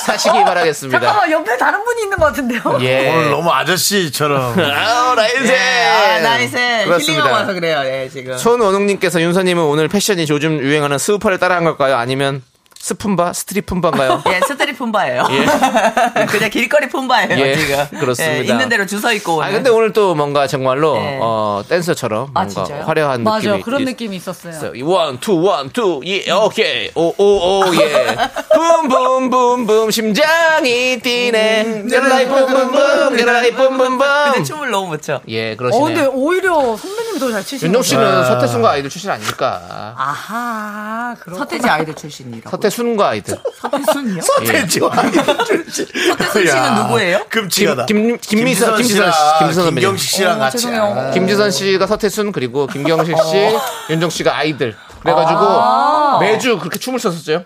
Speaker 2: 사시기 바라겠습니다.
Speaker 7: 잠깐만, 옆에 다른 분이 있는 것 같은데요?
Speaker 2: 예,
Speaker 1: 오늘 너무 아저씨처럼
Speaker 2: 아우 어, 나 인생.
Speaker 7: 아, 나의 인생. 힐링하고
Speaker 2: 그렇습니다.
Speaker 7: 와서 그래요, 예, 지금.
Speaker 2: 손원웅님께서 윤서님은 오늘 패션이 요즘 유행하는 스우퍼를 따라한 걸까요? 아니면 스푼바, 스트리푼바인가요?
Speaker 7: 예, 스트릿 품바예요.
Speaker 2: 예.
Speaker 7: 그냥 길거리 품바예요,
Speaker 2: 예,
Speaker 7: 지금.
Speaker 2: 그렇습니다.
Speaker 7: 예, 있는 대로 주워 있고. 오는.
Speaker 2: 아 근데 오늘 또 뭔가 정말로
Speaker 7: 예.
Speaker 2: 어, 댄서처럼
Speaker 7: 아,
Speaker 2: 뭔가
Speaker 7: 진짜요?
Speaker 2: 화려한
Speaker 6: 맞아
Speaker 2: 느낌이
Speaker 6: 그런
Speaker 2: 있-
Speaker 6: 느낌이 있었어요
Speaker 2: 있어요. 원, 투, 원, 투, 예, 오케이, 오, 오, 오, 예. 붐, 붐, 붐, 붐, 심장이 뛰네. 그라이 붐, 붐, 붐, 그라이 붐, 붐,
Speaker 7: 근데
Speaker 2: 붐.
Speaker 7: 춤을 너무 못 춰.
Speaker 2: 예,
Speaker 6: 어 근데
Speaker 2: 그러시네요.
Speaker 6: 오히려 선배님이 더 잘 치시는
Speaker 2: 윤종 씨는 서태순과 아이들 출신 아닙니까?
Speaker 7: 아하, 그렇 서태지 아이들 출신이라고.
Speaker 2: 서태순과 아이들.
Speaker 7: 서태순이요?
Speaker 1: 서태지와 서태지
Speaker 7: 서태지 씨는 누구예요?
Speaker 1: 예. 금치가다 아,
Speaker 2: 김- 김- 김미선, 김지선 씨, 김지선 선배님. 어,
Speaker 1: 김경식 씨랑 같이 아,
Speaker 6: 죄송해요.
Speaker 2: 김지선 씨가 서태순 그리고 김경식
Speaker 7: 어.
Speaker 2: 씨, 윤종 씨가 아이들. 그래가지고 매주 그렇게 춤을 췄었죠.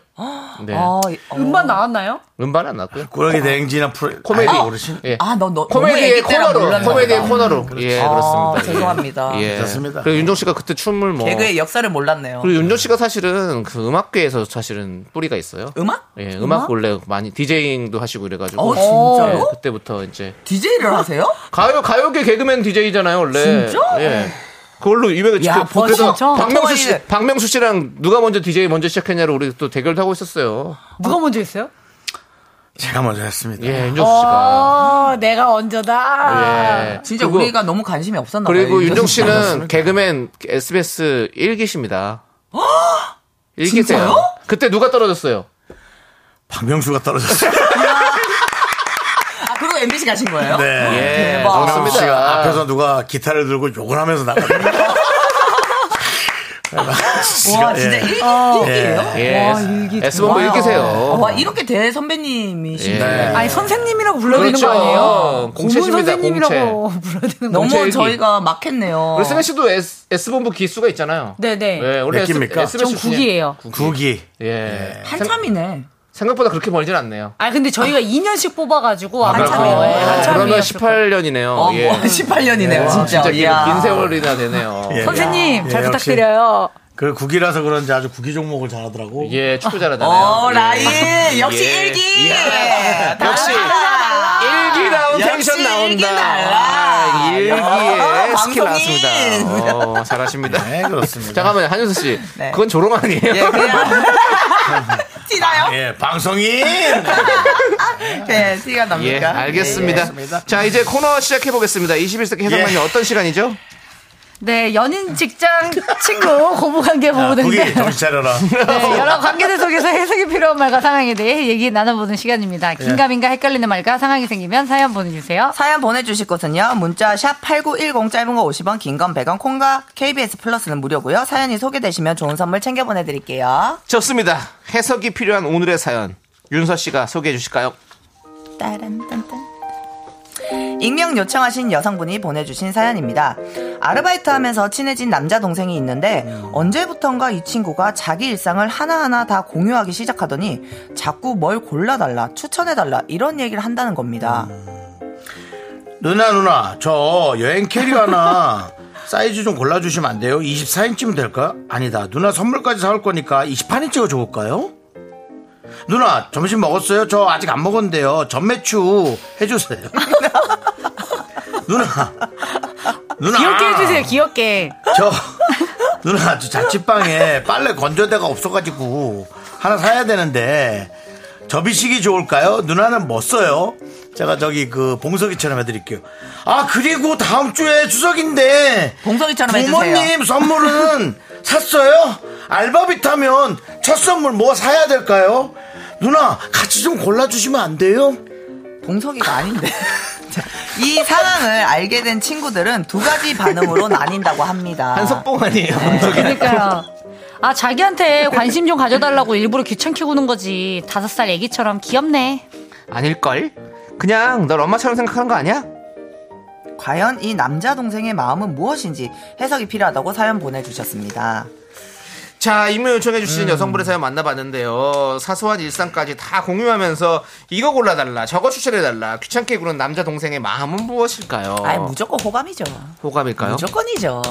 Speaker 2: 네.
Speaker 7: 어, 어.
Speaker 6: 음반 나왔나요?
Speaker 2: 음반은 안 났고요.
Speaker 1: 고양이 대행진이나 프로
Speaker 2: 코미디.
Speaker 1: 아, 모르시?
Speaker 2: 예.
Speaker 7: 아, 너, 너,
Speaker 2: 코미디의
Speaker 7: 너무 애기 때라
Speaker 2: 코너로
Speaker 7: 몰랐나
Speaker 2: 코미디의
Speaker 7: 보다. 음,
Speaker 2: 코너로 예 그렇습니다.
Speaker 7: 아, 죄송합니다. 예,
Speaker 2: 예.
Speaker 1: 좋습니다.
Speaker 2: 그리고 윤종 씨가 그때 춤을 뭐
Speaker 7: 개그의 음. 역사를 몰랐네요.
Speaker 2: 그리고 윤종 씨가 사실은 그 음악계에서 사실은 뿌리가 있어요.
Speaker 7: 음악?
Speaker 2: 예, 음악 원래 많이 디제잉도 하시고 이래가지고.
Speaker 7: 어, 진짜요?
Speaker 2: 예, 그때부터 이제
Speaker 7: DJ를 하세요?
Speaker 2: 가요 가요계 개그맨 디제이잖아요 원래.
Speaker 7: 진짜?
Speaker 2: 예. 그걸로 유명해졌죠.
Speaker 7: 야, 벌써? 진짜?
Speaker 2: 박명수 씨,
Speaker 7: 정말 이래.
Speaker 2: 박명수 씨랑 누가 먼저 DJ 먼저 시작했냐로 우리 또 대결도 하고 있었어요.
Speaker 6: 누가 먼저 했어요?
Speaker 1: 제가 먼저 했습니다.
Speaker 6: 아.
Speaker 2: 예, 윤정수 씨가.
Speaker 6: 어 내가 언제다
Speaker 2: 예.
Speaker 7: 진짜
Speaker 2: 그리고-
Speaker 7: 우리가 너무 관심이 없었나 봐요.
Speaker 2: 그리고 윤정
Speaker 7: 아, 씨는
Speaker 2: 씨는 개그맨 SBS 1기십니다.
Speaker 6: 아!
Speaker 2: 1기 때요.
Speaker 7: 진짜요?
Speaker 2: 그때 누가 떨어졌어요?
Speaker 1: 박명수가 떨어졌어요.
Speaker 7: 아, 그리고 MBC 가신 거예요?
Speaker 1: 네.
Speaker 2: 예,
Speaker 7: 대박.
Speaker 1: 박명수 씨가
Speaker 2: 그렇습니다.
Speaker 1: 앞에서 누가 기타를 들고 욕을 하면서 나가요.
Speaker 7: 와, 진짜
Speaker 1: 예.
Speaker 7: 일
Speaker 1: 예.
Speaker 2: 예, S본부 1기세요. 예.
Speaker 7: 와, 이렇게 대선배님이신데.
Speaker 6: 아니 선생님이라고 네. 불러야 되는 거 아니에요?
Speaker 2: 그렇죠. 어, 공채십니다,
Speaker 6: 고문 선생님이라고
Speaker 2: 공채.
Speaker 6: 불러야 되는 거
Speaker 7: 너무
Speaker 2: 공채 일기.
Speaker 7: 저희가 막했네요.
Speaker 2: 우리 승혜 씨도 S, S본부 기수가 있잖아요.
Speaker 6: 네네
Speaker 2: 예, 원래
Speaker 1: 몇 기입니까?
Speaker 2: SBS
Speaker 6: 전
Speaker 2: 출신이에요.
Speaker 6: 9기예요
Speaker 1: 국이
Speaker 2: 예. 생,
Speaker 7: 한참이네.
Speaker 2: 생각보다 그렇게 멀진 않네요.
Speaker 6: 아 근데 저희가 2년씩 뽑아가지고 아마
Speaker 2: 그렇군요.
Speaker 6: 예, 한참이에요.
Speaker 2: 그러면 18년이네요.
Speaker 7: 어,
Speaker 2: 예.
Speaker 7: 뭐, 18년이네요, 진짜.
Speaker 2: 아, 진짜
Speaker 7: 이야.
Speaker 2: 긴, 긴 세월이나 되네요.
Speaker 1: 예.
Speaker 6: 선생님
Speaker 1: 예,
Speaker 6: 잘
Speaker 1: 역시.
Speaker 6: 부탁드려요.
Speaker 1: 그 국이라서 그런지 아주 국이 종목을 잘하더라고.
Speaker 2: 예, 축구 잘하잖아요.
Speaker 7: 어,
Speaker 2: 예.
Speaker 7: 라인. 역시
Speaker 2: 예.
Speaker 7: 일기
Speaker 2: 역시 일기 나온
Speaker 7: 역시
Speaker 2: 텐션
Speaker 7: 일기
Speaker 2: 나온다.
Speaker 7: 달라.
Speaker 2: 아, 일기에
Speaker 7: 야,
Speaker 2: 스킬
Speaker 7: 방송인.
Speaker 2: 나왔습니다. 어, 잘하십니다.
Speaker 1: 네, 그렇습니다.
Speaker 2: 잠깐만요, 한윤수 씨.
Speaker 7: 네.
Speaker 2: 그건 조롱 아니에요?
Speaker 7: 예, 그냥. 티나요?
Speaker 1: 예, 방송인!
Speaker 7: 네, 티가
Speaker 2: 예,
Speaker 7: 납니까?
Speaker 2: 알겠습니다.
Speaker 1: 알겠습니다.
Speaker 2: 자, 이제 코너 시작해 보겠습니다. 21세기 해상만이
Speaker 1: 예.
Speaker 2: 어떤 시간이죠?
Speaker 6: 네 연인 직장 친구 고부관계
Speaker 1: 자, 국이
Speaker 6: 부부등등
Speaker 1: 정신 차려라.
Speaker 6: 네, 여러 관계들 속에서 해석이 필요한 말과 상황에 대해 얘기 나눠보는 시간입니다. 긴가민가 헷갈리는 말과 상황이 생기면 사연 보내주세요.
Speaker 7: 사연 보내주실 곳은요. 문자 샵 8910 짧은 거 50원 긴 건 100원 콩과 KBS 플러스는 무료고요. 사연이 소개되시면 좋은 선물 챙겨 보내드릴게요.
Speaker 2: 좋습니다. 해석이 필요한 오늘의 사연. 윤서 씨가 소개해 주실까요?
Speaker 7: 따란딴딴. 익명 요청하신 여성분이 보내주신 사연입니다. 아르바이트 하면서 친해진 남자 동생이 있는데 언제부턴가 이 친구가 자기 일상을 하나하나 다 공유하기 시작하더니 자꾸 뭘 골라달라, 추천해달라 이런 얘기를 한다는 겁니다.
Speaker 1: 누나, 누나, 저 여행 캐리어 하나 사이즈 좀 골라주시면 안 돼요? 24인치면 될까요? 아니다. 누나 선물까지 사올 거니까 28인치가 좋을까요? 누나 점심 먹었어요? 저 아직 안 먹었는데요. 전매추 해주세요. 누나 누나
Speaker 6: 귀엽게 해주세요, 귀엽게.
Speaker 1: 저 누나 저 자취방에 빨래 건조대가 없어가지고 하나 사야 되는데 접이식이 좋을까요? 누나는 뭐 써요? 제가 저기 그 봉석이처럼 해드릴게요. 아 그리고 다음 주에 추석인데
Speaker 7: 봉석이처럼 해주세요.
Speaker 1: 부모님 선물은 샀어요? 알바비 타면 첫 선물 뭐 사야 될까요? 누나 같이 좀 골라주시면 안 돼요?
Speaker 7: 봉석이가 아닌데. 자, 이 상황을 알게 된 친구들은 두 가지 반응으로 나뉜다고 합니다.
Speaker 2: 한석봉 아니에요.
Speaker 6: 그러니까요. 아, 자기한테 관심 좀 가져달라고 일부러 귀찮게 구는 거지. 다섯 살 애기처럼 귀엽네.
Speaker 2: 아닐걸? 그냥 널 엄마처럼 생각하는 거 아니야?
Speaker 7: 과연 이 남자 동생의 마음은 무엇인지 해석이 필요하다고 사연 보내주셨습니다.
Speaker 2: 자, 이메일 요청해주신 여성분의 사연 만나봤는데요. 사소한 일상까지 다 공유하면서 이거 골라달라, 저거 추천해달라, 귀찮게 구는 남자 동생의 마음은 무엇일까요?
Speaker 7: 아예 무조건 호감이죠.
Speaker 2: 호감일까요?
Speaker 7: 무조건이죠.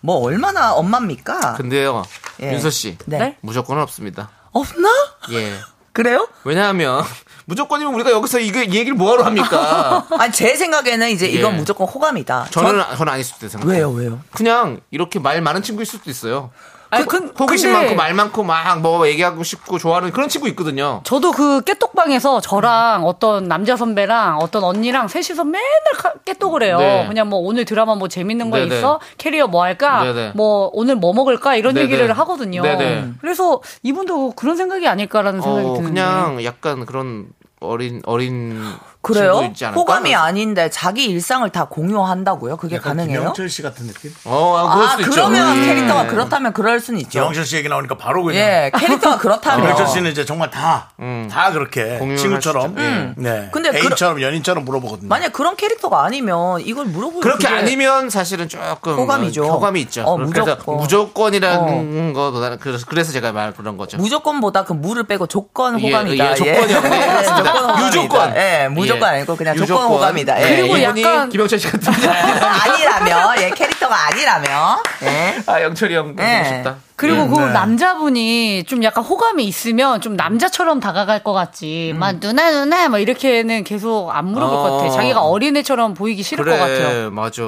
Speaker 7: 뭐 얼마나 엄마입니까?
Speaker 2: 근데요,
Speaker 7: 예.
Speaker 2: 윤서 씨.
Speaker 7: 네.
Speaker 2: 무조건은 없습니다.
Speaker 7: 없나?
Speaker 2: 예.
Speaker 7: 그래요?
Speaker 2: 왜냐하면, 무조건이면 우리가 여기서 이거 얘기를 뭐하러 합니까?
Speaker 7: 아니 제 생각에는 이제 이건
Speaker 2: 예.
Speaker 7: 무조건 호감이다.
Speaker 2: 저는, 저는 아닐 수도 생각해요.
Speaker 7: 왜요 왜요?
Speaker 2: 그냥 이렇게 말 많은 친구일 수도 있어요.
Speaker 6: 아니,
Speaker 7: 그,
Speaker 2: 호-
Speaker 6: 그, 근-
Speaker 2: 호기심
Speaker 6: 근데-
Speaker 2: 많고 말 많고 막 뭐 얘기하고 싶고 좋아하는 그런 친구 있거든요.
Speaker 6: 저도 그 깨똑방에서 저랑 어떤 남자 선배랑 어떤 언니랑 셋이서 맨날 카- 깨똑을 해요.
Speaker 2: 네.
Speaker 6: 그냥 뭐 오늘 드라마 뭐 재밌는 거
Speaker 2: 네네.
Speaker 6: 있어? 캐리어 뭐 할까?
Speaker 2: 네네.
Speaker 6: 뭐 오늘 뭐 먹을까? 이런
Speaker 2: 네네.
Speaker 6: 얘기를 하거든요.
Speaker 2: 네네.
Speaker 6: 그래서 이분도 그런 생각이 아닐까라는 생각이
Speaker 2: 어,
Speaker 6: 드는데.
Speaker 2: 그냥 약간 그런 어린 어린 친구
Speaker 7: 그래요?
Speaker 2: 있지 않을까?
Speaker 7: 호감이 아닌데 자기 일상을 다 공유한다고요? 그게 네, 가능해요?
Speaker 1: 김영철 씨 같은 느낌?
Speaker 2: 어, 아, 그럴
Speaker 7: 아
Speaker 2: 수도 있죠.
Speaker 7: 그러면
Speaker 2: 예.
Speaker 7: 캐릭터가 그렇다면 그럴 수는 있죠.
Speaker 1: 영철 씨 얘기 나오니까 바로 그냥.
Speaker 7: 예 캐릭터가
Speaker 2: 아,
Speaker 7: 그렇다면.
Speaker 1: 김영철
Speaker 2: 그렇죠.
Speaker 1: 씨는 이제 정말 다, 다 그렇게
Speaker 2: 어. 음. 공유를
Speaker 1: 친구처럼,
Speaker 2: 하시죠. 예.
Speaker 1: 네.
Speaker 7: 근데 그러-
Speaker 1: 애인처럼 연인처럼 물어보거든요.
Speaker 7: 만약 그런 캐릭터가 아니면 이걸 물어보면
Speaker 2: 그렇게
Speaker 7: 그게-
Speaker 2: 아니면 사실은 조금
Speaker 7: 호감이죠.
Speaker 2: 어, 호감이 있죠.
Speaker 7: 어,
Speaker 2: 그래서
Speaker 7: 무조건. 어.
Speaker 2: 무조건이라는 거보다는 그래서, 그래서 제가 말 그런 거죠.
Speaker 7: 무조건보다 그 무를 빼고 조건
Speaker 2: 예,
Speaker 7: 호감이다.
Speaker 2: 예, 조건이었네.
Speaker 7: 예,
Speaker 2: 맞습니다.
Speaker 7: 조건 호감이다.
Speaker 2: 유조건.
Speaker 7: 예, 무조건
Speaker 2: 예.
Speaker 7: 아니고 그냥 조건
Speaker 2: 유조건.
Speaker 7: 호감이다. 예.
Speaker 6: 그리고
Speaker 2: 이분이
Speaker 6: 약간-
Speaker 2: 김영철 씨 같은 분이 아니라
Speaker 7: 아니라며, 예, 캐릭터가 아니라며. 예.
Speaker 2: 아 영철이 형 보고
Speaker 7: 예.
Speaker 2: 싶다.
Speaker 6: 그리고 그
Speaker 1: 네.
Speaker 6: 남자분이 좀 약간 호감이 있으면 좀 남자처럼 다가갈 것 같지. 막 누나 누나 막 이렇게는 계속 안 물어볼
Speaker 2: 어.
Speaker 6: 것 같아. 자기가 어린애처럼 보이기 싫을 것 같아요.
Speaker 2: 그래 맞아.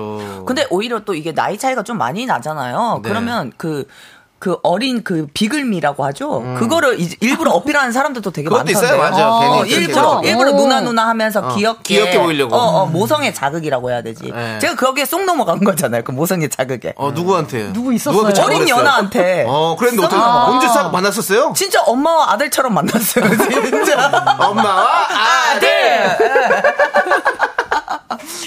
Speaker 7: 근데 오히려 또 이게 나이 차이가 좀 많이 나잖아요.
Speaker 2: 네.
Speaker 7: 그러면 그, 그 어린 그 비글미라고 하죠. 그거를 이- 일부러 어필하는 사람들도
Speaker 2: 음.
Speaker 7: 되게
Speaker 2: 그것도
Speaker 7: 많던데.
Speaker 2: 있어요. 맞아.
Speaker 7: 어,
Speaker 2: 괜히 그렇게
Speaker 7: 일부러
Speaker 2: 해서.
Speaker 7: 일부러
Speaker 6: 오.
Speaker 7: 누나 누나 하면서
Speaker 2: 어,
Speaker 7: 귀엽게
Speaker 2: 귀엽게 보이려고. 음.
Speaker 7: 어, 어, 모성의 자극이라고 해야 되지.
Speaker 2: 네.
Speaker 7: 제가 거기에 쏙 넘어간 거잖아요. 그 모성의 자극에.
Speaker 2: 어 누구한테?
Speaker 6: 누구 있었어요?
Speaker 2: 누가 그 작업을
Speaker 7: 어린
Speaker 2: 했어요?
Speaker 7: 연하한테.
Speaker 2: 어 그랬는데 어떻게 언제 싹 만났었어요?
Speaker 7: 진짜 엄마와 아들처럼 만났어요. 진짜. 네.
Speaker 2: 엄마와 아, 아들.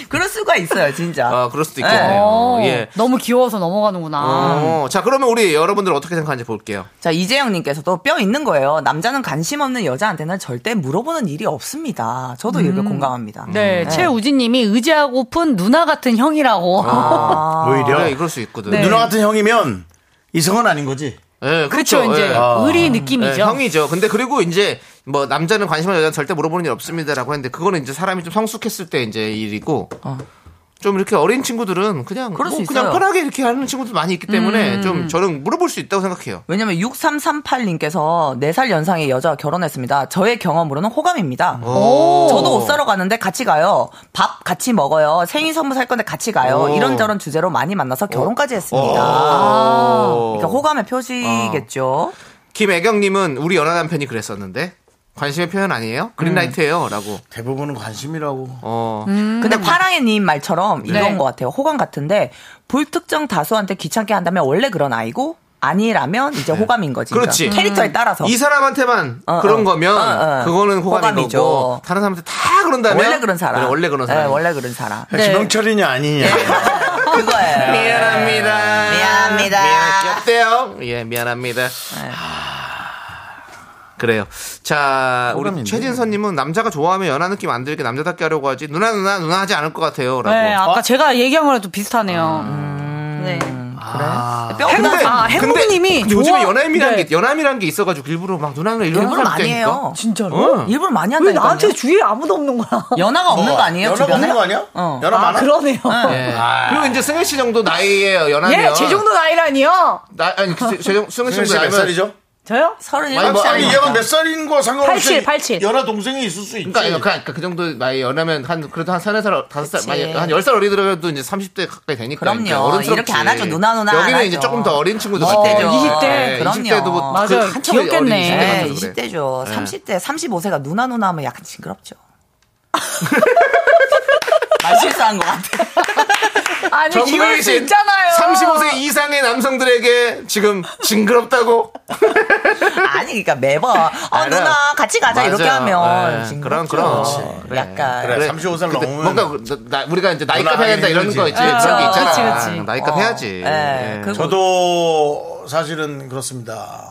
Speaker 7: 그럴 수가 있어요, 진짜.
Speaker 2: 아 그럴 수도 있겠네요.
Speaker 6: 어, 아.
Speaker 2: 예.
Speaker 6: 너무 귀여워서 넘어가는구나.
Speaker 2: 어, 자 그러면 우리 여러분들 어떻게 생각하는지 볼게요.
Speaker 7: 자, 이재영님께서도 뼈 있는 거예요. 남자는 관심 없는 여자한테는 절대 물어보는 일이 없습니다. 저도 이걸 공감합니다.
Speaker 6: 음. 네, 최우진님이 의지하고픈 누나 같은 형이라고.
Speaker 1: 오히려.
Speaker 2: 아, 그래 이럴 수 있거든.
Speaker 6: 네.
Speaker 1: 누나 같은 형이면 이성은 아닌 거지.
Speaker 2: 예, 그렇죠.
Speaker 6: 그렇죠, 이제
Speaker 2: 예.
Speaker 6: 의리
Speaker 2: 예,
Speaker 6: 느낌이죠.
Speaker 2: 형이죠. 근데 그리고 이제 뭐 남자는 관심을 여자는 절대 물어보는 일 없습니다라고 했는데 그거는 이제 사람이 좀 성숙했을 때 이제 일이고 좀 이렇게 어린 친구들은 그냥
Speaker 7: 그럴
Speaker 2: 뭐
Speaker 7: 수
Speaker 2: 그냥
Speaker 7: 있어요.
Speaker 2: 편하게 이렇게 하는 친구들 많이 있기 때문에 좀 저는 물어볼 수 있다고 생각해요.
Speaker 7: 왜냐면 6338님께서 4살 연상의 여자와 결혼했습니다. 저의 경험으로는 호감입니다.
Speaker 2: 어.
Speaker 7: 저도 옷 사러 가는데 같이 가요. 밥 같이 먹어요. 생일 선물 살 건데 같이 가요.
Speaker 2: 오.
Speaker 7: 이런저런 주제로 많이 만나서 결혼까지 했습니다.
Speaker 2: 어.
Speaker 7: 그러니까 호감의 표시겠죠.
Speaker 2: 김애경님은 우리 연하 남편이 그랬었는데 관심의 표현 아니에요? 그린라이트예요라고.
Speaker 1: 대부분은 관심이라고.
Speaker 2: 어.
Speaker 7: 근데 파랑의님 말처럼 이런
Speaker 6: 네.
Speaker 7: 것 같아요. 호감 같은데 불특정 다수한테 귀찮게 한다면 원래 그런 아이고 아니라면 이제 호감인 거지.
Speaker 2: 그렇지.
Speaker 7: 그러니까 캐릭터에 따라서.
Speaker 2: 이 사람한테만
Speaker 7: 어,
Speaker 2: 그런
Speaker 7: 어.
Speaker 2: 거면
Speaker 7: 어, 어.
Speaker 2: 그거는 호감인
Speaker 7: 호감이죠.
Speaker 2: 거고 다른 사람한테 다 그런다면
Speaker 7: 원래 그런 사람.
Speaker 2: 그래, 원래 그런
Speaker 7: 네,
Speaker 2: 사람.
Speaker 7: 원래 그런 사람.
Speaker 6: 네.
Speaker 1: 김영철이냐 아니냐.
Speaker 7: 네, 그거예요. 네,
Speaker 2: 미안합니다.
Speaker 7: 미안합니다.
Speaker 2: 미안, 없대요. 예, 미안합니다.
Speaker 7: 네.
Speaker 2: 하... 그래요. 자, 우리
Speaker 1: 호감인데.
Speaker 2: 최진선님은 남자가 좋아하면 연하 느낌 안 들게 남자답게 하려고 하지 누나 누나 누나 하지 않을 것 뭐. 같아요라고.
Speaker 8: 예,
Speaker 6: 네, 아까 제가 얘기한 거랑 좀 비슷하네요. 네.
Speaker 7: 뼈
Speaker 6: 근데-
Speaker 7: 아,
Speaker 6: 아, 행복님이
Speaker 2: 근데 그 요즘에
Speaker 6: 좋아-
Speaker 2: 연하미란
Speaker 6: 네.
Speaker 2: 게 연하미란 게 있어가지고 일부러 막 누나 누나 이런
Speaker 7: 일부러 많이 해요.
Speaker 6: 진짜로?
Speaker 7: 어? 일부러 많이
Speaker 6: 왜
Speaker 7: 한다니까요.
Speaker 6: 나한테 주위에 아무도 없는 거야?
Speaker 7: 연하가 없는 거 아니에요?
Speaker 1: 어, 연락
Speaker 7: 주변에?
Speaker 1: 없는 거 아니야?
Speaker 7: 어.
Speaker 1: 연락
Speaker 6: 아,
Speaker 1: 많아?
Speaker 6: 그러네요.
Speaker 2: 예. 그리고 이제 승현 씨 정도 나이에 연하면
Speaker 6: 예, 제 정도 나이라니요?
Speaker 2: 나 아니 그 제- 제 정- 승현 씨
Speaker 1: 승현 씨몇
Speaker 2: 나이면
Speaker 1: 살이죠?
Speaker 8: 저요?
Speaker 7: 37살.
Speaker 2: 아니, 뭐, 아니,
Speaker 1: 아니 얘가 몇 살인 거
Speaker 8: 87,
Speaker 1: 상관없이
Speaker 8: 87.
Speaker 1: 연하 동생이 있을 수 있지.
Speaker 2: 그러니까, 그러니까, 그러니까 그 정도 나이 연하면 한 그래도 한 서너 살 다섯 살
Speaker 7: 그치.
Speaker 2: 많이 한 열 살 어리더라도 이제 30대 가까이 되니까
Speaker 7: 그럼요.
Speaker 2: 그러니까 어른스럽지.
Speaker 7: 이렇게 안 하죠. 누나, 누나
Speaker 2: 여기는
Speaker 7: 안
Speaker 2: 이제
Speaker 7: 하죠.
Speaker 2: 조금 더 어린 친구들
Speaker 7: 어,
Speaker 2: 같아요.
Speaker 8: 20대.
Speaker 7: 그럼요.
Speaker 2: 네, 20대도 뭐
Speaker 8: 맞아요.
Speaker 2: 그 한참 어린
Speaker 8: 귀엽겠네.
Speaker 2: 20대
Speaker 8: 네,
Speaker 7: 네,
Speaker 2: 같아서 그래.
Speaker 7: 20대죠. 30대, 35세가 누나 누나 하면 약간 징그럽죠. 말 실수한 것 같아.
Speaker 8: 아니 이럴 수
Speaker 2: 정명신
Speaker 8: 있잖아요.
Speaker 2: 35세 이상의 남성들에게 지금 징그럽다고
Speaker 7: 아니, 그러니까 매번, 어,
Speaker 2: 아니야.
Speaker 7: 누나 같이 가자, 이렇게
Speaker 2: 맞아요.
Speaker 7: 하면.
Speaker 2: 네,
Speaker 7: 징그럽죠.
Speaker 2: 그럼,
Speaker 7: 네.
Speaker 2: 그럼. 그래.
Speaker 7: 약간.
Speaker 1: 그래, 35살
Speaker 2: 근데
Speaker 1: 넘으면
Speaker 2: 뭔가 그- 나- 우리가 이제 나이값 해야 된다 이런
Speaker 1: 그러지.
Speaker 2: 거 있지
Speaker 8: 그렇죠.
Speaker 2: 그런 게 있잖아
Speaker 8: 그렇지, 그렇지.
Speaker 2: 나이값
Speaker 7: 어.
Speaker 2: 해야지
Speaker 7: 네,
Speaker 2: 예.
Speaker 7: 그리고
Speaker 1: 저도 사실은 그렇습니다.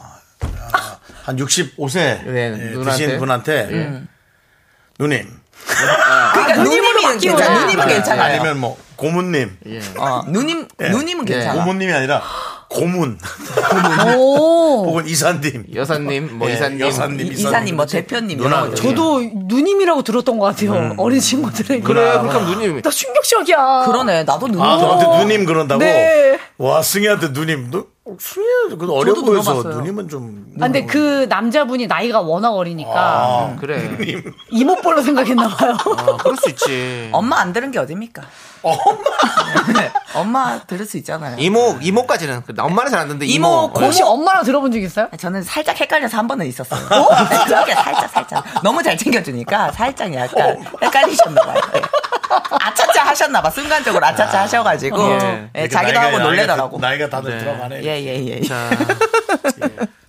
Speaker 1: 아, 한 65세 예,
Speaker 2: 네, 누나한테.
Speaker 1: 드신 분한테
Speaker 7: 음.
Speaker 1: 누님
Speaker 7: 그러니까 누님은 괜찮아. 누님은 괜찮아요.
Speaker 1: 아니면 뭐 고문님 예.
Speaker 7: 어, 누님, 누님은
Speaker 2: 네.
Speaker 7: 괜찮아.
Speaker 1: 고문님이 아니라 고문
Speaker 8: 오.
Speaker 1: 혹은 이사님
Speaker 2: 여사님 뭐
Speaker 1: 예,
Speaker 2: 이사님
Speaker 1: 여사님
Speaker 7: 이- 이사님, 뭐 대표님 이런
Speaker 1: 누나.
Speaker 7: 거.
Speaker 8: 저도 누님이라고 들었던 것 같아요. 어린 친구들에게. 아,
Speaker 2: 그래 그러니까 누님
Speaker 8: 나 충격적이야.
Speaker 7: 그러네. 나도 누님.
Speaker 1: 아 저한테 누님 그런다고
Speaker 8: 네.
Speaker 1: 와 승희한테 누님 너 승희 그 어려
Speaker 7: 저도
Speaker 1: 보여서
Speaker 7: 물어봤어요.
Speaker 1: 누님은 좀
Speaker 8: 아, 근데 그 남자분이 나이가 워낙 어리니까
Speaker 1: 아,
Speaker 2: 그래
Speaker 8: 이모뻘로 생각했나 봐요.
Speaker 2: 아, 그럴 수 있지
Speaker 7: 엄마 안 들은 게 어딥니까? 네. 엄마? 엄마 들을 수 있잖아요.
Speaker 2: 이모 이모까지는 그- 나 엄마는 잘 안 듣는데
Speaker 7: 이모,
Speaker 2: 이모,
Speaker 7: 고-
Speaker 8: 혹시 엄마랑 들어본 적 있어요?
Speaker 7: 아, 저는 살짝 헷갈려서 한 번은 있었어요. 그렇게 살짝 살짝 너무 잘 챙겨주니까 살짝 약간 헷갈리셨나봐요. 네. 아차차 하셨나봐 순간적으로 아차차 하셔가지고
Speaker 2: 예.
Speaker 7: 예, 자기도 하고 놀래더라고.
Speaker 1: 나이가 다들 들어가네
Speaker 7: 예예예.
Speaker 2: 자,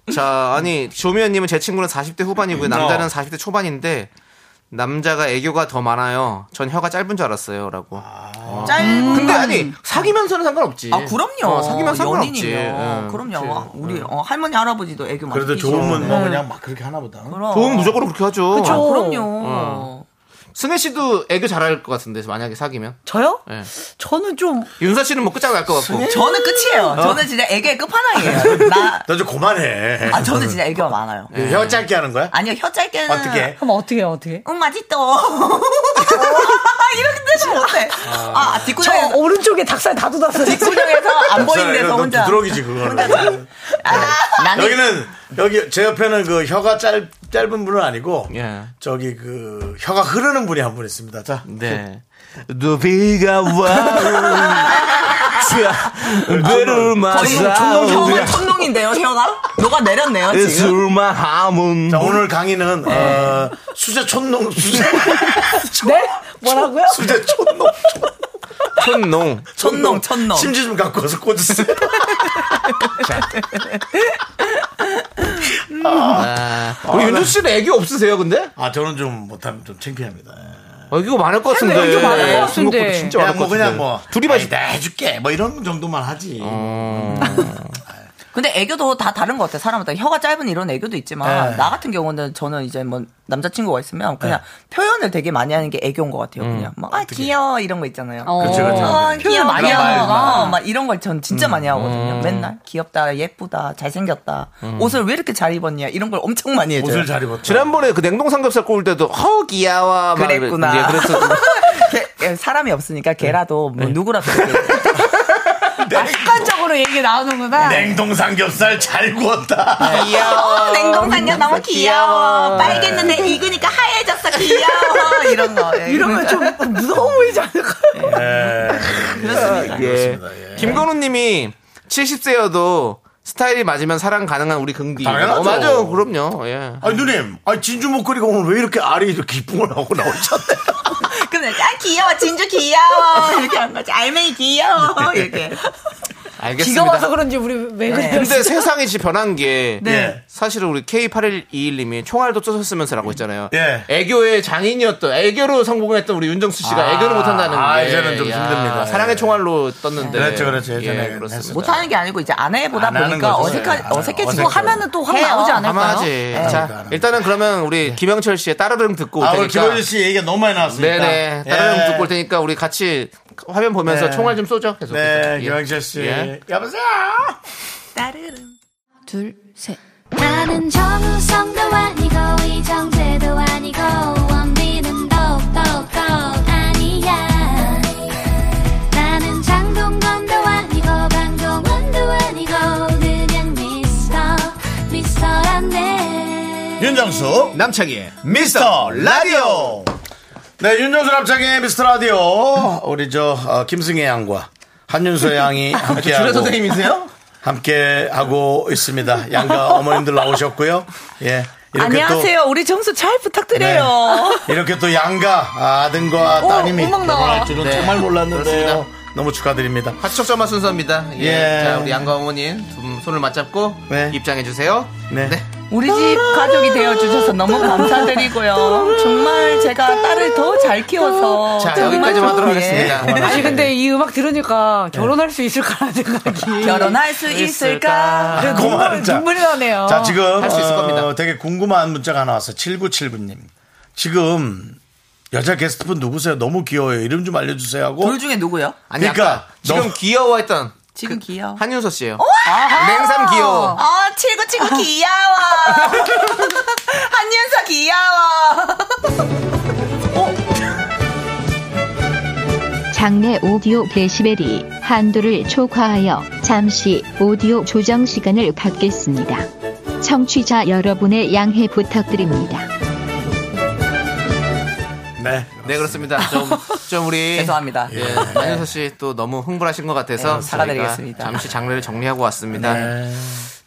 Speaker 2: 예. 자 아니 조미연님은 제 친구는 40대
Speaker 7: 음,
Speaker 2: 후반이고요
Speaker 7: 어.
Speaker 2: 남자는 40대 초반인데 남자가 애교가 더 많아요 전 혀가 짧은 줄 알았어요라고
Speaker 7: 짧은.
Speaker 2: 근데 아니 사귀면서는 상관없지
Speaker 7: 아 그럼요.
Speaker 2: 어, 사귀면 상관없지
Speaker 7: 연인이면
Speaker 2: 예,
Speaker 7: 그럼요.
Speaker 2: 그치.
Speaker 7: 와, 우리 어, 할머니 할아버지도 애교 많이.
Speaker 1: 그래도
Speaker 7: 피시죠.
Speaker 1: 좋으면 뭐 그냥 막 그렇게 하나 보다
Speaker 7: 네. 그럼.
Speaker 2: 도움 무조건 그렇게 하죠
Speaker 7: 아,
Speaker 8: 그쵸.
Speaker 7: 그럼요.
Speaker 2: 승혜 씨도 애교 잘할 것 같은데 만약에 사귀면
Speaker 8: 저요?
Speaker 2: 예.
Speaker 8: 저는 좀
Speaker 2: 윤서 씨는 뭐 끝장 날 것 같고
Speaker 7: 저는 끝이에요. 저는 진짜 애교의 끝판왕이에요. 나,
Speaker 1: 너 좀 그만해
Speaker 7: 아, 저는 진짜 애교가 많아요.
Speaker 1: 혀 짧게 하는 거야?
Speaker 7: 아니요, 혀 짧게는.
Speaker 1: 예. 어떻게?
Speaker 8: 그럼 어떻게 해요, 어떻게?
Speaker 7: 응, 맛있어. 이렇게 되시면 어때? 아,
Speaker 8: 저
Speaker 7: 뒷구녕에서,
Speaker 8: 오른쪽에 닭살 다 돋았어요.
Speaker 7: 뒷구녕에서 안 보이는
Speaker 1: 그래서
Speaker 7: 데서
Speaker 1: 넌
Speaker 7: 혼자.
Speaker 1: 두드러기지 그거는.
Speaker 7: 아, 나는.
Speaker 1: 여기는 여기 제 옆에는 그 혀가 짧 짧은 분은 아니고
Speaker 2: 예.
Speaker 1: 저기 그 혀가 흐르는 분이 한 분 있습니다. 자,
Speaker 2: 네. 누비가
Speaker 7: 아,
Speaker 2: 와우. 베를
Speaker 7: 거의 뭐 촌농, 혀가 촌농인데요, 혀가? 녹아 내렸네요,
Speaker 1: 예,
Speaker 7: 지금.
Speaker 2: 술만 하면.
Speaker 1: 자 오늘 강의는 어, 수제 촌농 수제
Speaker 8: 네? 뭐라고요?
Speaker 1: 수제 촌농
Speaker 2: 촌농.
Speaker 7: 촌농, 촌농.
Speaker 1: 심지 좀 갖고 와서 꽂으세요.
Speaker 2: 아, 우리 윤주 씨는 애교 없으세요, 근데?
Speaker 1: 아 저는 좀 못하면 좀 창피합니다.
Speaker 2: 아, 애교 많을 것 같은데. 네.
Speaker 8: 애교 많을 것 같은데.
Speaker 2: 생각보다 진짜 많을
Speaker 1: 그냥 뭐
Speaker 2: 것 같은데.
Speaker 1: 그냥 뭐
Speaker 2: 둘이
Speaker 1: 아이,
Speaker 2: 마시 어.
Speaker 1: 나 해줄게 뭐 이런 정도만 하지.
Speaker 7: 근데 애교도 다 다른 것 같아요. 사람마다 혀가 짧은 이런 애교도 있지만
Speaker 1: 네.
Speaker 7: 나 같은 경우는 저는 이제 뭐 남자친구가 있으면 그냥
Speaker 8: 네.
Speaker 7: 표현을 되게 많이 하는 게 애교인 것 같아요. 그냥 막 아 귀여워 이런 거 있잖아요.
Speaker 8: 음. 그렇죠,
Speaker 1: 그렇죠.
Speaker 7: 아, 귀여워
Speaker 8: 많이
Speaker 7: 귀여워.
Speaker 8: 하는 음.
Speaker 7: 어, 막 이런 걸 전 진짜 많이 하거든요. 맨날 귀엽다, 예쁘다, 잘생겼다,
Speaker 8: 음.
Speaker 7: 옷을 왜 이렇게 잘 입었냐 이런 걸 엄청 많이 해줘요.
Speaker 1: 옷을 잘 입었죠.
Speaker 2: 지난번에 그 냉동 삼겹살 구울 때도 허 귀여워. 막
Speaker 7: 그랬구나.
Speaker 2: 이래- 예, 그랬어.
Speaker 7: 걔- 걔 사람이 없으니까 걔라도
Speaker 8: 네.
Speaker 7: 뭐 누구라도 이렇게
Speaker 8: 아, 습관적으로 얘기 나오는구나.
Speaker 1: 냉동 삼겹살 잘
Speaker 2: 아.
Speaker 1: 구웠다.
Speaker 7: 귀여워. 어, 냉동산녀 너무 귀여워. 빨개 눈에 익으니까 하얘졌어. 귀여워. 이런 거. 예.
Speaker 8: 이러면 좀 무서워 보이지 않을까?
Speaker 7: 그렇습니다.
Speaker 2: 예. 김건우 님이 70세여도 스타일이 맞으면 사랑 가능한 우리 긍디.
Speaker 1: 당연하죠.
Speaker 2: 어, 맞아요. 그럼요. 예.
Speaker 1: 아니 누님, 아니 진주 목걸이가 오늘 왜 이렇게 알이 이렇게 이쁜 걸 하고 나오셨나요?
Speaker 7: 근데 아 귀여워. 진주 귀여워. 이렇게 한 거지. 알맹이 귀여워. 이렇게.
Speaker 2: 알겠습니다.
Speaker 8: 비가 와서 그런지 우리 왜 그래요?
Speaker 2: 근데 세상이 지 변한 게
Speaker 1: 네.
Speaker 2: 사실은 우리 K8121님이 총알도 쏘셨으면서라고 했잖아요.
Speaker 1: 예.
Speaker 2: 애교의 장인이었던 애교로 성공했던 우리 윤정수 씨가 애교를 못한다는
Speaker 1: 아,
Speaker 2: 게
Speaker 1: 이제는 좀 힘듭니다. 예.
Speaker 2: 사랑의 총알로 떴는데
Speaker 1: 그렇죠, 그렇죠. 예전에
Speaker 2: 예, 그렇습니다.
Speaker 7: 못하는 게 아니고 이제 안 해보다
Speaker 1: 안 하는
Speaker 7: 보니까
Speaker 1: 거죠.
Speaker 7: 어색하,
Speaker 1: 네, 안 해요.
Speaker 7: 어색해지고
Speaker 1: 어색해요.
Speaker 7: 하면은
Speaker 8: 또 화가 나오지 않을까요? 예.
Speaker 2: 하면 하지.
Speaker 1: 그러니까,
Speaker 2: 자
Speaker 1: 그러니까.
Speaker 2: 일단은 그러면 우리 김영철 씨의 따르릉 듣고 올
Speaker 1: 아,
Speaker 2: 테니까.
Speaker 1: 오늘 김원준 씨 얘기가 너무 많이 예. 나왔습니다.
Speaker 2: 그러니까. 네네. 따르릉 듣고 올 테니까 우리 같이 화면 보면서
Speaker 1: 네.
Speaker 2: 총알 좀 쏘죠. 계속.
Speaker 1: 네,
Speaker 2: 계속. 예.
Speaker 1: 김영철 씨.
Speaker 2: 예.
Speaker 1: 여보세요?
Speaker 3: 나는 정우성도 아니고 이정재도 아니고 원빈은 더욱더 아니야 나는 장동건도 아니고 강동원도 아니고 그냥 미스터 미스터란데
Speaker 1: 예. 윤정수
Speaker 2: 남창희의
Speaker 1: 미스터 라디오 네 윤정수 남창희의 미스터 라디오 우리 저 어, 김승혜 양과 한윤서 양이 함께하고
Speaker 2: 주례 선생님이세요?
Speaker 1: 함께 하고 있습니다 양과 어머님들 나오셨고요 예 이렇게
Speaker 8: 안녕하세요. 우리 정수 잘
Speaker 1: 또 네,
Speaker 8: 부탁드려요.
Speaker 1: 이렇게 또 양가 아들과
Speaker 8: 오,
Speaker 1: 따님이
Speaker 8: 음악 나와.
Speaker 1: 결혼할 줄은
Speaker 2: 네,
Speaker 1: 정말 몰랐는데요
Speaker 2: 그렇습니다.
Speaker 1: 너무 축하드립니다
Speaker 2: 화촉점화 순서입니다. 예.
Speaker 1: 예.
Speaker 2: 자, 우리 양가 어머님 두 손을 맞잡고
Speaker 1: 네.
Speaker 2: 입장해주세요.
Speaker 1: 네.
Speaker 7: 우리 집 가족이 되어주셔서 너무 감사드리고요. 정말 제가 딸을 더 잘 키워서.
Speaker 2: 자,
Speaker 7: 정말
Speaker 2: 여기까지만 하도록
Speaker 7: 좋은, 어, 예.
Speaker 2: 하겠습니다.
Speaker 8: 아니
Speaker 6: 뭐
Speaker 8: 근데 이 음악 들으니까 결혼할 수 있을까라는
Speaker 7: 그러니까
Speaker 8: 생각이
Speaker 7: 결혼할 수 있을까?
Speaker 8: 그래,
Speaker 1: 고마워요,
Speaker 8: 눈물,
Speaker 1: 진짜.
Speaker 8: 눈물이 나네요.
Speaker 6: 아,
Speaker 1: 자, 지금
Speaker 2: 할수 있을
Speaker 1: 어,
Speaker 2: 겁니다.
Speaker 1: 되게 궁금한 문자가 하나 왔어요. 7979님. 지금 여자 게스트분 누구세요? 너무 귀여워요. 이름 좀 알려주세요 하고.
Speaker 7: 둘 중에 누구요?
Speaker 2: 아니,
Speaker 1: 그러니까
Speaker 2: 아까 지금
Speaker 1: 너무-
Speaker 2: 귀여워했던
Speaker 7: 지금 귀여워.
Speaker 2: 한윤서 씨예요. 냉삼 귀여워.
Speaker 7: 어? 아, 그 칠구칠구 귀여워. 한윤서 귀여워.
Speaker 9: 장내 오디오 데시벨이 한도를 초과하여 잠시 오디오 조정 시간을 갖겠습니다. 청취자 여러분의 양해 부탁드립니다.
Speaker 1: 네.
Speaker 2: 네, 그렇습니다. 좀, 좀 우리.
Speaker 7: 죄송합니다.
Speaker 2: 예, 한윤서 씨 또 너무 흥분하신 것 같아서.
Speaker 7: 예, 사과드리겠습니다. 네.
Speaker 2: 저희가 잠시 장르를 정리하고 왔습니다.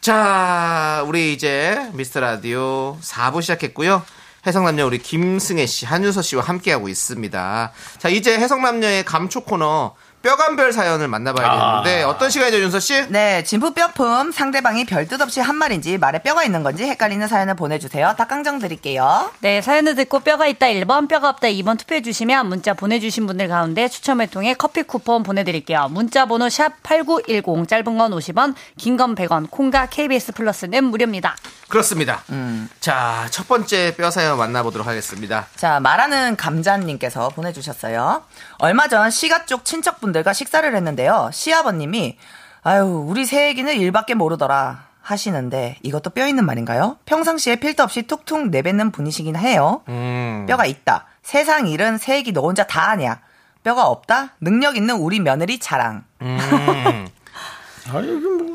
Speaker 2: 자, 우리 이제 미스터 라디오 4부 시작했고요. 해성남녀 우리 김승혜 씨, 한윤서 씨와 함께하고 있습니다. 자, 이제 해성남녀의 감초 코너 뼈간별 사연을
Speaker 7: 아.
Speaker 2: 만나봐야 되는데 어떤 시간이죠, 윤서 씨?
Speaker 7: 네, 진부뼈품 상대방이 별뜻 없이 한 말인지 말에 뼈가 있는 건지 헷갈리는 사연을 보내주세요. 닭강정 드릴게요.
Speaker 6: 네, 사연을 듣고 뼈가 있다 1번, 뼈가 없다 2번 투표해 주시면 문자 보내주신 분들 가운데 추첨을 통해 커피 쿠폰 보내드릴게요. 문자 번호 샵 8910, 짧은 건 50원, 긴 건 100원, 콩과 KBS 플러스는 무료입니다.
Speaker 2: 그렇습니다.
Speaker 7: 음.
Speaker 2: 자, 첫 번째 뼈 사연 만나보도록 하겠습니다.
Speaker 7: 자, 말하는 감자님께서 보내주셨어요. 얼마 전 시가 쪽 친척분들과 식사를 했는데요. 시아버님이, 아유, 우리 새애기는 일밖에 모르더라. 하시는데, 이것도 뼈 있는 말인가요? 평상시에 필터 없이 툭툭 내뱉는 분이시긴 해요. 음.
Speaker 2: 음,
Speaker 7: 뼈가 있다. 세상 일은 새애기 너 혼자 다 아냐. 뼈가 없다. 능력 있는 우리 며느리 자랑.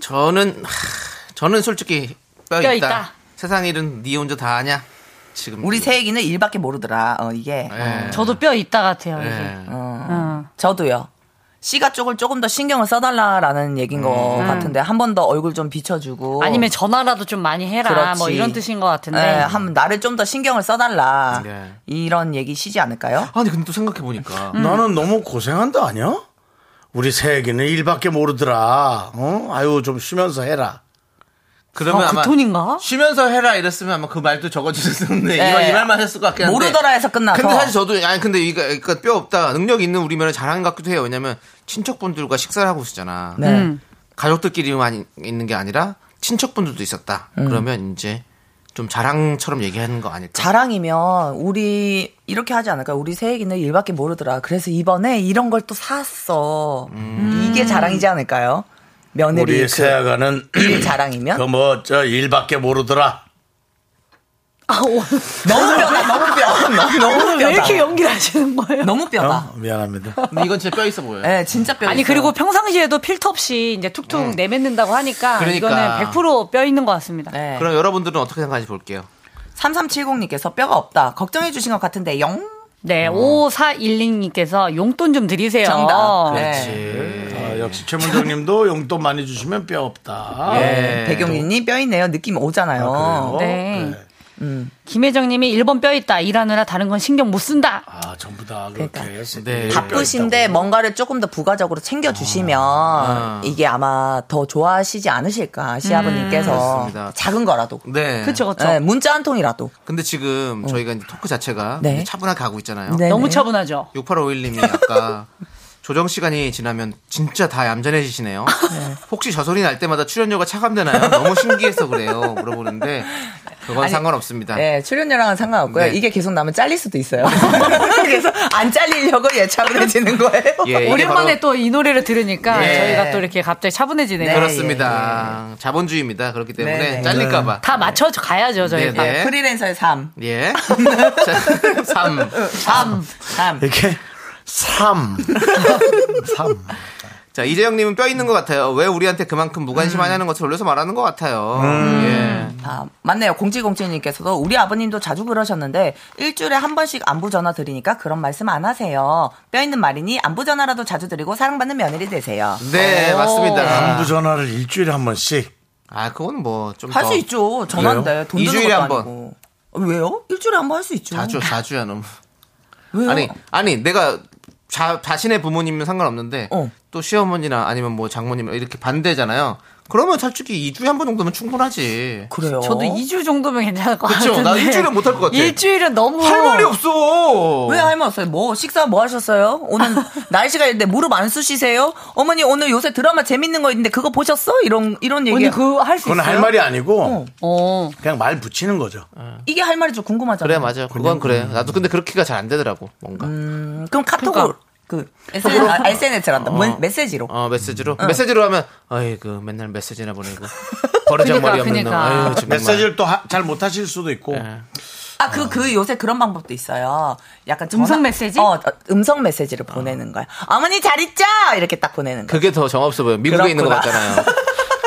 Speaker 2: 저는 하, 저는 솔직히 뼈,
Speaker 6: 뼈
Speaker 2: 있다.
Speaker 6: 있다.
Speaker 2: 세상 일은 네 혼자 다 하냐? 지금
Speaker 7: 우리 새애기는 일밖에 모르더라. 어, 이게.
Speaker 2: 음. 예.
Speaker 6: 저도 뼈 있다 같아요.
Speaker 2: 예.
Speaker 6: 이게.
Speaker 8: 어.
Speaker 7: 저도요. 시가 쪽을 조금 더 신경을 써달라라는 얘기인
Speaker 2: 음.
Speaker 7: 것 같은데, 한 번 더 얼굴 좀 비춰주고.
Speaker 6: 아니면 전화라도 좀 많이 해라.
Speaker 7: 그렇지.
Speaker 6: 뭐 이런 뜻인 것 같은데.
Speaker 7: 예,
Speaker 8: 어,
Speaker 7: 한 나를 좀 더 신경을 써달라
Speaker 2: 네.
Speaker 7: 이런 얘기시지 않을까요?
Speaker 2: 아니 근데 또 생각해
Speaker 7: 음.
Speaker 2: 보니까
Speaker 1: 나는 너무 고생한다 아니야? 우리 새에게는 일밖에 모르더라. 어? 아유 좀 쉬면서 해라.
Speaker 2: 그러면
Speaker 6: 아, 그
Speaker 2: 아마
Speaker 6: 톤인가?
Speaker 2: 쉬면서 해라 이랬으면 아마 그 말도 적어주셨는데
Speaker 7: 네.
Speaker 2: 이말, 이 말만 했을 것 같긴 한데
Speaker 7: 모르더라에서 끝나서.
Speaker 2: 근데 사실 저도 아니 근데 이거 그러니까 뼈 없다 능력 있는 우리면 자랑 같기도 해요 왜냐면 친척분들과 식사를 하고 있잖아
Speaker 7: 네.
Speaker 6: 음.
Speaker 8: 음.
Speaker 2: 가족들끼리만 있는 게 아니라 친척분들도 있었다 그러면 이제 좀 자랑처럼 얘기하는 거 아닐까
Speaker 7: 음. 자랑이면 우리 이렇게 하지 않을까요? 우리 새해기는 일밖에 모르더라. 그래서 이번에 이런 걸 또 샀어. 이게 자랑이지 않을까요? 며느리
Speaker 1: 우리
Speaker 7: 그
Speaker 1: 새아가는
Speaker 7: 일 자랑이면
Speaker 1: 그 뭐 저 일밖에 모르더라.
Speaker 7: 너무 뼈다. 너무 뼈. 너무, 너무
Speaker 8: 아, 왜 이렇게
Speaker 7: 뼈다.
Speaker 8: 연기를 하시는 거예요?
Speaker 7: 너무 뼈다.
Speaker 1: 어? 미안합니다.
Speaker 2: 근데 이건 진짜 뼈 있어 보여요 네.
Speaker 7: 예, 진짜 뼈.
Speaker 6: 아니 그리고 평상시에도 필터 없이 이제 툭툭 내뱉는다고 하니까
Speaker 2: 그러니까.
Speaker 6: 이거는 100%뼈 있는 것 같습니다.
Speaker 7: 네.
Speaker 2: 그럼 여러분들은 어떻게 생각하는지 볼게요
Speaker 7: 3370님께서 뼈가 없다. 걱정해 주신 것 같은데 영.
Speaker 2: 어.
Speaker 6: 네, 5412님께서 용돈 좀 드리세요.
Speaker 7: 정답. 네.
Speaker 1: 아, 역시 최문정님도 용돈 많이 주시면 뼈 없다.
Speaker 7: 예. 어. 백용인님 뼈 있네요. 느낌 오잖아요.
Speaker 1: 그래요?
Speaker 6: 네.
Speaker 1: 그래.
Speaker 6: 김혜정님이 1번 뼈 있다. 일하느라 다른 건 신경 못 쓴다.
Speaker 1: 아 전부 다 그렇게 해서
Speaker 2: 네.
Speaker 1: 뼈
Speaker 7: 바쁘신데
Speaker 1: 있다고.
Speaker 7: 뭔가를 조금 더 부가적으로 챙겨주시면
Speaker 2: 아,
Speaker 7: 이게 아마 더 좋아하시지 않으실까 시아버님께서
Speaker 2: 음, 그렇습니다.
Speaker 7: 작은 거라도
Speaker 2: 네
Speaker 6: 그쵸, 그쵸.
Speaker 7: 예, 문자 한 통이라도
Speaker 2: 근데 지금 저희가 이제 토크 자체가
Speaker 7: 어. 네.
Speaker 2: 이제 차분하게 가고 있잖아요
Speaker 7: 네.
Speaker 6: 너무 차분하죠.
Speaker 2: 6851님이 아까 조정 시간이 지나면 진짜 다 얌전해지시네요. 혹시 저 소리 날 때마다 출연료가 차감되나요? 너무 신기해서 그래요. 물어보는데 그건
Speaker 7: 아니,
Speaker 2: 상관없습니다.
Speaker 7: 예, 출연료랑은 상관없고요
Speaker 2: 네.
Speaker 7: 이게 계속 나면 잘릴 수도 있어요 그래서 안 잘리려고 예 차분해지는 거예요
Speaker 2: 예, 이게
Speaker 6: 오랜만에
Speaker 2: 바로-
Speaker 6: 또 이 노래를 들으니까
Speaker 2: 네.
Speaker 6: 저희가 또 이렇게 갑자기 차분해지네요.
Speaker 7: 네.
Speaker 2: 그렇습니다. 자본주의입니다. 그렇기 때문에
Speaker 7: 네, 네.
Speaker 2: 잘릴까봐.
Speaker 6: 다 맞춰 가야죠, 저희가.
Speaker 2: 네, 네.
Speaker 7: 아, 프리랜서의 삶
Speaker 2: 예. 3.
Speaker 7: 삶, 삶.
Speaker 1: 이렇게 삼 삼
Speaker 2: 자, 이재영님은 뼈 있는 것 같아요. 왜 우리한테 그만큼 무관심하냐는 것을 올려서 말하는 것 같아요.
Speaker 7: 음. 아, 맞네요. 0707님께서도 우리 아버님도 자주 그러셨는데 일주일에 한 번씩 안부 전화 드리니까 그런 말씀 안 하세요. 뼈 있는 말이니 안부 전화라도 자주 드리고 사랑받는 며느리 되세요. 어,
Speaker 2: 예. 네,
Speaker 7: 오.
Speaker 2: 맞습니다.
Speaker 1: 아. 안부 전화를 일주일에 한 번씩.
Speaker 2: 아, 그건 뭐 좀
Speaker 7: 할 수 있죠. 전화인데 돈 드는
Speaker 2: 일주일에
Speaker 7: 것도
Speaker 2: 한 번.
Speaker 7: 아니고. 왜요? 일주일에 한 번 할 수 있죠.
Speaker 2: 자주 자주야 너무.
Speaker 7: 왜요?
Speaker 2: 아니 아니 내가 자, 자신의 부모님은 상관없는데
Speaker 7: 어.
Speaker 2: 또 시어머니나 아니면 뭐 장모님 이렇게 반대잖아요. 그러면 솔직히 2주에 한 번 정도면 충분하지.
Speaker 7: 그래요.
Speaker 6: 저도 2주 정도면 괜찮을 것
Speaker 2: 그쵸?
Speaker 6: 같은데.
Speaker 2: 나 일주일은 못할 것 같아.
Speaker 6: 일주일은 너무
Speaker 2: 할 말이 없어.
Speaker 7: 왜 할말 없어요? 뭐 식사 뭐 하셨어요? 오늘 날씨가 있는데 무릎 안 쑤시세요? 어머니 오늘 요새 드라마 재밌는 거 있는데 그거 보셨어? 이런 이런 얘기.
Speaker 8: 그할수
Speaker 1: 그건 할 말이 아니고
Speaker 6: 어.
Speaker 1: 그냥 말 붙이는 거죠.
Speaker 7: 이게 할 말이죠. 궁금하잖아요.
Speaker 2: 그래 맞아요. 그건 그래.
Speaker 7: 음.
Speaker 2: 나도 근데 그렇게가 잘 안 되더라고. 뭔가.
Speaker 7: 그럼 카톡으로 그 SNS, 아, SNS를 한다. 뭐, 메시지로.
Speaker 2: 어 메시지로
Speaker 7: 음.
Speaker 2: 메시지로 하면 아이그 맨날 메시지나 보내고 버르장머리
Speaker 7: 그니까,
Speaker 2: 없는 놈.
Speaker 7: 그니까.
Speaker 2: 아유, 정말.
Speaker 1: 메시지를 또 잘 못하실 수도 있고.
Speaker 7: 아, 그, 그 요새 그런 방법도 있어요. 약간 전화-
Speaker 6: 음성 메시지?
Speaker 7: 어, 어, 음성 메시지를 보내는 거야. 어머니 잘 있죠? 이렇게 딱 보내는 거야.
Speaker 2: 그게 더 정없어 보여. 미국에 있는 것
Speaker 7: 그렇구나.
Speaker 2: 같잖아요.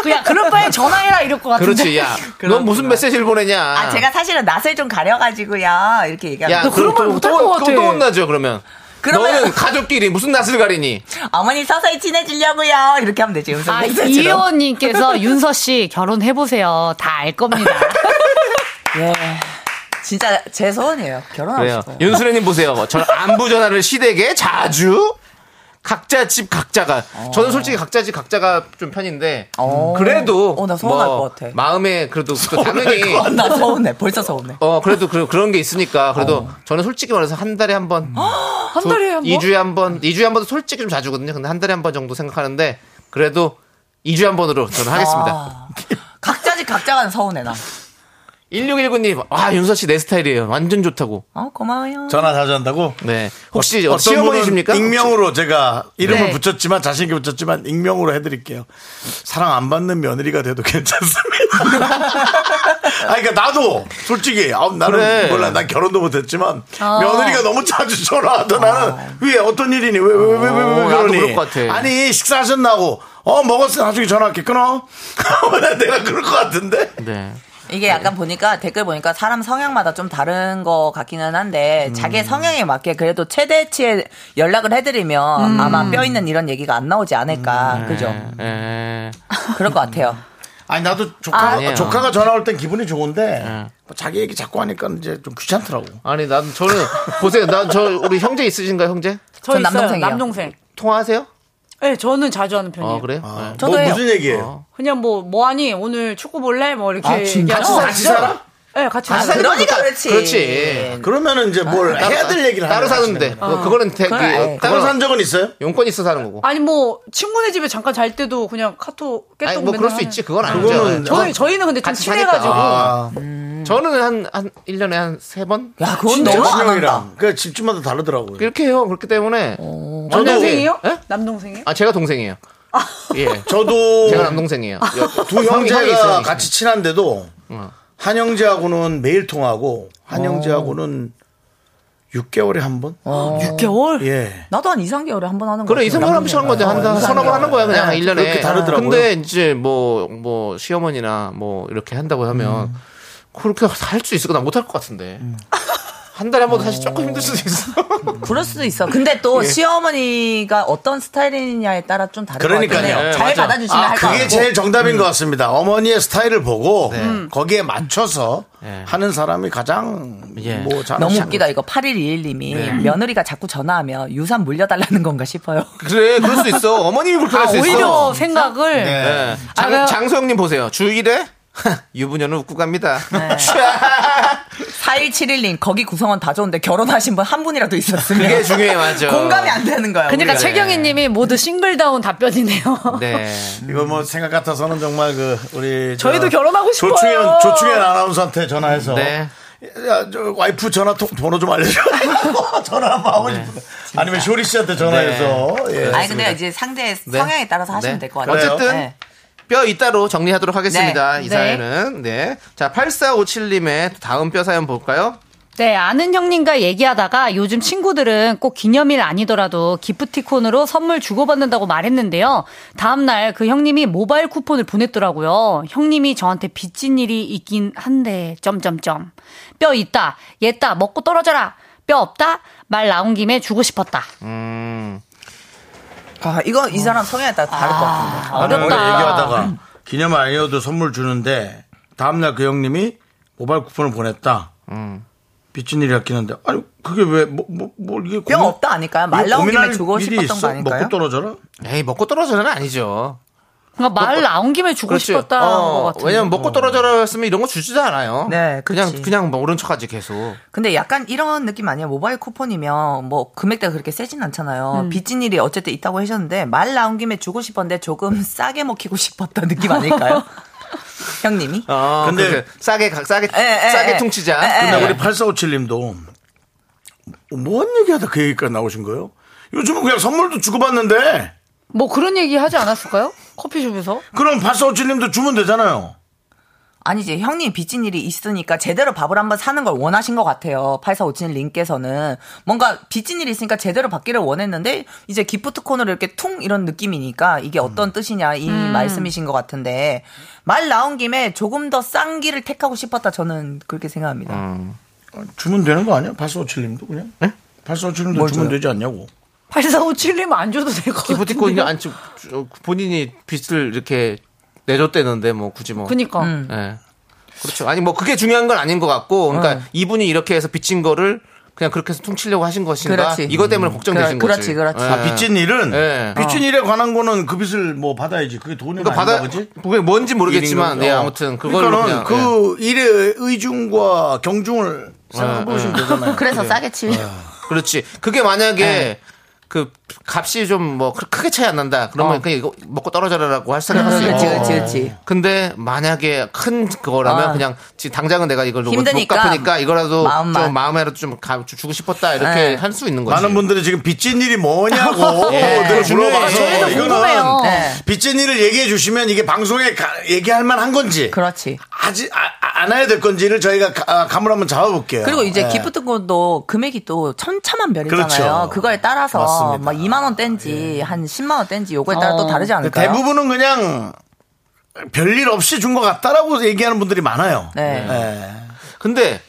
Speaker 6: 그냥 그럴 바에 전화해라 이럴 것 같은데.
Speaker 2: 그렇지, 야. 넌 무슨 메시지를 보내냐.
Speaker 7: 아, 제가 사실은 낯을 좀 가려가지고요. 이렇게 얘기하는
Speaker 2: 그- 야,
Speaker 7: 거.
Speaker 2: 그럼 또, 또, 또, 또 혼나죠, 그러면.
Speaker 7: 그러면-
Speaker 2: 너는 가족끼리 무슨 낯을 가리니?
Speaker 7: 어머니 서서히 친해지려고요. 이렇게 하면 되지. 음성
Speaker 6: 아,
Speaker 7: 메시지로.
Speaker 6: 이효원님께서 윤서 씨 결혼해보세요. 다 알 겁니다.
Speaker 7: 예. 진짜 제 소원이에요. 결혼하고
Speaker 2: 그래요.
Speaker 7: 싶어요.
Speaker 2: 윤수래님 보세요. 저는 안부 전화를 시댁에 자주 각자 집 각자가 저는 솔직히 각자 집 각자가 좀 편인데 그래도 뭐
Speaker 7: 어, 나 서운할 것 같아. 어,
Speaker 2: 마음에 그래도 또 당연히
Speaker 7: 나 서운해. 벌써 서운해.
Speaker 2: 어 그래도 그, 런게 있으니까 그래도
Speaker 7: 어.
Speaker 2: 저는 솔직히 말해서 한 달에 한 번,
Speaker 8: 한 달에 한 번?
Speaker 2: 2 주에 한 번, 2 주에 한 번도 솔직히 좀 자주거든요. 근데 한 달에 한 번 정도 생각하는데 그래도 2 주에 한 번으로 저는 하겠습니다.
Speaker 7: 아, 각자 집 각자가 서운해, 나.
Speaker 2: 1619님, 아, 윤서 씨 내 스타일이에요. 완전 좋다고.
Speaker 7: 어, 고마워요.
Speaker 1: 전화 자주 한다고?
Speaker 2: 네. 혹시
Speaker 1: 어떤
Speaker 2: 시어머니십니까?
Speaker 1: 분은 익명으로 제가 이름을
Speaker 6: 네.
Speaker 1: 붙였지만 자신 있게 붙였지만 익명으로 해드릴게요. 사랑 안 받는 며느리가 돼도 괜찮습니다. 아, 그러니까 나도 솔직히 아, 나는
Speaker 2: 그래.
Speaker 1: 몰라, 난 결혼도 못했지만
Speaker 6: 어.
Speaker 1: 며느리가 너무 자주 전화하던 나는 왜 어떤 일이니 왜 왜 왜 왜 왜, 왜, 왜,
Speaker 2: 아. 어, 나도
Speaker 1: 그러니?
Speaker 2: 그럴 것 같아.
Speaker 1: 아니 식사하셨나고 어 먹었어 나중에 전화할게 끊어. 내가 그럴 것 같은데.
Speaker 2: 네.
Speaker 7: 이게 약간 보니까 댓글 보니까 사람 성향마다 좀 다른 것 같기는
Speaker 2: 음.
Speaker 7: 한데 자기 성향에 맞게 그래도 최대치의 연락을 해드리면
Speaker 2: 음.
Speaker 7: 아마 뼈 있는 이런 얘기가 안 나오지 않을까
Speaker 2: 네.
Speaker 7: 그죠?
Speaker 2: 에,
Speaker 7: 그럴 것 같아요.
Speaker 1: 아니 나도 조카
Speaker 2: 아니에요.
Speaker 1: 조카가 전화 올 땐 기분이 좋은데
Speaker 2: 네.
Speaker 1: 뭐 자기 얘기 자꾸 하니까 이제 좀 귀찮더라고.
Speaker 2: 아니, 난 저는, 보세요. 난 저, 우리 형제 있으신가요, 형제?
Speaker 8: 저
Speaker 7: 전
Speaker 8: 있어요.
Speaker 7: 남동생이에요.
Speaker 8: 남동생.
Speaker 2: 통화하세요?
Speaker 8: 네, 저는 자주 하는 편이에요.
Speaker 2: 어, 그래요? 네.
Speaker 7: 저도
Speaker 1: 뭐
Speaker 7: 해요.
Speaker 1: 무슨 얘기예요?
Speaker 8: 그냥 뭐, 뭐 하니? 오늘 축구 볼래? 뭐 이렇게.
Speaker 1: 아,
Speaker 6: 그
Speaker 1: 진짜?
Speaker 8: 얘기하고.
Speaker 1: 같이 사- 같이 살아?
Speaker 8: 네, 같이
Speaker 7: 아,
Speaker 8: 살아요.
Speaker 7: 그러니까 그렇지.
Speaker 2: 그렇지.
Speaker 1: 그러면은 이제 뭘 해야 될 얘기를
Speaker 2: 아, 따로
Speaker 1: 하는 거야,
Speaker 2: 사는데.
Speaker 1: 지금.
Speaker 2: 그- 그거는 대, 그,
Speaker 7: 아예.
Speaker 1: 따로
Speaker 2: 따로
Speaker 1: 산 적은 있어요?
Speaker 2: 용건이 있어서 사는 거고.
Speaker 8: 아니, 뭐, 친구네 집에 잠깐 잘 때도 그냥 카톡 깨톡
Speaker 2: 아니, 뭐,
Speaker 8: 맨날
Speaker 2: 그럴 수
Speaker 8: 하는-
Speaker 2: 있지. 그건 아니죠.
Speaker 1: 그거는
Speaker 2: 네.
Speaker 8: 저희, 저희는 근데 좀
Speaker 2: 같이 사니까.
Speaker 8: 친해가지고.
Speaker 1: 아,
Speaker 2: 저는 한, 한, 1년에 한 세번
Speaker 7: 야, 그건 너무 안 한다.
Speaker 1: 그 집집마다 다르더라고요.
Speaker 2: 이렇게 해요. 그렇기 때문에.
Speaker 1: 어.
Speaker 8: 남동생이에요?
Speaker 2: 예?
Speaker 8: 남동생이에요?
Speaker 2: 아, 제가 동생이에요. 예.
Speaker 1: 저도
Speaker 2: 제가 남동생이에요.
Speaker 1: 아. 두
Speaker 2: 형이 있어요,
Speaker 1: 형제가
Speaker 2: 형이.
Speaker 1: 같이 친한데도
Speaker 2: 어.
Speaker 1: 한 형제하고는 매일 통하고 한 형제하고는 6개월에 한 번?
Speaker 6: 어.
Speaker 8: 6개월?
Speaker 1: 예.
Speaker 7: 나도 한 2, 3개월에 한 번 하는 거
Speaker 2: 그래, 이 생각을 한 번씩 하는 거지. 한, 한 서너 번 하는 거야, 그냥 일년에
Speaker 1: 그렇게 다르더라고요.
Speaker 2: 근데 이제 뭐, 뭐, 시어머니나 뭐, 이렇게 한다고 하면, 그렇게 할 수 있을까? 나 못 할 것 같은데. 한 달에 한 번도 사실 조금 힘들 수도 있어.
Speaker 7: 그럴 수도 있어. 근데 또
Speaker 2: 예.
Speaker 7: 시어머니가 어떤 스타일이냐에 따라 좀 다른 것
Speaker 1: 그러니까요.
Speaker 7: 같아요.
Speaker 2: 네,
Speaker 7: 잘
Speaker 2: 맞아.
Speaker 7: 받아주시면
Speaker 2: 아,
Speaker 7: 할 거.
Speaker 1: 그게 제일 정답인 것 같습니다. 어머니의 스타일을 보고 거기에 맞춰서
Speaker 2: 네.
Speaker 1: 하는 사람이 가장
Speaker 2: 예.
Speaker 1: 뭐 잘하는
Speaker 7: 너무
Speaker 1: 사람.
Speaker 7: 웃기다 이거 8121님이 며느리가 자꾸 전화하면 유산 물려달라는 건가 싶어요.
Speaker 2: 그래, 그럴 수 있어. 어머님이 불편할 수 있어.
Speaker 8: 오히려 생각을.
Speaker 2: 예.
Speaker 8: 아, 그래요?
Speaker 2: 장, 장소영님 보세요. 주일에? 유부녀는 웃고 갑니다.
Speaker 7: 네. 4171님 거기 구성원 다 좋은데 결혼하신 분 한 분이라도 있었으면
Speaker 2: 그게 중요해, 맞아.
Speaker 7: 공감이 안 되는 거야.
Speaker 8: 그러니까
Speaker 7: 우리가.
Speaker 8: 최경희님이 모두 싱글다운 답변이네요.
Speaker 2: 네.
Speaker 1: 이거 뭐 생각 같아서는 정말 그 우리 저
Speaker 8: 저희도 결혼하고 싶어요.
Speaker 1: 조충현 조충현 아나운서한테 전화해서
Speaker 2: 네.
Speaker 1: 야, 저 와이프 전화 통, 번호 좀 알려줘. 전화 한번 하고
Speaker 7: 네.
Speaker 1: 싶어. 아니면 쇼리 씨한테 전화해서 예.
Speaker 7: 아니 근데 이제 상대
Speaker 2: 네.
Speaker 7: 성향에 따라서 하시면
Speaker 2: 네.
Speaker 7: 될 것 같아요.
Speaker 2: 어쨌든
Speaker 7: 네.
Speaker 2: 뼈 이따로 정리하도록 하겠습니다.
Speaker 7: 네.
Speaker 2: 이
Speaker 8: 네.
Speaker 2: 사연은 네. 자, 8457님의 다음 뼈 사연 볼까요?
Speaker 6: 네, 아는 형님과 얘기하다가 요즘 친구들은 꼭 기념일 아니더라도 기프티콘으로 선물 주고받는다고 말했는데요. 다음날 그 형님이 모바일 쿠폰을 보냈더라고요. 형님이 저한테 빚진 일이 있긴 한데, 점점점. 뼈 있다, 얘다, 먹고 떨어져라. 뼈 없다, 말 나온 김에 주고 싶었다.
Speaker 2: 음.
Speaker 7: 아, 이거 이 사람 성향에 따라 다를 것 같은데.
Speaker 1: 나는 원래 얘기하다가 기념 아니어도 선물 주는데 다음날 그 형님이 모바일 쿠폰을 보내다
Speaker 7: 음.
Speaker 1: 빚진 일이 같긴 한데 아니 그게 왜 뭐 뭐 이게
Speaker 7: 뼈
Speaker 1: 고민-
Speaker 7: 없다 아니까요? 말
Speaker 1: 이게
Speaker 7: 나온 김에
Speaker 1: 고민할
Speaker 7: 주고
Speaker 1: 일이
Speaker 7: 싶었던 거
Speaker 1: 있어?
Speaker 7: 아닐까요?
Speaker 1: 먹고 떨어져라?
Speaker 2: 에이, 먹고 떨어져는 아니죠.
Speaker 6: 그러니까 말 나온 김에 주고
Speaker 2: 그렇지.
Speaker 6: 싶었다는
Speaker 2: 어,
Speaker 6: 것 같아요.
Speaker 2: 왜냐면 먹고 떨어져라였으면 이런 거 주지도 않아요.
Speaker 7: 네,
Speaker 2: 그냥
Speaker 7: 그치.
Speaker 2: 그냥 뭐 오른 척하지 계속.
Speaker 7: 근데 약간 이런 느낌 아니에요? 모바일 쿠폰이면 뭐 금액대가 그렇게 세진 않잖아요. 빚진 일이 어쨌든 있다고 하셨는데 말 나온 김에 주고 싶었는데 조금 싸게 먹히고 싶었던 느낌 아닐까요? 형님이?
Speaker 2: 어,
Speaker 1: 근데-
Speaker 2: 근데 싸게 가- 싸게
Speaker 7: 에, 에,
Speaker 2: 싸게
Speaker 7: 에.
Speaker 2: 통치자.
Speaker 7: 에, 에.
Speaker 1: 근데 우리 8457님도 뭔 얘기하다 그 얘기까지 나오신 거예요? 요즘은 그냥 선물도 주고받는데
Speaker 8: 뭐 그런 얘기 하지 않았을까요? 커피숍에서?
Speaker 1: 그럼 8457님도 주면 되잖아요.
Speaker 7: 아니지 형님 빚진 일이 있으니까 제대로 밥을 한번 사는 걸 원하신 것 같아요. 8457님께서는 뭔가 빚진 일이 있으니까 제대로 받기를 원했는데 이제 기프트콘으로 이렇게 퉁 이런 느낌이니까 이게 어떤 뜻이냐 이 말씀이신 것 같은데 말 나온 김에 조금 더 싼 길을 택하고 싶었다 저는 그렇게 생각합니다.
Speaker 1: 주면 되는 거 아니야? 8457님도 그냥? 8457님도
Speaker 7: 뭘
Speaker 1: 주면
Speaker 7: 줘요?
Speaker 1: 되지 않냐고.
Speaker 8: 8457님 안 줘도 될 것
Speaker 7: 그
Speaker 8: 같은데.
Speaker 2: 기프티콘이 안 주- 주- 본인이 빚을 이렇게 내줬대는데 뭐 굳이 뭐.
Speaker 8: 그니까.
Speaker 2: 예. 그렇죠. 아니 뭐 그게 중요한 건 아닌 것 같고, 그러니까 이분이 이렇게 해서 빚진 거를 그냥 그렇게 해서 퉁치려고 하신 것인가?
Speaker 7: 그렇지.
Speaker 2: 이것 때문에 걱정되신
Speaker 7: 그렇-
Speaker 2: 거지.
Speaker 7: 그렇지, 그렇지.
Speaker 2: 예.
Speaker 1: 음. 아, 빚진 일은?
Speaker 2: 예.
Speaker 1: 빚진 일에 관한 거는 그 빚을 뭐 받아야지. 그게 돈이
Speaker 2: 그러니까
Speaker 1: 아닌가
Speaker 2: 받아
Speaker 1: 보지?
Speaker 2: 그게 뭔지 모르겠지만,
Speaker 1: 일인
Speaker 2: 예,
Speaker 1: 거죠.
Speaker 2: 아무튼 그걸로
Speaker 1: 그러니까는
Speaker 2: 그냥, 예.
Speaker 1: 그 일의 의중과 경중을 생각해 보시면
Speaker 2: 음.
Speaker 1: 되잖아요.
Speaker 7: 그래서
Speaker 8: 네.
Speaker 7: 싸게 치려고.
Speaker 2: 그렇지. 그게 만약에
Speaker 7: 네.
Speaker 2: 그 값이 좀 뭐 크게 차이 안 난다. 그러면 그냥 이거 먹고 음. 떨어져라라고 할 생각할 수 있지.
Speaker 7: 어. 그렇지, 그렇지, 그렇지.
Speaker 2: 근데 만약에 큰 그거라면
Speaker 7: 아.
Speaker 2: 그냥 지금 당장은 내가 이걸 못, 못
Speaker 7: 힘드니까
Speaker 2: 갚으니까 이거라도
Speaker 7: 마음만.
Speaker 2: 좀 마음에라도 좀 가- 주고 싶었다 이렇게
Speaker 7: 네.
Speaker 2: 할 수 있는 거지.
Speaker 1: 많은 분들이 지금 빚진 일이 뭐냐고
Speaker 7: 예.
Speaker 1: 늘 물어봐서
Speaker 6: 저희도 궁금해요.
Speaker 8: 예.
Speaker 7: 네.
Speaker 1: 빚진 일을 얘기해 주시면 이게 방송에 가- 얘기할 만한 건지
Speaker 7: 그렇지.
Speaker 1: 아직 아, 아- 안 해야 될 건지를 저희가 가- 아, 감을 한번 잡아볼게요.
Speaker 7: 그리고 이제
Speaker 1: 예.
Speaker 7: 기프트콘도 금액이 또 천차만별이잖아요.
Speaker 1: 그렇죠.
Speaker 7: 그거에 따라서
Speaker 1: 맞습니다.
Speaker 7: 막 2만 원 뗀지 한 10만 원 뗀지 요거에 따라
Speaker 8: 어.
Speaker 7: 또 다르지
Speaker 1: 근데
Speaker 7: 않을까요?
Speaker 1: 대부분은 그냥 별일 없이 준 것 같다라고 얘기하는 분들이 많아요.
Speaker 7: 네.
Speaker 1: 예.
Speaker 2: 근데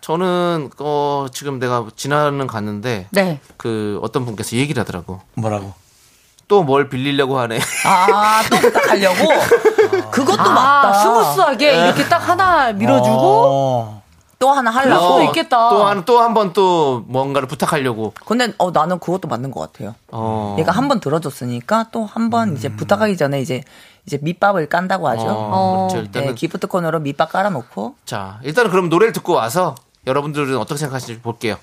Speaker 2: 저는 어 지금 내가 지나는 갔는데
Speaker 6: 네.
Speaker 2: 그 어떤 분께서 얘기를 하더라고.
Speaker 1: 뭐라고?
Speaker 2: 또 뭘 빌리려고 하네.
Speaker 7: 아, 또 부탁하려고? 그것도
Speaker 8: 아,
Speaker 7: 맞다.
Speaker 8: 스무스하게 이렇게 딱 하나 밀어주고.
Speaker 1: 어.
Speaker 7: 또 하나 하려고?
Speaker 8: 수도 있겠다.
Speaker 2: 어, 또한또한번 또 뭔가를 부탁하려고.
Speaker 7: 근데 어, 나는 그것도 맞는 것 같아요.
Speaker 2: 어.
Speaker 7: 얘가 한 번 들어줬으니까 또 한 번 이제 부탁하기 전에 이제 이제 밑밥을 깐다고 하죠.
Speaker 2: 어, 그렇죠.
Speaker 7: 네,
Speaker 2: 일단은
Speaker 7: 기프트콘으로 밑밥 깔아놓고
Speaker 2: 자, 일단은 그럼 노래를 듣고 와서 여러분들은 어떻게 생각하시는지 볼게요.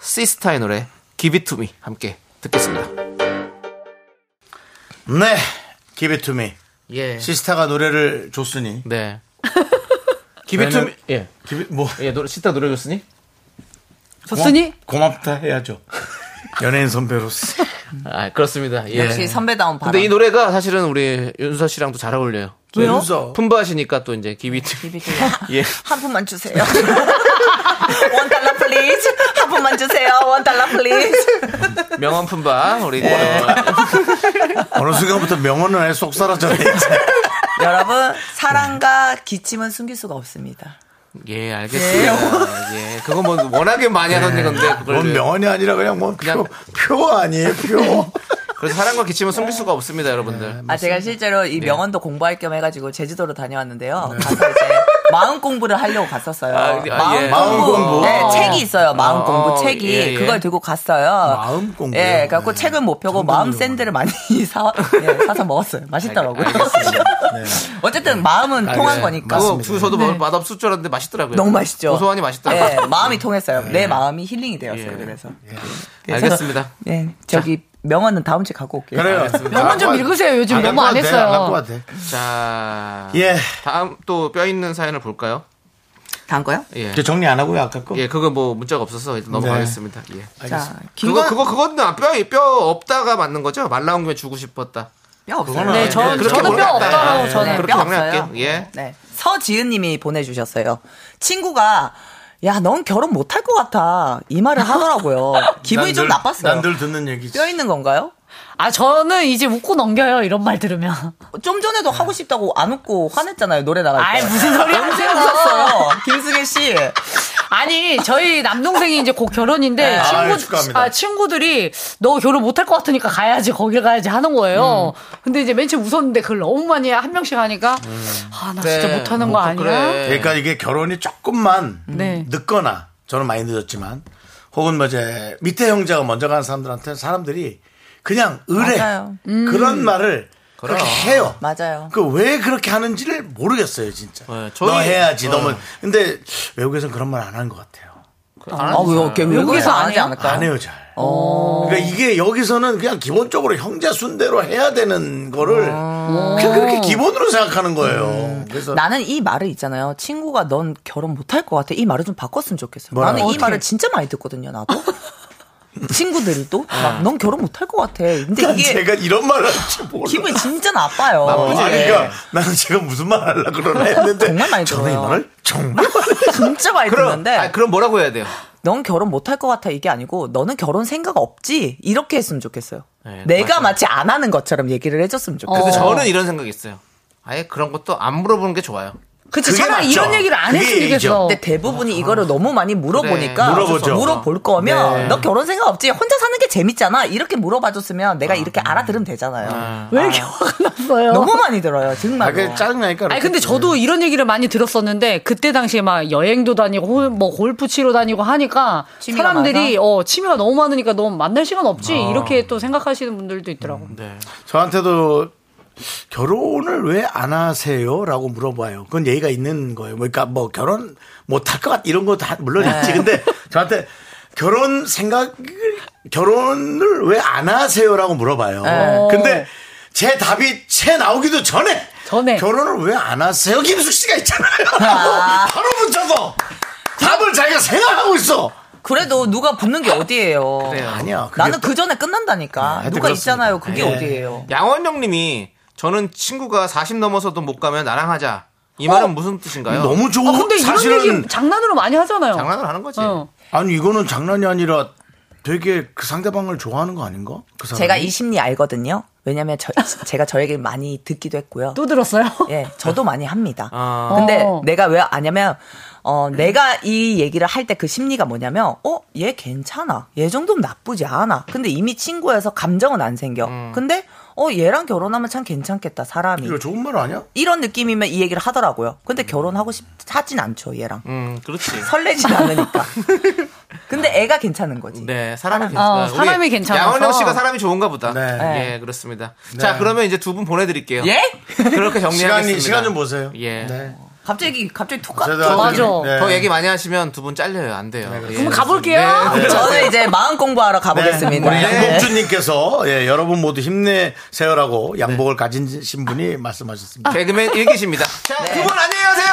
Speaker 2: 시스타의 노래 Give It To Me 함께 듣겠습니다.
Speaker 1: 네. Give it to me.
Speaker 2: 예.
Speaker 1: 시스타가 노래를 줬으니.
Speaker 2: 네. Give It To
Speaker 1: 왜냐면-
Speaker 2: Me. 예.
Speaker 1: Give it- 뭐
Speaker 2: 예, 노래 시스타 노래 줬으니?
Speaker 8: 줬으니?
Speaker 1: 고맙, 다 해야죠. 연예인 선배로서.
Speaker 2: 아, 그렇습니다. 예.
Speaker 7: 역시 선배다운 바람.
Speaker 2: 근데 이 노래가 사실은 우리 윤서 씨랑도 잘 어울려요.
Speaker 1: 왜요? 윤서.
Speaker 2: 품바하시니까 또 이제 Give It To Me. 예.
Speaker 7: 한 푼만 주세요. 원 달러 플리즈. 한 푼만 주세요. 원 달러 플리즈.
Speaker 2: 명언 품바 우리
Speaker 1: 어느 순간부터 명언을 쏙 사라졌네.
Speaker 7: 여러분 사랑과 기침은 숨길 수가 없습니다.
Speaker 2: 예, 알겠습니다. 예. 그거 뭐 워낙에 많이 하던 건데 그걸
Speaker 1: 뭔 명언이 아니라 그냥 뭐
Speaker 2: 그냥-
Speaker 1: 표, 표 아니에요, 표.
Speaker 2: 그래서 사랑과 기침은 숨길 수가 없습니다, 여러분들.
Speaker 7: 아 제가 실제로 이 명언도 공부할 겸 해가지고 제주도로 다녀왔는데요. 가서 이제 마음 공부를 하려고 갔었어요.
Speaker 2: 아, 아, 예.
Speaker 7: 마음
Speaker 1: 마음 공부.
Speaker 7: 공부. 네, 책이 있어요. 마음
Speaker 2: 어,
Speaker 7: 공부
Speaker 2: 어,
Speaker 7: 책이
Speaker 2: 예, 예.
Speaker 7: 그걸 들고 갔어요.
Speaker 1: 마음 공부요?
Speaker 7: 예, 그래갖고
Speaker 1: 네.
Speaker 7: 책을 못 펴고 마음 샌드를 많이 사 예, 사서 먹었어요. 맛있더라고요. 어쨌든 마음은
Speaker 2: 아,
Speaker 7: 통한
Speaker 2: 예.
Speaker 7: 거니까.
Speaker 2: 그거 주 저도 뭐 맛없을 줄 알았는데 맛있더라고요.
Speaker 7: 너무 맛있죠.
Speaker 2: 네. 고소하니
Speaker 7: 예,
Speaker 2: 맛있더라고요. 네.
Speaker 7: 마음이 통했어요. 내 마음이 힐링이 되었어요.
Speaker 2: 예.
Speaker 7: 그래서.
Speaker 2: 알겠습니다.
Speaker 7: 예, 저기 명언은 다음 주에 갖고 올게요.
Speaker 1: 그래요. 네.
Speaker 8: 명언
Speaker 1: 아,
Speaker 8: 좀 읽으세요. 요즘 너무 안
Speaker 1: 갖고
Speaker 8: 했어요.
Speaker 1: 와도 돼.
Speaker 2: 자,
Speaker 1: 예.
Speaker 2: 다음 또 뼈 있는 사연을 볼까요?
Speaker 7: 다음 거요?
Speaker 2: 예.
Speaker 1: 이제 정리 안 하고요, 아까 거.
Speaker 2: 예, 그거 뭐 문자가 없어서 일단 넘어가겠습니다.
Speaker 7: 네.
Speaker 2: 예.
Speaker 7: 자,
Speaker 2: 그거
Speaker 7: 김건
Speaker 2: 그거 그건 뼈뼈 없다가 맞는 거죠? 말 나온 김에 주고 싶었다.
Speaker 7: 뼈 없어요.
Speaker 1: 그거는 네, 저-
Speaker 2: 그렇게
Speaker 6: 저는 뼈
Speaker 2: 몰랐다.
Speaker 6: 없다라고
Speaker 2: 예,
Speaker 6: 저는
Speaker 2: 그렇게
Speaker 7: 뼈
Speaker 2: 정리할게요.
Speaker 7: 없어요.
Speaker 2: 예.
Speaker 7: 네. 서지은 님이 보내주셨어요. 친구가 야, 넌 결혼 못할 것 같아. 이 말을 하더라고요. 기분이 좀 나빴어요.
Speaker 1: 난늘 듣는 얘기지.
Speaker 7: 뼈 있는 건가요?
Speaker 8: 아, 저는 이제 웃고 넘겨요. 이런 말 들으면.
Speaker 7: 좀 전에도 하고 싶다고 안 웃고 화냈잖아요. 노래 나갈 때.
Speaker 8: 아이, 무슨 소리
Speaker 7: 언제
Speaker 8: 하세요.
Speaker 7: 웃었어요? 김승혜 씨.
Speaker 8: 아니 저희 남동생이 이제 곧 결혼인데
Speaker 1: 네. 아유,
Speaker 8: 친구
Speaker 1: 축하합니다.
Speaker 8: 아, 친구들이 너 결혼 못할 것 같으니까 가야지 거길 가야지 하는 거예요. 근데 이제 맨 처음 웃었는데 그걸 너무 많이 한 명씩 하니까 아 나 진짜
Speaker 7: 네,
Speaker 8: 못하는 거
Speaker 2: 뭐
Speaker 8: 아니야?
Speaker 1: 그러니까 이게 결혼이 조금만
Speaker 8: 네.
Speaker 1: 늦거나 저는 많이 늦었지만 혹은 뭐 이제 밑에 형제가 먼저 가는 사람들한테 사람들이 그냥 의뢰
Speaker 7: 맞아요.
Speaker 1: 그런 말을 그렇게 해요.
Speaker 7: 맞아요.
Speaker 1: 그 왜 그렇게 하는지를 모르겠어요, 진짜.
Speaker 2: 네, 저희-
Speaker 1: 너 해야지.
Speaker 2: 어.
Speaker 1: 너무 근데 외국에서는 그런 말 안 한 것 같아요.
Speaker 7: 아, 왜요? 걔
Speaker 8: 외국에서
Speaker 7: 안
Speaker 8: 안
Speaker 7: 하지
Speaker 8: 해요?
Speaker 7: 않을까요?
Speaker 1: 안 해요, 잘.
Speaker 7: 어.
Speaker 1: 그러니까 이게 여기서는 그냥 기본적으로 형제 순대로 해야 되는 거를 그냥 그렇게 기본으로 생각하는 거예요. 그래서
Speaker 7: 음. 나는 이 말을 있잖아요. 친구가 넌 결혼 못할 것 같아. 이 말을 좀 바꿨으면 좋겠어요.
Speaker 1: 뭐라고?
Speaker 7: 나는 이
Speaker 1: 어떻게?
Speaker 7: 말을 진짜 많이 듣거든요. 나도. 친구들이 또, 막, 넌 결혼 못할 것 같아. 근데 이게
Speaker 1: 그러니까 제가 이런 말을 할지 몰라.
Speaker 7: 기분이 진짜 나빠요.
Speaker 1: 어, 아니,
Speaker 7: 예.
Speaker 1: 그러니까 나는 제가 무슨 말 하려고 그러나 했는데.
Speaker 7: 정말 많이
Speaker 1: 저는 이
Speaker 7: 들어요.
Speaker 1: 말을 정말 많이
Speaker 7: 진짜 많이
Speaker 2: 그럼
Speaker 7: 듣는데,
Speaker 2: 아, 그럼 뭐라고 해야 돼요?
Speaker 7: 넌 결혼 못할 것 같아. 이게 아니고, 너는 결혼 생각 없지? 이렇게 했으면 좋겠어요.
Speaker 2: 네,
Speaker 7: 내가
Speaker 2: 맞아요.
Speaker 7: 마치 안 하는 것처럼 얘기를 해줬으면 좋겠어요.
Speaker 2: 근데 저는 이런 생각이 있어요. 아예 그런 것도 안 물어보는 게 좋아요.
Speaker 8: 그치
Speaker 1: 그게
Speaker 8: 차라리
Speaker 1: 맞죠.
Speaker 8: 이런 얘기를 안
Speaker 1: 그게
Speaker 8: 했으면
Speaker 1: 얘기죠. 아, 네,
Speaker 8: 좋겠어.
Speaker 7: 근데 대부분이 이거를 너무 많이 물어보니까
Speaker 1: 물어보죠.
Speaker 2: 그래,
Speaker 1: 네.
Speaker 7: 어쩔 수 없어. 물어볼 거면 너 결혼 생각 없지 혼자 사는 게 재밌잖아 이렇게 물어봐줬으면 내가 이렇게 알아들으면 되잖아요
Speaker 8: 왜 이렇게 화가 났어요?
Speaker 7: 너무 많이 들어요 정말
Speaker 1: 그게 짜증나니까.
Speaker 8: 아니 근데 저도 이런 얘기를 많이 들었었는데 그때 당시에 막 여행도 다니고 홀- 뭐 골프 치러 다니고 하니까
Speaker 7: 취미가
Speaker 8: 사람들이 어 취미가 너무 많으니까 너무 만날 시간 없지 이렇게 또 생각하시는 분들도 있더라고.
Speaker 1: 저한테도 결혼을 왜 안 하세요? 라고 물어봐요. 그건 예의가 있는 거예요. 그러니까 뭐 결혼 못할 것 같, 이런 거 다 물론
Speaker 8: 네.
Speaker 1: 있지. 근데 저한테 결혼 생각, 결혼을 왜 안 하세요? 라고 물어봐요.
Speaker 8: 네.
Speaker 1: 근데 제 답이 채 나오기도 전에
Speaker 8: 전에.
Speaker 1: 결혼을 왜 안 하세요? 김숙 씨가 있잖아요. 바로 붙여서 답을 자기가 생각하고 있어.
Speaker 7: 그래도 누가 붙는 게 어디예요
Speaker 1: 아니야. 그게
Speaker 7: 나는
Speaker 1: 또-
Speaker 7: 그 전에 끝난다니까
Speaker 1: 하여튼
Speaker 7: 누가
Speaker 1: 그렇습니다.
Speaker 7: 있잖아요 그게
Speaker 1: 네.
Speaker 7: 어디예요
Speaker 2: 양원영님이 저는 친구가 40 넘어서도 못 가면 나랑 하자. 이 말은 무슨 뜻인가요?
Speaker 1: 너무 좋은
Speaker 8: 아 근데 이런
Speaker 1: 사실은
Speaker 8: 얘기 장난으로 많이 하잖아요.
Speaker 2: 장난을 하는 거지.
Speaker 8: 어.
Speaker 1: 아니 이거는 장난이 아니라 되게 그 상대방을 좋아하는 거 아닌가? 그 사람.
Speaker 7: 제가 이 심리 알거든요 왜냐면 저, 제가 저 얘기를 많이 듣기도 했고요
Speaker 8: 또 들었어요?
Speaker 7: 예, 저도 많이 합니다.
Speaker 2: 아.
Speaker 7: 근데
Speaker 8: 어.
Speaker 7: 내가 왜 아냐면, 어, 내가 이 얘기를 할 때 그 심리가 뭐냐면, 어, 얘 괜찮아. 얘 정도면 나쁘지 않아. 근데 이미 친구여서 감정은 안 생겨. 근데, 어, 얘랑 결혼하면 참 괜찮겠다, 사람이.
Speaker 1: 음. 이거 좋은 말 아니야?
Speaker 7: 이런 느낌이면 이 얘기를 하더라고요. 근데 결혼하고 싶, 하진 않죠, 얘랑.
Speaker 2: 음, 그렇지.
Speaker 7: 설레진 않으니까. 근데 애가 괜찮은 거지.
Speaker 2: 네, 사람이 괜찮아.
Speaker 8: 어, 사람이 괜찮아서.
Speaker 2: 양원영 씨가 사람이 좋은가 보다.
Speaker 1: 네.
Speaker 2: 예, 그렇습니다. 자, 그러면 이제 두 분 보내드릴게요.
Speaker 7: 예?
Speaker 2: 그렇게 정리하겠습니다.
Speaker 1: 시간이 시간 좀 보세요.
Speaker 2: 예.
Speaker 1: 네.
Speaker 7: 갑자기, 갑자기 톡,
Speaker 1: 저도
Speaker 8: 맞아.
Speaker 1: 아주- 네.
Speaker 2: 더 얘기 많이 하시면 두 분 잘려요. 안 돼요. 예.
Speaker 8: 그럼 가볼게요.
Speaker 2: 네.
Speaker 7: 저는 이제 마음 공부하러
Speaker 1: 네,
Speaker 7: 가보겠습니다.
Speaker 1: 우리
Speaker 7: 네.
Speaker 1: 양복주님께서 예, 여러분 모두 힘내세요라고 양복을 가지신 분이 말씀하셨습니다.
Speaker 7: 아.
Speaker 2: 개그맨 일기십니다. 네. 자, 두 분 안녕히 가세요.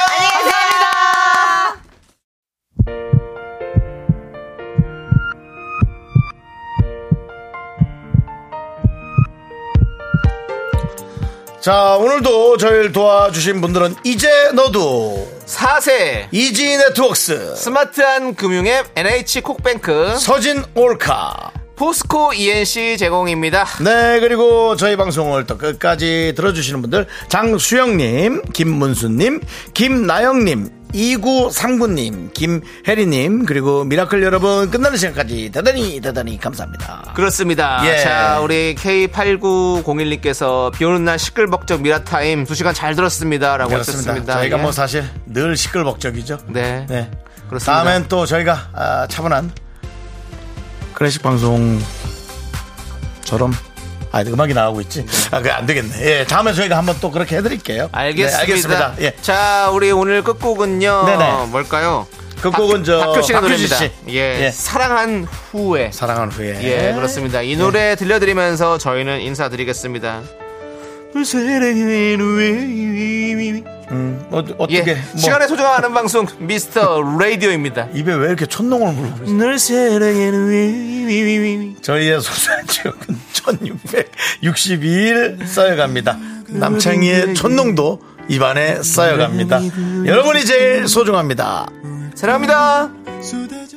Speaker 1: 자 오늘도 저희를 도와주신 분들은 이제 너도
Speaker 2: 4세
Speaker 1: 이지 네트웍스
Speaker 2: 스마트한 금융앱 NH 콕뱅크
Speaker 1: 서진 올카
Speaker 2: 포스코 ENC 제공입니다.
Speaker 1: 네, 그리고 저희 방송을 또 끝까지 들어주시는 분들, 장수영님, 김문수님, 김나영님, 2939님, 김혜리님, 그리고 미라클 여러분, 끝나는 시간까지 대단히, 대단히 감사합니다.
Speaker 2: 그렇습니다.
Speaker 1: 예.
Speaker 2: 자, 우리 K8901님께서 비 오는 날 시끌벅적 미라타임 2시간 잘 들었습니다. 라고 하셨습니다.
Speaker 1: 저희가
Speaker 2: 예.
Speaker 1: 뭐 사실 늘 시끌벅적이죠.
Speaker 2: 네.
Speaker 1: 네.
Speaker 2: 그렇습니다.
Speaker 1: 다음엔 또 저희가 아, 차분한 클래식 방송처럼 아, 음악이 나가고 있지. 아, 그안 되겠네. 예, 다음에 저희가 한번 또 그렇게 해드릴게요.
Speaker 2: 알겠습니다.
Speaker 1: 네, 알겠습니다. 예.
Speaker 2: 자, 우리 오늘 끝곡은요.
Speaker 1: 네네.
Speaker 2: 뭘까요?
Speaker 1: 끝곡은
Speaker 2: 박-
Speaker 1: 저
Speaker 2: 박효 씨의
Speaker 1: 박효진
Speaker 2: 노래입니다.
Speaker 1: 씨.
Speaker 2: 예.
Speaker 1: 예. 네.
Speaker 2: 사랑한 후에.
Speaker 1: 사랑한 후에.
Speaker 2: 예, 그렇습니다. 이
Speaker 1: 네.
Speaker 2: 노래 들려드리면서 저희는 인사드리겠습니다. 사랑해 후에.
Speaker 1: 음, 어,
Speaker 2: 예.
Speaker 1: 어떻게 뭐
Speaker 2: 시간의 소중함 아는 방송 미스터 라디오입니다.
Speaker 1: 입에 왜 이렇게 촌농을 물고 있어요?
Speaker 2: 널 사랑해 후에.
Speaker 1: 저희의 소소한 지역은 1662일 쌓여갑니다. 남창희의 촌농도 입안에 쌓여갑니다. 여러분이 제일 소중합니다.
Speaker 2: 사랑합니다.
Speaker 10: 쏟아져